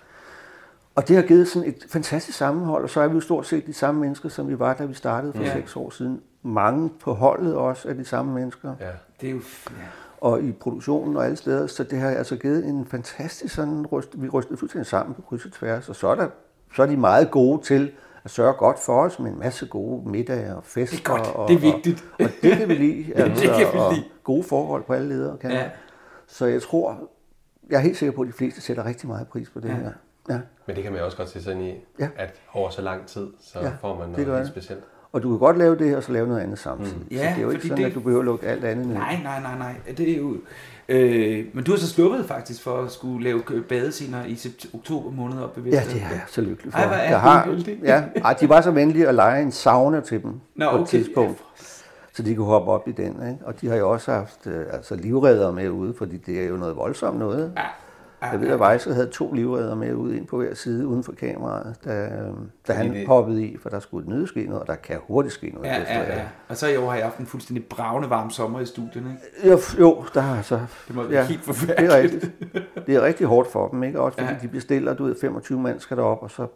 Speaker 3: Og det har givet sådan et fantastisk sammenhold, og så er vi jo stort set de samme mennesker, som vi var, da vi startede for
Speaker 2: Ja.
Speaker 3: ja. seks år siden. Mange på holdet også er de samme mennesker
Speaker 4: Ja.
Speaker 2: Det er jo... f- Ja.
Speaker 3: og i produktionen og alle steder, så det har altså givet en fantastisk sådan, ryst, vi rystede fuldstændig sammen på kryds og tværs, og så er, der, så er de meget gode til at sørge godt for os med en masse gode middage og fester.
Speaker 2: Det er godt.
Speaker 3: og,
Speaker 2: Det er vigtigt.
Speaker 3: Og, og det kan vi lide. altså,
Speaker 2: Det kan vi
Speaker 3: og
Speaker 2: lide.
Speaker 3: gode forhold på alle ledere kan
Speaker 2: Ja.
Speaker 3: Så jeg tror, jeg er helt sikker på, at de fleste sætter rigtig meget pris på det
Speaker 4: Ja.
Speaker 3: ja. her. Ja.
Speaker 4: Men det kan man jo også godt se sådan i, ja. at over så lang tid, så ja,
Speaker 3: Ja,
Speaker 4: får man
Speaker 3: det
Speaker 4: noget
Speaker 3: gør
Speaker 4: helt
Speaker 3: det.
Speaker 4: specielt.
Speaker 3: Og du kan godt lave det her, og så lave noget andet samtidig.
Speaker 2: Mm.
Speaker 3: Så
Speaker 2: Ja,
Speaker 3: det er jo ikke
Speaker 2: fordi
Speaker 3: sådan,
Speaker 2: det-
Speaker 3: at du behøver at lukke alt andet ned.
Speaker 2: Nej, nej, nej, nej. Det er jo... Øh, men du har så sluppet faktisk for at skulle lave øh, badescener i sept- oktober måned op ved
Speaker 3: Ja,
Speaker 2: Vesterbro.
Speaker 3: det er jeg så lykkelig for.
Speaker 2: Ej, hvor er
Speaker 3: jeg har,
Speaker 2: det
Speaker 3: ja, ej, de var så venlige at lege en sauna til dem
Speaker 2: Nå,
Speaker 3: Nå, på et
Speaker 2: okay.
Speaker 3: tidspunkt, så de kunne hoppe op i den. Ikke? Og de har jo også haft øh, altså livredder med ude, fordi det er jo noget voldsomt noget. Jeg ved, at Weisse havde to livredder med ude, en på hver side uden for kameraet, da, øh, da han
Speaker 2: det-
Speaker 3: hoppede i, for der skulle nødt ske noget, og der kan hurtigt ske noget.
Speaker 2: Ja,
Speaker 3: hvis der
Speaker 2: ja,
Speaker 3: er-
Speaker 2: ja. Og så i år har jeg haft en fuldstændig bravende varm sommer i studierne, ikke?
Speaker 3: Jo, f- jo, der har så...
Speaker 2: Det må være helt forfærdeligt.
Speaker 3: Det er, rigtigt. det er rigtig hårdt for dem, ikke? Også fordi
Speaker 2: Ja.
Speaker 3: ja. de bestiller, du ved, 25 mand skal derop, og så...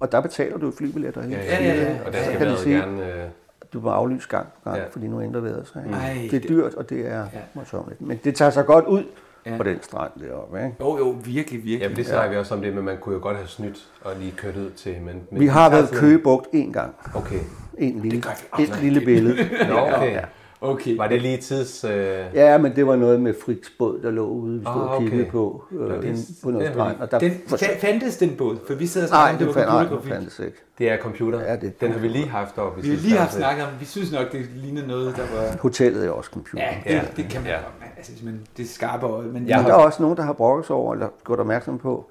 Speaker 3: Og der betaler du jo flybilletter hele
Speaker 4: Ja, ja,
Speaker 3: tiden,
Speaker 4: ja,
Speaker 3: ikke?
Speaker 4: og der
Speaker 3: Så
Speaker 4: skal
Speaker 3: kan de
Speaker 4: vejret
Speaker 3: sige,
Speaker 4: gerne, øh,
Speaker 3: Du må aflyse gang på gang,
Speaker 4: Ja.
Speaker 3: ja. fordi nu ændrer vejret sig. Ikke?
Speaker 2: Ej,
Speaker 3: det
Speaker 2: det-
Speaker 3: er dyrt, og det er ja. morsomt. Men det tager sig godt ud
Speaker 2: Ja.
Speaker 3: ja. på den strand deroppe, ikke?
Speaker 2: Jo, jo, virkelig, virkelig.
Speaker 4: Jamen, det snakker ja. vi også om det, men man kunne jo godt have snydt og lige kørt ud til. Men, men
Speaker 3: Vi
Speaker 4: det
Speaker 3: har
Speaker 4: tager
Speaker 3: været
Speaker 4: sådan-
Speaker 3: køgebugt én gang.
Speaker 4: Okay.
Speaker 3: En lille,
Speaker 4: Åh,
Speaker 3: et
Speaker 4: nej.
Speaker 3: lille billede.
Speaker 4: Nå, okay.
Speaker 3: Ja.
Speaker 4: Ja. okay. Var det lige tids... Øh... Ja.
Speaker 3: Ja, men det var noget med Friks båd, der lå ude, vi stod
Speaker 4: Ah,
Speaker 3: og kiggede
Speaker 4: okay.
Speaker 3: på, øh,
Speaker 4: Nå, det er-
Speaker 3: inde på noget
Speaker 4: det er
Speaker 3: strand. Og der
Speaker 2: Den, fa- fandtes den båd? For vi sad og snakkede
Speaker 3: Nej, det,
Speaker 2: var
Speaker 3: fandt, nej, det
Speaker 2: computergrafik.
Speaker 3: fandtes ikke.
Speaker 4: Det er computer.
Speaker 3: Ja, det er
Speaker 4: Den har vi lige haft oppe. i
Speaker 2: Vi har
Speaker 4: sidste
Speaker 2: lige haft
Speaker 4: afsnit.
Speaker 2: snakket om, vi synes nok, det ligner noget, der var...
Speaker 3: Hotellet er også computer.
Speaker 2: Ja, det,
Speaker 4: Ja.
Speaker 2: ja. det kan man ja. godt. man- Altså, hvis man, det er skarpe øje, men...
Speaker 3: Ja. Men der er også nogen, der har brokket sig over, eller gjort opmærksom på,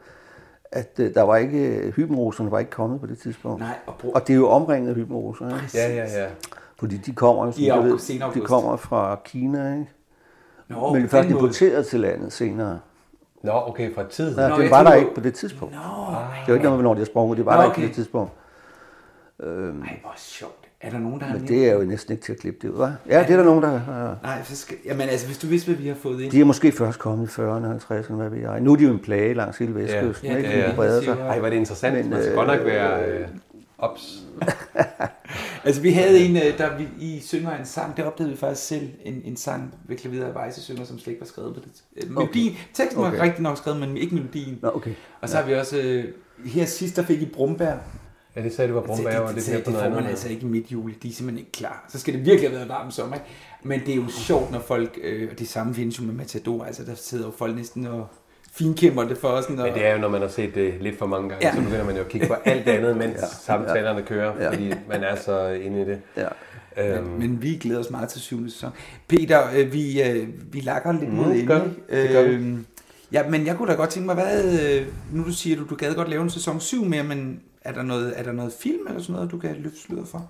Speaker 3: at øh, der var ikke, hybenroserne var ikke kommet på det tidspunkt.
Speaker 2: Nej, og, bro-
Speaker 3: og det er jo omringet af hybenroser, ikke?
Speaker 2: Præcis. Ja, ja,
Speaker 4: ja.
Speaker 3: Fordi de kommer, jo, som
Speaker 2: I
Speaker 3: du
Speaker 2: august-
Speaker 3: ved,
Speaker 2: sen august.
Speaker 3: de kommer fra Kina, ikke?
Speaker 2: Nå,
Speaker 3: Men
Speaker 2: på
Speaker 3: først
Speaker 2: den måde.
Speaker 3: importeret til landet senere.
Speaker 4: Nå, okay, fra tid.
Speaker 3: Ja,
Speaker 4: Nå,
Speaker 3: det
Speaker 4: jeg
Speaker 3: var der
Speaker 4: troede-
Speaker 3: ikke på det tidspunkt.
Speaker 2: Nå,
Speaker 3: det var ikke noget, hvornår de har sprunget. Det var
Speaker 2: Nå,
Speaker 3: der ikke
Speaker 2: okay.
Speaker 3: på det tidspunkt. Øhm,
Speaker 2: Ej, hvor sjovt. Er der nogen, der har
Speaker 3: men
Speaker 2: nævnt-
Speaker 3: det er jo næsten ikke til at klippe det ud, hva'? Ja, det er der nogen, der har...
Speaker 2: Nej, så skal... Jamen, altså, hvis du vidste, hvad vi har fået ind...
Speaker 3: De er måske først kommet i 40'erne, 50'erne, hvad ved jeg. Nu er de jo en plage langs hele Vestkysten,
Speaker 4: ja,
Speaker 3: ikke?
Speaker 4: ja, ja.
Speaker 3: De breder sig.
Speaker 4: Ej, var det interessant.
Speaker 3: Men,
Speaker 4: Man skal
Speaker 3: øh,
Speaker 4: godt nok være... Øh, ops.
Speaker 2: Altså, vi havde en, øh, der vi, I synger en sang, det opdagede vi faktisk selv, en, en sang ved klaveret af Weisse synger, som slet ikke var skrevet på det. Øh, Melodien, okay. teksten var
Speaker 3: Okay.
Speaker 2: rigtig nok skrevet, men ikke melodien.
Speaker 3: Nå, okay.
Speaker 2: Og så har vi også, øh, her sidst, der fik I Brumbær.
Speaker 4: Ja, det sagde du var Brumbær, og det
Speaker 2: det, det,
Speaker 4: bliver
Speaker 2: det,
Speaker 4: på
Speaker 2: det
Speaker 4: noget
Speaker 2: får man
Speaker 4: andet.
Speaker 2: altså ikke i midt juli, de er simpelthen ikke klar. Så skal det virkelig have været varm sommer, ikke? Men det er jo sjovt, når folk, øh, og det samme findes jo med Matador, altså der sidder jo folk næsten og finkæmmer det for os. Når,
Speaker 4: Men det er jo, når man har set det lidt for mange gange,
Speaker 2: Ja.
Speaker 4: ja. så begynder man jo at kigge på alt det andet, mens ja. samtalerne kører,
Speaker 2: Ja.
Speaker 4: fordi man er så inde i det.
Speaker 3: Ja.
Speaker 4: Øhm,
Speaker 2: Men, men vi glæder os meget til syvende sæson. Peter, øh, vi, øh, vi lakker lidt
Speaker 4: Mm,
Speaker 2: mod
Speaker 4: det gør
Speaker 2: enden.
Speaker 4: vi. Det gør vi.
Speaker 2: Øhm, ja, men jeg kunne da godt tænke mig, hvad, øh, nu du siger du, du gad godt lave en sæson 7 mere, men er der noget, er der noget film eller sådan noget, du kan løfte sløret for?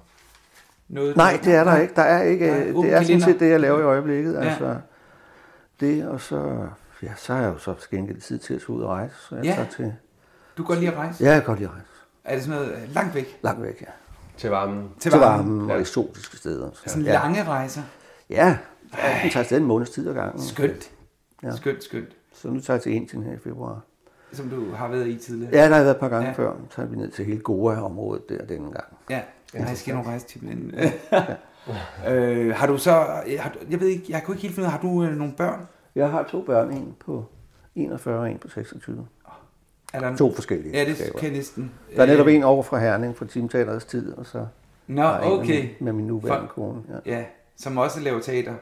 Speaker 2: Noget,
Speaker 3: Nej, det er der ikke. Der er ikke. øh,
Speaker 2: Nej, åben
Speaker 3: det er sådan
Speaker 2: kalender.
Speaker 3: set det, jeg laver i øjeblikket.
Speaker 2: Ja.
Speaker 3: Altså, det, og så, ja, så har jeg jo så skænket tid til at tage ud og rejse. Så jeg
Speaker 2: Ja.
Speaker 3: tager til.
Speaker 2: Du kan godt lide at rejse?
Speaker 3: Ja, jeg kan godt lide at rejse.
Speaker 2: Er det sådan noget øh, langt væk?
Speaker 3: Langt væk, ja.
Speaker 4: Til varmen.
Speaker 3: Til varmen, og eksotiske steder.
Speaker 2: Sådan
Speaker 3: ja.
Speaker 2: lange rejser?
Speaker 3: Ja, jeg tager afsted en måneds tid ad gangen.
Speaker 2: Skønt. Skønt, skønt.
Speaker 3: Så nu tager jeg til Indien her i februar.
Speaker 2: som du har været i tidligere?
Speaker 3: Ja, der har jeg været et par gange ja.
Speaker 2: ja.
Speaker 3: før. Så er vi ned til hele Goa-området der denne gang.
Speaker 2: Ja, ja jeg skal nu rejse til den. øh, har du så, har, du- jeg ved ikke, jeg kunne ikke helt finde ud af, har du øh, nogle børn?
Speaker 3: Jeg har to børn, en på 41 og en på 26.
Speaker 2: Er der
Speaker 3: To forskellige.
Speaker 2: Ja, det
Speaker 3: skaber.
Speaker 2: kan jeg næsten.
Speaker 3: Der er netop
Speaker 2: Øh,
Speaker 3: en over fra Herning fra Teamteaterets tid, og så
Speaker 2: Nå,
Speaker 3: har jeg en
Speaker 2: okay.
Speaker 3: Med, med min nuværende
Speaker 2: For-
Speaker 3: kone. Ja.
Speaker 2: Ja, som også laver teater.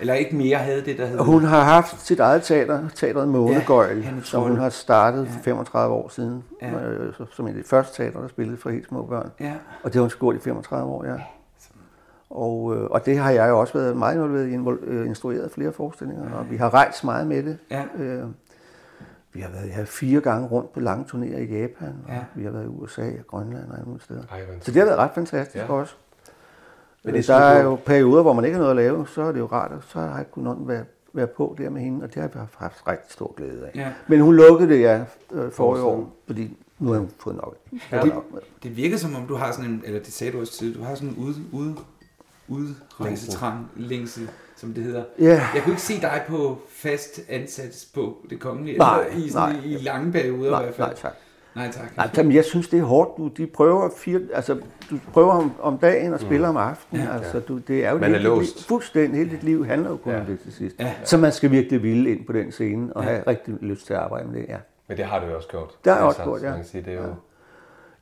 Speaker 2: Eller ikke mere havde det, der hed.
Speaker 3: Og Hun har haft sit eget teater, teateret Månegøjl,
Speaker 2: Ja,
Speaker 3: ja,
Speaker 2: Hanne
Speaker 3: som hun
Speaker 2: Trolle.
Speaker 3: har startet for 35 år siden,
Speaker 2: Ja.
Speaker 3: ja. øh, så- som et af de første teater, der spillede for helt små børn.
Speaker 2: Ja.
Speaker 3: Og det har hun skåret i 35 år, ja. Og, øh, og det har jeg jo også været meget involveret i, invol- øh, instrueret flere forestillinger, og vi har rejst meget med det.
Speaker 2: Ja.
Speaker 3: Øh, vi har været her fire gange rundt på lange turnéer i Japan, og ja. vi har været i USA og Grønland og alle mulige steder.
Speaker 4: Ej, hvor
Speaker 3: så det har været ret fantastisk
Speaker 4: Ja.
Speaker 3: ja. også.
Speaker 4: Men
Speaker 3: Men
Speaker 4: det
Speaker 3: det
Speaker 4: er
Speaker 3: der er
Speaker 4: super-
Speaker 3: jo perioder, hvor man ikke har noget at lave, så er det jo rart, og så har jeg kunnet være, være på der med hende, og det har jeg haft rigtig stor glæde af.
Speaker 2: Ja.
Speaker 3: Men hun lukkede det, ja, øh, forrige
Speaker 2: Forstår.
Speaker 3: år, fordi nu har hun fået nok.
Speaker 2: Ja,
Speaker 3: Ja.
Speaker 2: det, det virker som om, du har sådan en, eller det sagde du også tidligere, du har sådan en ude, ude, udrejsetrang, længsel, som det hedder.
Speaker 3: Ja.
Speaker 2: Jeg kunne ikke se dig på fast ansat på det kongelige,
Speaker 3: Nej,
Speaker 2: eller i, sådan,
Speaker 3: nej.
Speaker 2: i lange perioder
Speaker 3: Nej,
Speaker 2: i hvert fald.
Speaker 3: nej, tak.
Speaker 2: Nej tak.
Speaker 3: Nej, men jeg synes, det er hårdt. Du, de prøver fire, altså, du prøver om, om dagen og spiller
Speaker 2: Mm.
Speaker 3: om aftenen.
Speaker 2: Ja.
Speaker 3: Altså, du, det er jo
Speaker 4: Man er
Speaker 3: hele dit liv.
Speaker 4: låst.
Speaker 3: Fuldstændig. Hele dit liv handler jo kun ja. om det til sidst.
Speaker 4: Ja.
Speaker 3: Ja. Så man skal virkelig ville ind på den scene og
Speaker 4: Ja.
Speaker 3: ja. have rigtig lyst til at arbejde med det. Ja.
Speaker 4: Men det har du jo også gjort.
Speaker 3: Det har jeg
Speaker 4: Altså,
Speaker 3: også gjort,
Speaker 4: så
Speaker 3: ja.
Speaker 4: Man kan sige, det er jo...
Speaker 3: Ja.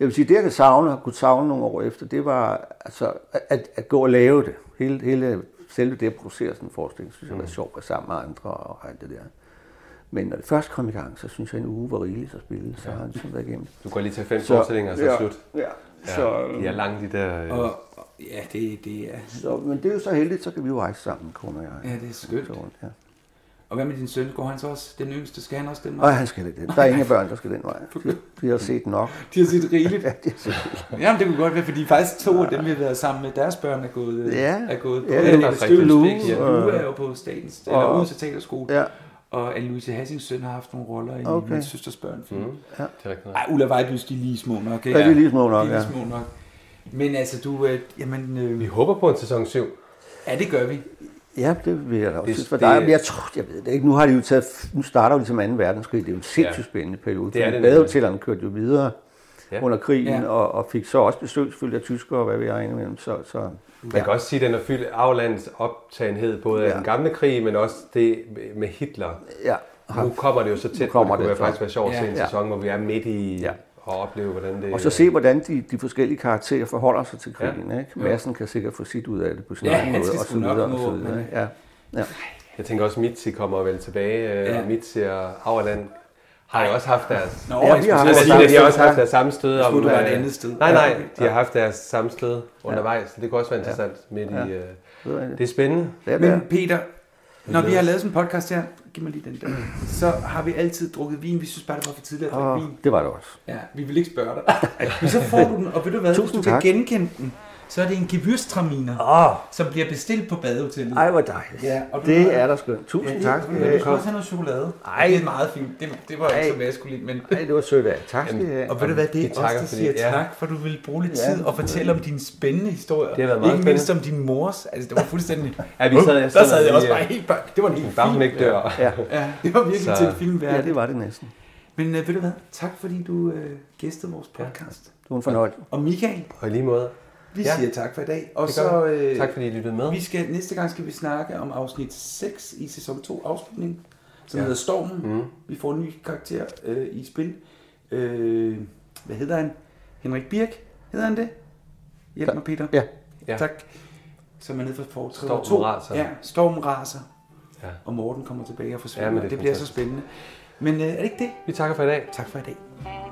Speaker 3: Jeg vil sige, det jeg kan savne og kunne savne nogle år efter, det var altså, at, at gå og lave det. Hele, hele selve det at producere sådan en forestilling, synes jeg var
Speaker 4: Mm.
Speaker 3: sjovt at være sammen med andre og alt det der. Men når det først kom i gang, så synes jeg, en uge var rigeligt at spille, så har jeg ligesom været igennem.
Speaker 4: Du går lige til fem forestillinger, og så er det slut.
Speaker 3: Ja,
Speaker 4: Ja,
Speaker 3: Så, øh,
Speaker 4: de er lange, de der, øh.
Speaker 2: Og, og- ja, det, det er...
Speaker 3: Så, men det er jo så heldigt, så kan vi jo rejse sammen, kone og jeg.
Speaker 2: Ja, det er skønt.
Speaker 3: Så, ja.
Speaker 2: Og hvad med din søn? Går han så også, den yngste, skal han også den vej?
Speaker 3: Og han skal ikke den. Der er ingen børn, der skal den vej. De, de har set nok.
Speaker 2: De har set rigeligt.
Speaker 3: ja, de har set rigeligt.
Speaker 2: Jamen, det kunne godt være, fordi faktisk to af dem, vi har været sammen med, deres børn er gået, øh,
Speaker 3: Ja.
Speaker 2: er gået på.
Speaker 3: Ja,
Speaker 2: Ja,
Speaker 3: der
Speaker 2: ja,
Speaker 3: er
Speaker 2: Støv, Lou,
Speaker 3: Lou,
Speaker 2: Lou
Speaker 3: øh,
Speaker 2: er jo på Statens, eller
Speaker 3: og-
Speaker 2: Odense Teaterskole.
Speaker 3: Ja.
Speaker 2: Og Anne-Louise Hassings søn har haft nogle roller i
Speaker 3: Okay.
Speaker 2: min søsters børn. Mm.
Speaker 4: Mm. Ja. Det er rigtigt nok.
Speaker 2: Ej, Ulla Vejbys, de er lige små nok.
Speaker 3: Ja, de er lige små nok,
Speaker 2: de er lige
Speaker 3: ja.
Speaker 2: små nok. Men altså, du... Øh, jamen, øh, vi
Speaker 4: håber på en sæson 7.
Speaker 2: Ja, det gør vi.
Speaker 3: Ja, det vil jeg da også
Speaker 4: Det-
Speaker 3: synes for
Speaker 4: det-
Speaker 3: dig. Men jeg tror, jeg ved det ikke. Nu, har de jo taget, nu starter jo ligesom 2. verdenskrig. Det er jo en sindssygt
Speaker 4: Ja.
Speaker 3: ja. spændende periode.
Speaker 4: Det er
Speaker 3: fordi
Speaker 4: det
Speaker 3: Badehotellerne kørte jo videre
Speaker 4: Ja.
Speaker 3: ja. under krigen,
Speaker 4: Ja.
Speaker 3: ja. og, og, fik så også besøg selvfølgelig af tyskere, og hvad ved jeg indimellem. Så, så,
Speaker 4: Man
Speaker 3: ja.
Speaker 4: kan også sige, at den er fyldt aflandets optagenhed, både af
Speaker 3: Ja.
Speaker 4: den gamle krig, men også det med Hitler.
Speaker 3: Ja.
Speaker 4: Nu kommer det jo så tæt,
Speaker 3: kommer
Speaker 4: kommer det kunne
Speaker 3: det,
Speaker 4: være faktisk være sjovt at se
Speaker 3: ja.
Speaker 4: en
Speaker 3: Ja.
Speaker 4: sæson, hvor vi er midt i ja. og opleve, hvordan det
Speaker 3: Og så se, hvordan de, de forskellige karakterer forholder sig til krigen.
Speaker 4: Ja.
Speaker 3: Ja. Ikke? Madsen kan sikkert få sit ud af det på sin
Speaker 4: Ja,
Speaker 3: egen
Speaker 4: han
Speaker 3: måde,
Speaker 4: skal
Speaker 3: og
Speaker 4: sgu
Speaker 3: så
Speaker 4: nok
Speaker 3: videre,
Speaker 4: nå,
Speaker 3: og så videre.
Speaker 4: men-
Speaker 3: ikke? Ja. Ja.
Speaker 4: Jeg tænker også, at Mitzi kommer vel tilbage, ja.
Speaker 3: Ja.
Speaker 4: og Mitzi og Auerland har jo også haft deres...
Speaker 3: Nå, Ja, vi har
Speaker 4: skulle
Speaker 3: haft
Speaker 4: til at
Speaker 3: vores
Speaker 4: sige,
Speaker 3: samme
Speaker 4: at de har også
Speaker 3: sted,
Speaker 4: haft
Speaker 3: ja.
Speaker 4: deres samme stød.
Speaker 3: Jeg
Speaker 4: om,
Speaker 3: troede, det var et
Speaker 4: øh,
Speaker 3: andet sted.
Speaker 4: Nej, nej, de
Speaker 3: Ja.
Speaker 4: har haft deres samme sted
Speaker 3: Ja.
Speaker 4: undervejs, så det kunne også være
Speaker 3: Ja.
Speaker 4: interessant midt i...
Speaker 3: Ja.
Speaker 4: øh,
Speaker 3: Det er det.
Speaker 4: Det er spændende.
Speaker 2: Men Peter, når vi
Speaker 4: glæder
Speaker 2: har
Speaker 4: os.
Speaker 2: lavet sådan en podcast her, giv mig lige den der, så har vi altid drukket vin. Vi synes bare, det var for tidligt at drikke
Speaker 3: Og
Speaker 2: vin.
Speaker 3: det var det også.
Speaker 2: Ja, vi vil ikke spørge dig. Men så får du den, og ved du hvad,
Speaker 3: Tusind
Speaker 2: hvis du
Speaker 3: tak.
Speaker 2: kan genkende den, så er det en gevyrstraminer, oh. som bliver bestilt på badehotellet.
Speaker 3: Ej, hvor dejligt.
Speaker 2: Ja, og du
Speaker 3: det
Speaker 2: ved-
Speaker 3: er der skønt. Tusind ja, tak. Øh,
Speaker 2: Du skal også have noget chokolade. Ej. Det er meget fint. Det, det var ikke så maskulint, men...
Speaker 3: Ej, det var sødt af. jer. Tak skal I have.
Speaker 2: Og ved du hvad, det er os, der siger
Speaker 3: ja.
Speaker 2: tak, for du vil bruge lidt
Speaker 3: Ja.
Speaker 2: tid og fortælle om dine spændende historier.
Speaker 4: Det har været meget
Speaker 2: Ikke mindst om din mors. Altså, det var fuldstændig...
Speaker 4: Ja, vi sad- jeg
Speaker 2: der
Speaker 4: sad
Speaker 2: sad jeg
Speaker 4: lige,
Speaker 2: også bare
Speaker 4: øh,
Speaker 2: helt... Bare, det var en helt
Speaker 4: bare hun
Speaker 2: film.
Speaker 4: ikke dør.
Speaker 2: Ja. ja, det var virkelig
Speaker 4: Så-
Speaker 2: til en film værd.
Speaker 3: Ja, det var det næsten.
Speaker 2: Men øh, ved du hvad, tak fordi du øh, gæstede vores podcast.
Speaker 3: Det var en fornøjelse.
Speaker 2: Og Michael,
Speaker 4: Og i lige måde.
Speaker 2: vi
Speaker 4: Ja.
Speaker 2: siger tak for i dag. Og
Speaker 4: Det gør
Speaker 2: så, øh,
Speaker 4: vi. Tak, fordi I lyttede med.
Speaker 2: Vi skal, næste gang skal vi snakke om afsnit 6 i sæson 2 afslutning, som
Speaker 4: Ja.
Speaker 2: ja. hedder Stormen.
Speaker 4: Mm.
Speaker 2: Mm. Vi får en ny karakter øh, i spil. Øh, hvad hedder han? Henrik Birk? Hedder han det? Hjælp mig, Peter.
Speaker 3: Ja.
Speaker 4: Ja.
Speaker 2: Tak. Som er nede for fortræder
Speaker 4: Stormen
Speaker 2: 2.
Speaker 4: raser.
Speaker 2: Ja, Stormen raser.
Speaker 4: Ja.
Speaker 2: Og Morten kommer tilbage og forsvinder.
Speaker 4: Ja,
Speaker 2: Ja,
Speaker 4: men det er
Speaker 2: det, det bliver så
Speaker 4: fantastisk.
Speaker 2: spændende. Men øh, er det ikke det?
Speaker 4: Vi takker for i dag.
Speaker 2: Tak for i dag.